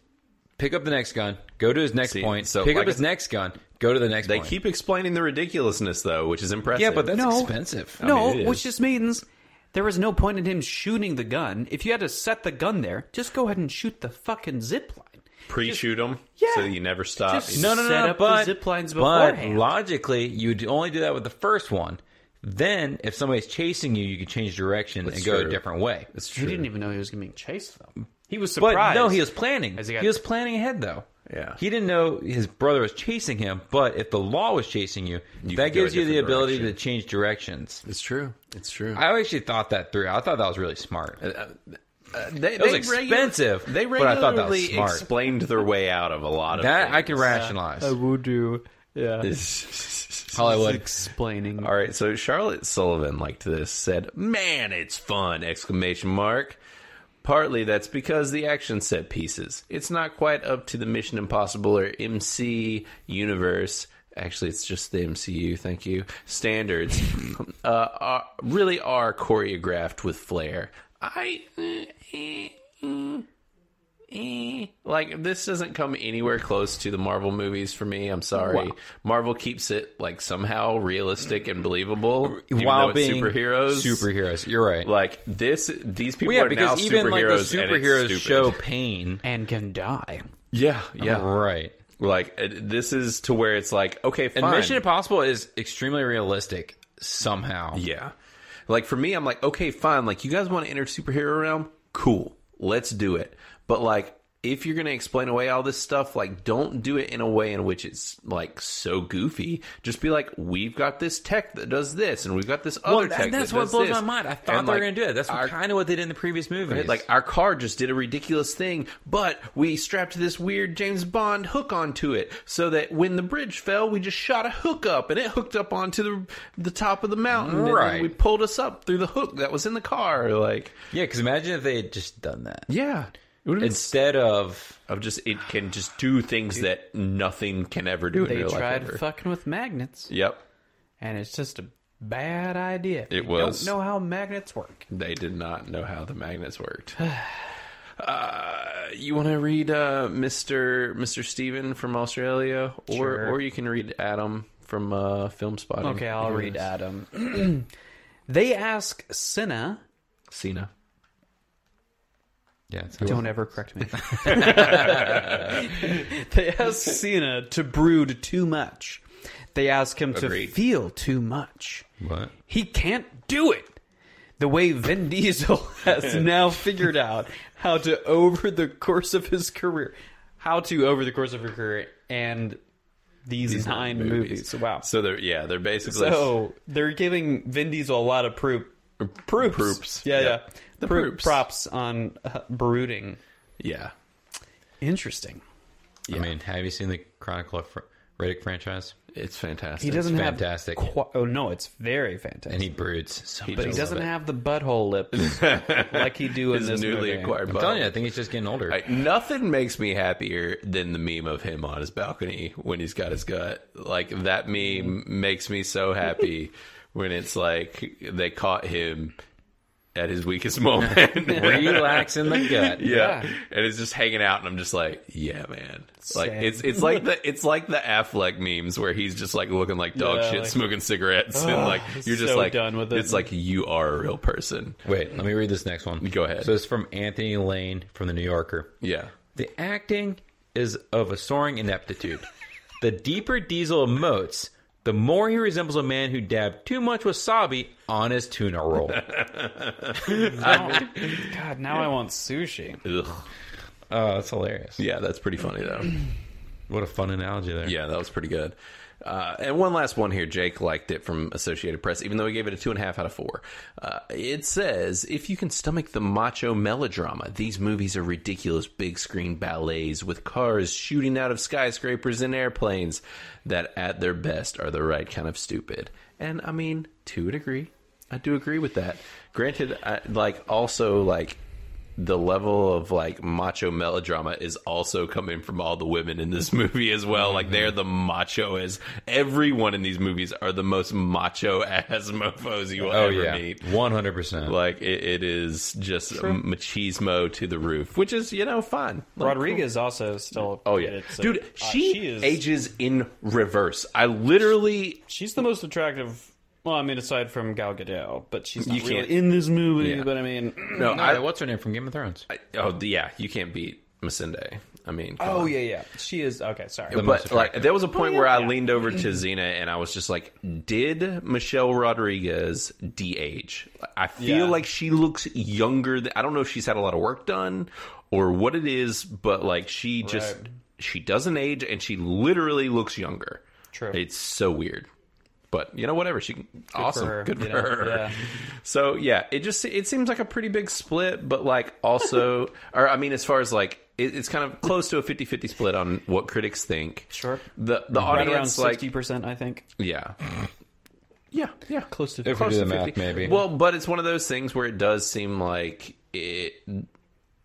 S2: pick up the next gun, go to his next
S1: See,
S2: point,
S1: so
S2: pick
S1: like
S2: up his
S1: I-
S2: next gun, go to the next
S1: They
S2: point.
S1: keep explaining the ridiculousness though, which is impressive.
S2: yeah, but that's
S3: No.
S2: expensive.
S3: No,
S1: mean, it
S3: which
S1: is.
S3: just means there was no point in him shooting the gun. If you had to set the gun there, just go ahead and shoot the fucking zip line.
S1: pre-shoot them,
S3: Yeah.
S1: so you never stop.
S3: Just-
S1: You
S2: no, no, no,
S3: set
S2: no,
S3: up the
S2: but,
S3: zip lines
S2: But
S3: beforehand.
S2: logically, you'd only do that with the first one. Then, if somebody's chasing you, you could change direction and go
S1: true.
S2: a different way.
S1: It's
S3: He didn't even know he was getting chased though. He was
S2: But
S3: surprised.
S2: no, he was planning.
S3: As
S2: He,
S3: he got-
S2: was planning ahead, though.
S1: Yeah.
S2: He didn't know his brother was chasing him, but if the law was chasing you, that
S1: could go a
S2: gives you the
S1: different
S2: ability to
S1: direction.
S2: change directions.
S1: It's true. It's true.
S2: I actually thought that through. I thought that was really smart.
S1: they,
S2: was
S1: they
S2: expensive,
S1: Regu- they
S2: but I
S1: regularly
S2: thought that was smart.
S1: explained their way out of a lot of
S2: That I
S1: things.
S2: can rationalize.
S3: will do. Yeah.
S1: <laughs>
S2: Hollywood.
S3: Explaining.
S1: All right, so Charlotte Sullivan liked this. Said, "Man, it's fun!" Exclamation mark. Partly that's because the action set pieces. It's not quite up to the Mission Impossible or MC universe. Actually, it's just the MCU. Thank you. Standards <laughs> uh, are, really are choreographed with flair. I. eh, eh, eh. Like this doesn't come anywhere close to the Marvel movies for me. I'm sorry. Marvel keeps it like somehow realistic and believable, even
S2: While
S1: though it's
S2: being
S1: superheroes.
S2: superheroes, you're right.
S1: Like this, these people
S2: well, yeah,
S1: are now
S2: because even like the
S1: superheroes. and it's
S2: superheroes
S1: stupid.
S2: show pain.
S3: And can die.
S1: yeah, <laughs> yeah.
S2: Right.
S1: Like it, this is to where it's like, okay, fine.
S2: And Mission Impossible is extremely realistic somehow.
S1: yeah. Like for me, I'm like, okay, fine. Like you guys want to enter superhero realm? Cool, let's do it. But like, if you're gonna explain away all this stuff, like, don't do it in a way in which it's like so goofy. Just be like, we've got this tech that does this, and we've got this other
S2: Well,
S1: tech.
S2: that, that's
S1: that
S2: what
S1: does
S2: blows
S1: this.
S2: my mind. I thought
S1: And,
S2: they were
S1: like,
S2: going to do it. That's
S1: our-
S2: kind of what they did in the previous movies.
S1: Like our car just did a ridiculous thing, but we strapped this weird James Bond hook onto it so that when the bridge fell, we just shot a hook up and it hooked up onto the the top of the mountain. and then
S2: Right.
S1: we pulled us up through the hook that was in the car. Like,
S2: yeah, because imagine if they had just done that
S1: yeah, it would have been.
S2: instead of
S1: Of just it can just do things that nothing can ever do. in
S3: They
S1: real life
S3: tried
S1: ever.
S3: fucking with magnets,
S1: Yep,
S3: and it's just a bad idea. It
S1: was.
S3: Don't know how magnets work.
S1: they did not know how the magnets worked. <sighs> uh, you want to read uh, Mister Mister Steven from Australia, or
S3: Sure.
S1: or you can read Adam from uh, Film Spotting.
S3: Okay, I'll read Adam. <clears throat> they ask Cinna.
S1: Cena.
S2: yeah. it's-
S3: Don't ever correct <laughs> me. they ask Cena to brood too much. They ask him
S1: Agreed.
S3: to feel too much.
S2: What?
S3: He can't do it. The way Vin Diesel <laughs> has now figured out how to over the course of his career, how to over the course of her career, and these, nine movies. Wow.
S1: So they're yeah, they're basically
S3: So they're giving Vin Diesel a lot of proof. Proops.
S1: Proops.
S3: Yeah,
S1: Yep.
S3: yeah.
S1: The
S3: Pro-
S1: proops.
S3: Props on uh, brooding.
S1: yeah.
S3: Interesting.
S2: I mean, have you seen the Chronicle of Fr- Riddick franchise?
S1: It's fantastic.
S3: He doesn't have
S2: fantastic.
S3: Qu- oh no, it's very fantastic.
S2: And he broods. So
S3: but he
S2: much.
S3: doesn't have the butthole lips like he do in
S1: His
S3: this
S1: newly
S3: movie.
S1: acquired.
S2: I'm telling you, I <laughs> think he's just getting older.
S1: Like, nothing makes me happier than the meme of him on his balcony when he's got his gut. Like that meme makes me so
S3: <laughs>
S1: happy when it's like they caught him at his weakest
S3: <laughs>
S1: moment.
S2: Relax in the
S1: <laughs>
S2: gut.
S1: Yeah. and it's just hanging out, and I'm just like, yeah, man. Like
S3: Same.
S1: it's it's like the it's like the Affleck memes where he's just like looking like dog
S3: Yeah,
S1: shit,
S3: like-
S1: smoking cigarettes, and like you're just
S3: so
S1: like
S3: done with it.
S1: It's like you are a real person.
S2: Wait, let me read this next one.
S1: Go ahead.
S2: So it's from Anthony Lane from The New Yorker.
S1: Yeah,
S2: The acting is of a soaring ineptitude. the deeper Diesel emotes, the more he resembles a man who dabbed too much wasabi on his tuna <laughs> roll.
S4: God, now I want sushi.
S1: Ugh.
S2: oh, that's hilarious.
S1: Yeah, that's pretty funny though.
S2: What a fun analogy there.
S1: Yeah, that was pretty good. Uh, and one last one here. Jake liked it from Associated Press, even though he gave it a two and a half out of four. Uh, it says, if you can stomach the macho melodrama, these movies are ridiculous big screen ballets with cars shooting out of skyscrapers and airplanes that, at their best, are the right kind of stupid. And I mean, to a degree, I do agree with that. Granted, I, like also like the level of like macho melodrama is also coming from all the women in this <laughs> movie as well. Like they're the macho as everyone in these movies are the most macho as <laughs> mofos you will
S2: Oh
S1: ever
S2: yeah,
S1: meet.
S2: one hundred percent.
S1: Like it, it is just machismo to the roof, which is you know fine. Like,
S4: Rodriguez also still.
S1: Oh yeah,
S4: it's a-
S1: dude,
S4: uh,
S1: she,
S4: is,
S1: ages in reverse. I literally
S4: She's the most attractive. Well, I mean, aside from Gal Gadot, but she's not
S1: You
S4: really
S1: can't-
S4: in this movie.
S1: Yeah.
S4: But I mean,
S1: <clears throat> no, I,
S2: what's her name from Game of Thrones?
S1: I oh yeah, you can't beat Masinde. I mean, come on.
S4: oh yeah, yeah, she is. Okay, sorry.
S1: but like there was a point where I leaned over to Xena and I was just like, "Did Michelle Rodriguez de-age? I feel
S4: Yeah.
S1: like she looks younger. Than, I don't know if she's had a lot of work done or what it is, but like she just
S4: Right.
S1: she doesn't age and she literally looks younger.
S4: True.
S1: It's so weird. But you know, whatever. She can awesome.
S4: her,
S1: Good for
S4: you know,
S1: her. <laughs>
S4: yeah.
S1: So yeah, it just it seems like a pretty big split, but like
S2: <laughs>
S1: also, or I mean, as far as like it, it's kind of close to a 50-50 split on what critics think.
S4: Sure.
S1: The the
S4: right around
S1: audience
S4: sixty
S1: like
S4: percent, I think.
S1: yeah. Yeah, yeah, close
S4: to-
S2: If we do the math, maybe.
S1: Well, but it's one of those things where it does seem like it.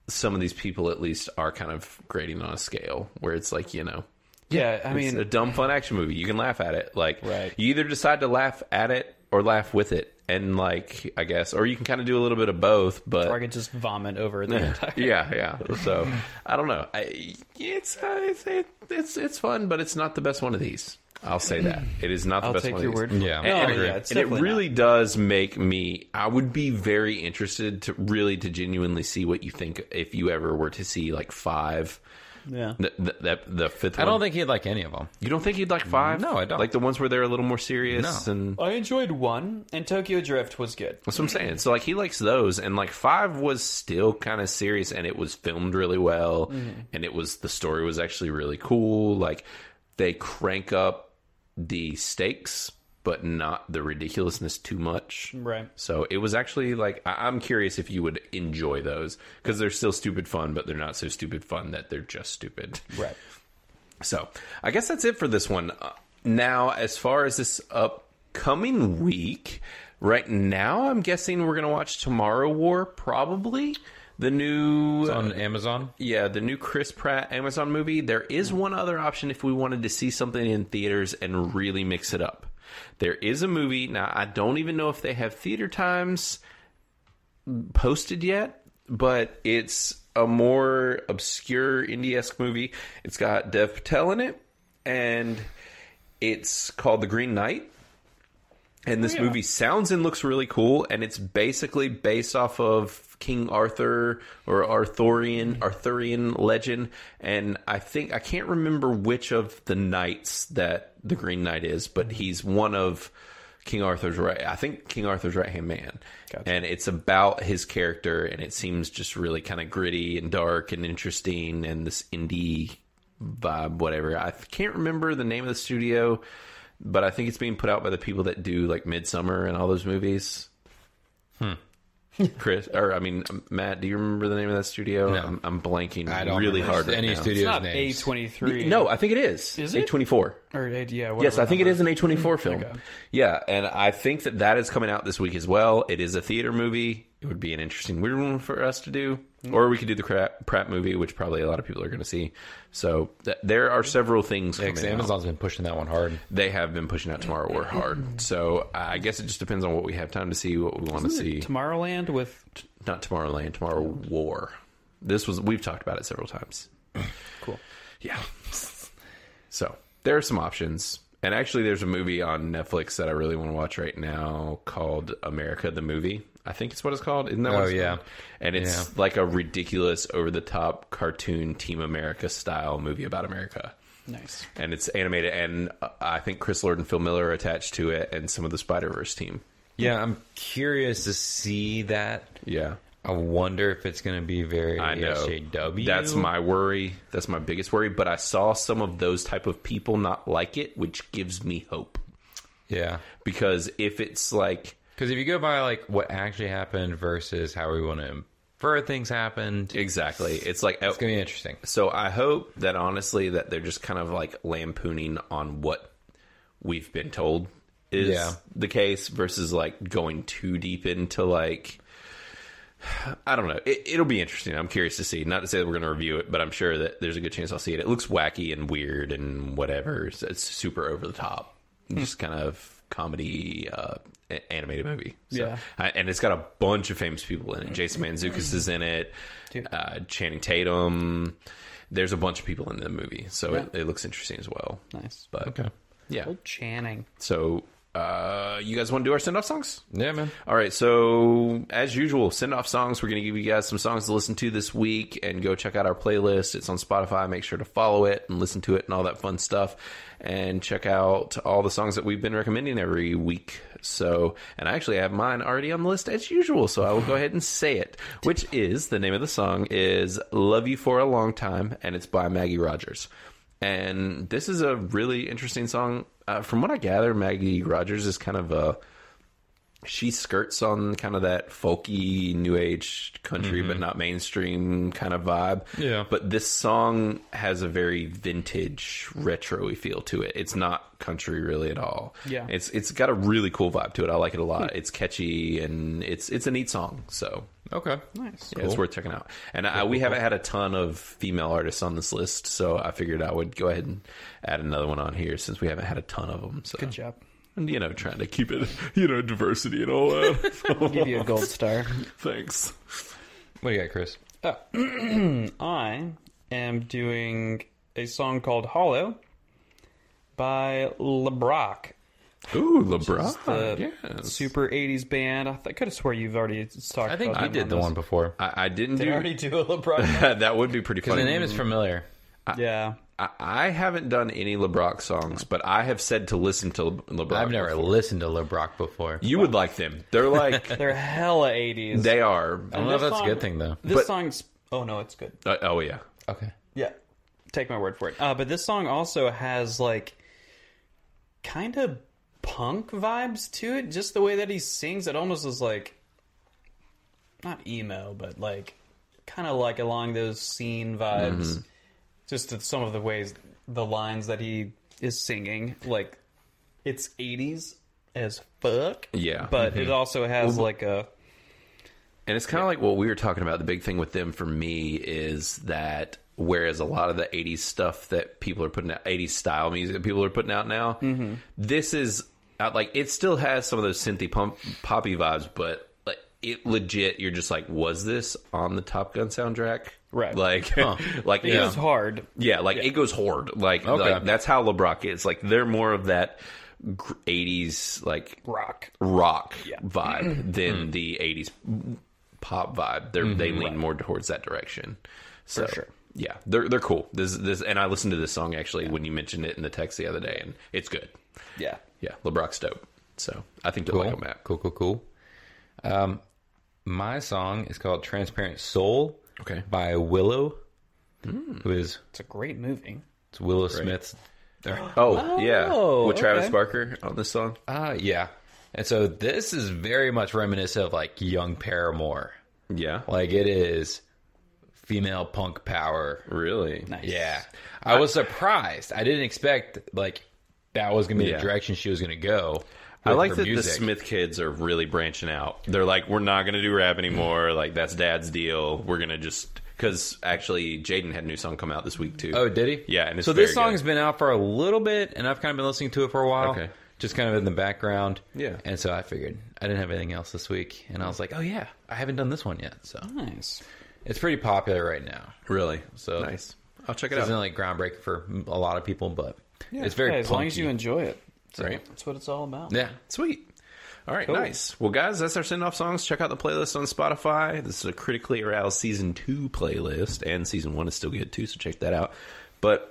S1: Some of these people, at least, are kind of grading on a scale where it's like you know,
S4: Yeah, I
S1: it's a
S4: mean,
S1: dumb fun action movie. You can laugh at it. Like
S4: Right.
S1: you either decide to laugh at it or laugh with it. And like I guess or you can kind of do a little bit of both,
S4: or I
S1: but
S4: could just vomit over the entire.
S1: <laughs> yeah, yeah. So I don't know. I, it's, uh, it's it- it's it's fun, but it's not the best one of these. I'll say that it is not the
S4: I'll
S1: best
S4: take
S1: one.
S4: your
S1: of these.
S4: word. for it.
S2: Yeah.
S1: And,
S2: No,
S1: and
S4: yeah,
S1: it-
S4: it's
S1: and it
S4: definitely
S1: really does make me. I would be very interested to really to genuinely see what you think if you ever were to see like five.
S4: Yeah.
S1: The, the, that- the fifth.
S2: I
S1: one.
S2: don't think he'd like any of them.
S1: You don't think he'd like five?
S2: No, I don't.
S1: Like the ones where they're a little more serious,
S2: No.
S1: and
S4: I enjoyed one, and Tokyo Drift was good.
S1: that's what I'm saying. So like he likes those, and like five was still kind of serious, and it was filmed really well,
S2: Mm-hmm.
S1: and it was the story was actually really cool. Like they crank up the stakes, but not the ridiculousness too much.
S4: Right.
S1: So it was actually like I- I'm curious if you would enjoy those because they're still stupid fun, but they're not so stupid fun that they're just stupid.
S4: Right.
S1: So I guess that's it for this one. Uh, Now, as far as this upcoming week, right now, I'm guessing we're going to watch Tomorrow War, probably the new.
S2: It's on Amazon.
S1: Yeah, the new Chris Pratt Amazon movie. There is one other option if we wanted to see something in theaters and really mix it up. There is a movie. Now, I don't even know if they have theater times posted yet, but it's a more obscure indie-esque movie. It's got Dev Patel in it, and it's called The Green Knight. And this movie sounds and looks really cool, and it's basically based off of King Arthur or Arthurian Arthurian legend. And I think I can't remember which of the knights that the Green Knight is, but he's one of King Arthur's right. I think King Arthur's right hand man, and it's about his character, and it seems just really kind of gritty and dark and interesting, and this indie vibe, whatever. I can't remember the name of the studio, but I think it's being put out by the people that do like Midsummer and all those movies.
S2: Hmm.
S1: Chris, or I mean Matt, do you remember the name of that studio? I'm, I'm blanking really
S2: remember
S1: hard right
S2: any
S1: now.
S2: studio's
S4: It's not A
S2: names.
S4: twenty three.
S1: No, I think it is.
S4: Is it?
S1: A24.
S4: Or A- yeah.
S1: Yes,
S4: whatever
S1: I think it is an A24 film. Yeah, and I think that that is coming out this week as well. It is a theater movie. It would be an interesting weird one for us to do,
S4: Mm-hmm.
S1: or we could do the Pratt, Pratt movie, which probably a lot of people are going to see. So th- there are several things coming
S2: Because
S1: out.
S2: Amazon's been pushing that one hard.
S1: They have been pushing out Tomorrow War hard. So uh, I guess it just depends on what we have time to see, what we want to see.
S4: Tomorrowland with
S1: Not Tomorrowland, Tomorrow War. This was we've talked about it several times.
S4: cool.
S1: Yeah. <laughs> So there are some options. And actually, there's a movie on Netflix that I really want to watch right now called America the Movie. I think it's what it's called. Isn't that what
S2: Oh,
S1: it's
S2: yeah.
S1: called? And it's
S2: Yeah.
S1: like a ridiculous, over the top cartoon Team America style movie about America.
S4: Nice.
S1: and it's animated. And uh, I think Chris Lord and Phil Miller are attached to it, and some of the Spider Verse team.
S2: Yeah, I'm curious to see that.
S1: Yeah,
S2: I wonder if it's going to be very
S1: I know.
S2: SJW.
S1: That's my worry. That's my biggest worry. But I saw some of those type of people not like it, which gives me hope.
S2: yeah.
S1: Because if it's like
S2: Because if you go by like what actually happened versus how we want to infer things happened, it's
S1: exactly, it's like oh,
S2: going to be interesting.
S1: so I hope that honestly that they're just kind of like lampooning on what we've been told is
S2: Yeah.
S1: the case versus like going too deep into like I don't know. It, it'll be interesting. I'm curious to see. Not to say that we're going to review it, but I'm sure that there's a good chance I'll see it. It looks wacky and weird and whatever. It's, it's super over the top. Just kind of comedy uh, a- animated movie. So,
S4: Yeah.
S1: I- Uh, and it's got a bunch of famous people in it. Jason Manzukis is in it. Uh, Channing Tatum. There's a bunch of people in the movie, so it, it looks interesting as well.
S4: Nice.
S1: But yeah,
S4: Old Channing.
S1: so uh, you guys want to do our send off songs?
S2: Yeah, man.
S1: All right, so as usual, send off songs. We're going to give you guys some songs to listen to this week and go check out our playlist. It's on Spotify. Make sure to follow it and listen to it and all that fun stuff. And check out all the songs that we've been recommending every week. So, and I actually have mine already on the list as usual, so I will go ahead and say it, which is the name of the song is Love You for a Long Time, and it's by Maggie Rogers. And this is a really interesting song. Uh, from what I gather, Maggie Rogers is kind of a she skirts on kind of that folky new age country but not mainstream kind of vibe
S2: Yeah.
S1: but this song has a very vintage retro feel to it it's not country really at all
S4: Yeah.
S1: it's it's got a really cool vibe to it i like it a lot it's catchy and it's it's a neat song so
S2: Okay.
S4: Nice.
S1: yeah, it's worth checking out and I, we haven't had a ton of female artists on this list so i figured i would go ahead and add another one on here since we haven't had a ton of them so
S4: Good job.
S1: and, you know trying to keep it you know diversity and all that
S4: Give you a
S3: <laughs>
S4: gold star.
S1: Thanks.
S2: What do you got, Chris?
S3: Uh, <clears throat> I am doing a song called Hollow by LeBrock.
S1: Ooh, LeBron.
S3: the
S2: Ah,
S1: yes.
S3: Super 80s band. I, th- I could have swore you've already talked
S2: I think
S3: about
S2: you
S3: them
S2: did the
S3: this. <laughs>
S2: one before.
S1: I, I didn't
S4: You
S1: do.
S4: already do a
S2: <laughs>
S4: LeBron.
S1: that would be pretty
S2: Because
S1: funny.
S2: the name is familiar.
S3: Yeah.
S1: I, I haven't done any LeBrock songs, but I have said to listen to Le- LeBrock.
S2: I've never
S1: before.
S2: listened to LeBrock before.
S1: You would like them. They're like
S2: <laughs>
S3: They're hella 80s.
S1: they are.
S2: I don't know if that's a good thing, though.
S3: This
S1: But-
S3: song's. Oh, no, it's good.
S1: Uh, oh yeah.
S2: Okay.
S3: Yeah. Take my word for it. Uh, but this song also has, like, kind of punk vibes to it. Just the way that he sings, it almost is like. Not emo, but, like, kind of like along those scene vibes.
S1: Mm-hmm.
S3: Just to some of the ways, the lines that he is singing. Like, it's 80s as fuck.
S1: Yeah. Mm-hmm.
S3: But it also has, like, a.
S1: And it's kind of like what we were talking about. The big thing with them for me is that whereas a lot of the 80s stuff that people are putting out, 80s style music that people are putting out now,
S3: Mm-hmm.
S1: this is out, like it still has some of those synthy pump, poppy vibes, but like it legit, you're just like, was this on the Top Gun soundtrack?
S3: Right. <laughs>
S1: Like, like
S3: It was hard.
S1: yeah, like it goes hard. Like, like that's how LeBrock is. Like they're more of that gr- 80s like
S3: Rock.
S1: rock <clears throat> vibe than the 80s pop vibe. They're, They lean more towards that direction. So
S3: sure.
S1: yeah, they're they're cool. This this and I listened to this song actually when you mentioned it in the text the other day, and it's good.
S3: Yeah.
S1: Yeah, LeBrock's dope. So I think
S2: Cool.
S1: you'll like him, Matt.
S2: Cool, cool, cool. Um, my song is called Transparent Soul
S1: Okay.
S2: by Willow,
S1: Hmm.
S2: who is
S3: It's a great movie.
S2: it's Willow Smith's
S1: Oh, yeah, with Travis
S3: okay.
S1: Barker on this song.
S2: Uh, yeah. And so this is very much reminiscent of like young Paramore.
S1: Yeah,
S2: Like it is female punk power.
S1: really.
S2: Yeah. I was surprised. I didn't expect like that was going to be
S1: Yeah.
S2: the direction she was going to go.
S1: I
S2: with
S1: like
S2: her
S1: that the
S2: music.
S1: Smith kids are really branching out. They're like, we're not going to do rap anymore. Like that's Dad's deal. We're going to just because actually Jaden had a new song come out this week too.
S2: Oh, did he?
S1: Yeah, and it's
S2: so this
S1: very
S2: song
S1: good.
S2: has been out for a little bit, and I've kind of been listening to it for a while,
S1: Okay.
S2: just kind of in the background.
S1: Yeah.
S2: and so I figured I didn't have anything else this week, and I was like, oh yeah, I haven't done this one yet, so
S3: Nice.
S2: it's pretty popular right now.
S1: Really?
S2: So-
S1: nice. I'll check it
S2: It
S1: out.
S2: isn't like groundbreaking for a lot of people, but it's very
S3: Yeah, as long as
S2: punky.
S3: you enjoy it.
S2: Right.
S3: That's what it's all about.
S2: Yeah.
S1: Sweet. All right, nice. Well, guys, that's our send off songs. Check out the playlist on Spotify. This is a critically aroused season two playlist, and season one is still good too, so check that out. But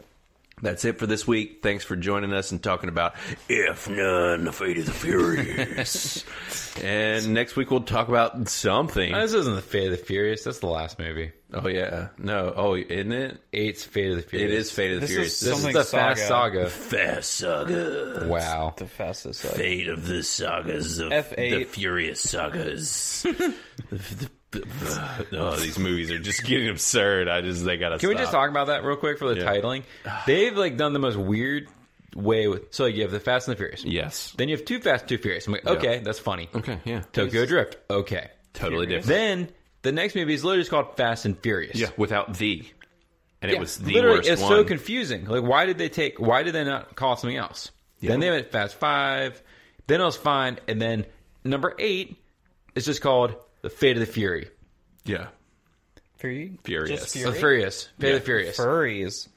S1: That's it for this week. Thanks for joining us and talking about If None, The Fate of the
S3: <laughs>
S1: Furious. and next week we'll talk about something.
S2: This isn't the Fate of the Furious. That's the last movie.
S1: Oh, yeah. No. Oh, isn't it?
S2: Eight's Fate of the
S1: It
S2: Furious.
S1: is Fate of the
S3: This
S1: Furious.
S3: is
S1: This
S2: This is
S3: Something
S2: the
S3: saga.
S2: Fast Saga.
S3: <laughs>
S1: Fast Saga.
S2: Wow.
S3: The fastest. Like,
S1: Fate of the Sagas of
S3: F8.
S1: the Furious Sagas. <laughs> oh, these movies are just getting absurd. I just, they gotta
S2: Can we just
S1: stop.
S2: talk about that real quick for the titling? They've like done the most weird way with. So like you have the Fast and the Furious.
S1: Yes.
S2: Then you have Too Fast, Too Furious. I'm like, okay, that's funny.
S1: Okay, yeah.
S2: Tokyo Drift. Okay.
S1: Totally different.
S2: Then the next movie is literally just called Fast and Furious.
S1: Yeah, without the. And it
S2: Yeah,
S1: was the
S2: literally,
S1: worst
S2: it's
S1: one.
S2: so confusing. Like, why did they take? Why did they not call it something else? Then they went Fast Five. Then I was fine, and then number eight is just called the Fate of the Fury,
S1: yeah.
S3: Fury?
S1: Furious.
S3: Just
S2: the
S3: Fury?
S2: Furious, Fate of the Furious.
S3: Furries.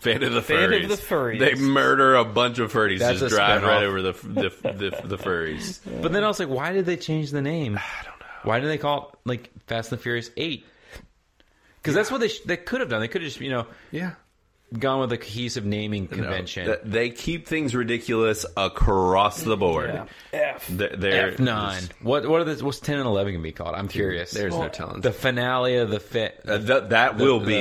S1: Fate of the
S3: Fate
S1: furries.
S3: of the Furries.
S1: They murder a bunch of furries.
S2: That's
S1: just
S2: a
S1: drive right
S2: spinoff.
S1: over the the, the the
S2: <laughs>
S1: furries.
S2: But then I was like, why did they change the
S1: <sighs>
S2: name? I don't know. Why did they call it like Fast and the Furious Eight? Because that's what they sh- they could have done. They could have just you know
S1: Yeah.
S2: gone with a cohesive naming convention.
S1: They keep things ridiculous across the board.
S3: F.
S1: They're, they're
S2: F nine. What what are the, what's ten and eleven gonna be called? I'm curious.
S1: There's no telling.
S2: the finale of the fit.
S1: Uh, th- that will be.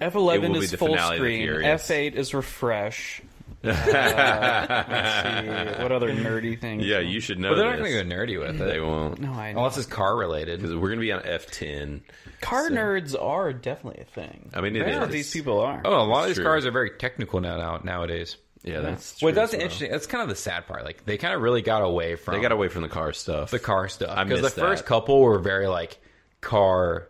S1: It will
S3: F11
S1: be
S3: is
S1: the
S3: full
S1: finale of the
S3: screen.
S1: Furious.
S3: F8
S1: <laughs>
S3: is refresh. Uh, let's see. What other nerdy things?
S1: yeah, you should know.
S2: But they're not
S1: this.
S2: going to go nerdy with
S1: They
S2: it.
S1: won't.
S3: No, I know.
S2: Unless it's car related.
S1: Because we're going to be on F ten.
S3: Car nerds are definitely a thing.
S1: I mean, it
S3: That's
S1: is.
S3: what these people are.
S2: Oh, a lot of
S1: It's
S2: these
S1: true.
S2: cars are very technical now, now nowadays.
S1: Yeah, that's.
S2: Well,
S1: true
S2: that's
S1: as
S2: interesting. That's kind of the sad part. Like they kind of really got away from
S1: They got away from the car stuff.
S2: the car stuff
S1: I
S2: because the
S1: miss
S2: first
S1: that.
S2: couple were very like car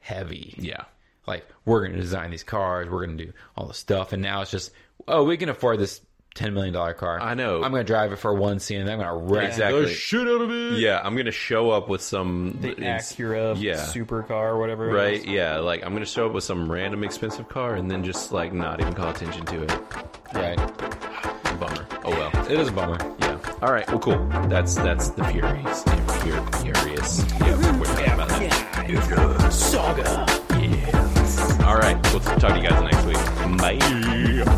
S2: heavy.
S1: Yeah.
S2: like we're going to design these cars, we're going to do all the stuff, and now it's just oh, we can afford this ten million dollar car.
S1: I know.
S2: I'm going to drive it for one scene, and I'm going to wreck
S1: Exactly.
S2: the shit out of it.
S1: Yeah, I'm going to show up with some.
S3: the
S1: it's-
S3: Acura
S1: yeah.
S3: supercar, whatever. it
S1: Right?
S3: is.
S1: Yeah. Like I'm gonna show up with some random expensive car and then just like not even call attention to it.
S2: Right,
S1: Bummer. Oh well.
S2: it is a bummer.
S1: Yeah. All right. Well, cool. That's that's the Furies. Fur- Furious. Mm-hmm. Yeah. We're talking about that. Saga. Yeah. All right. We'll talk to you guys next week. Bye.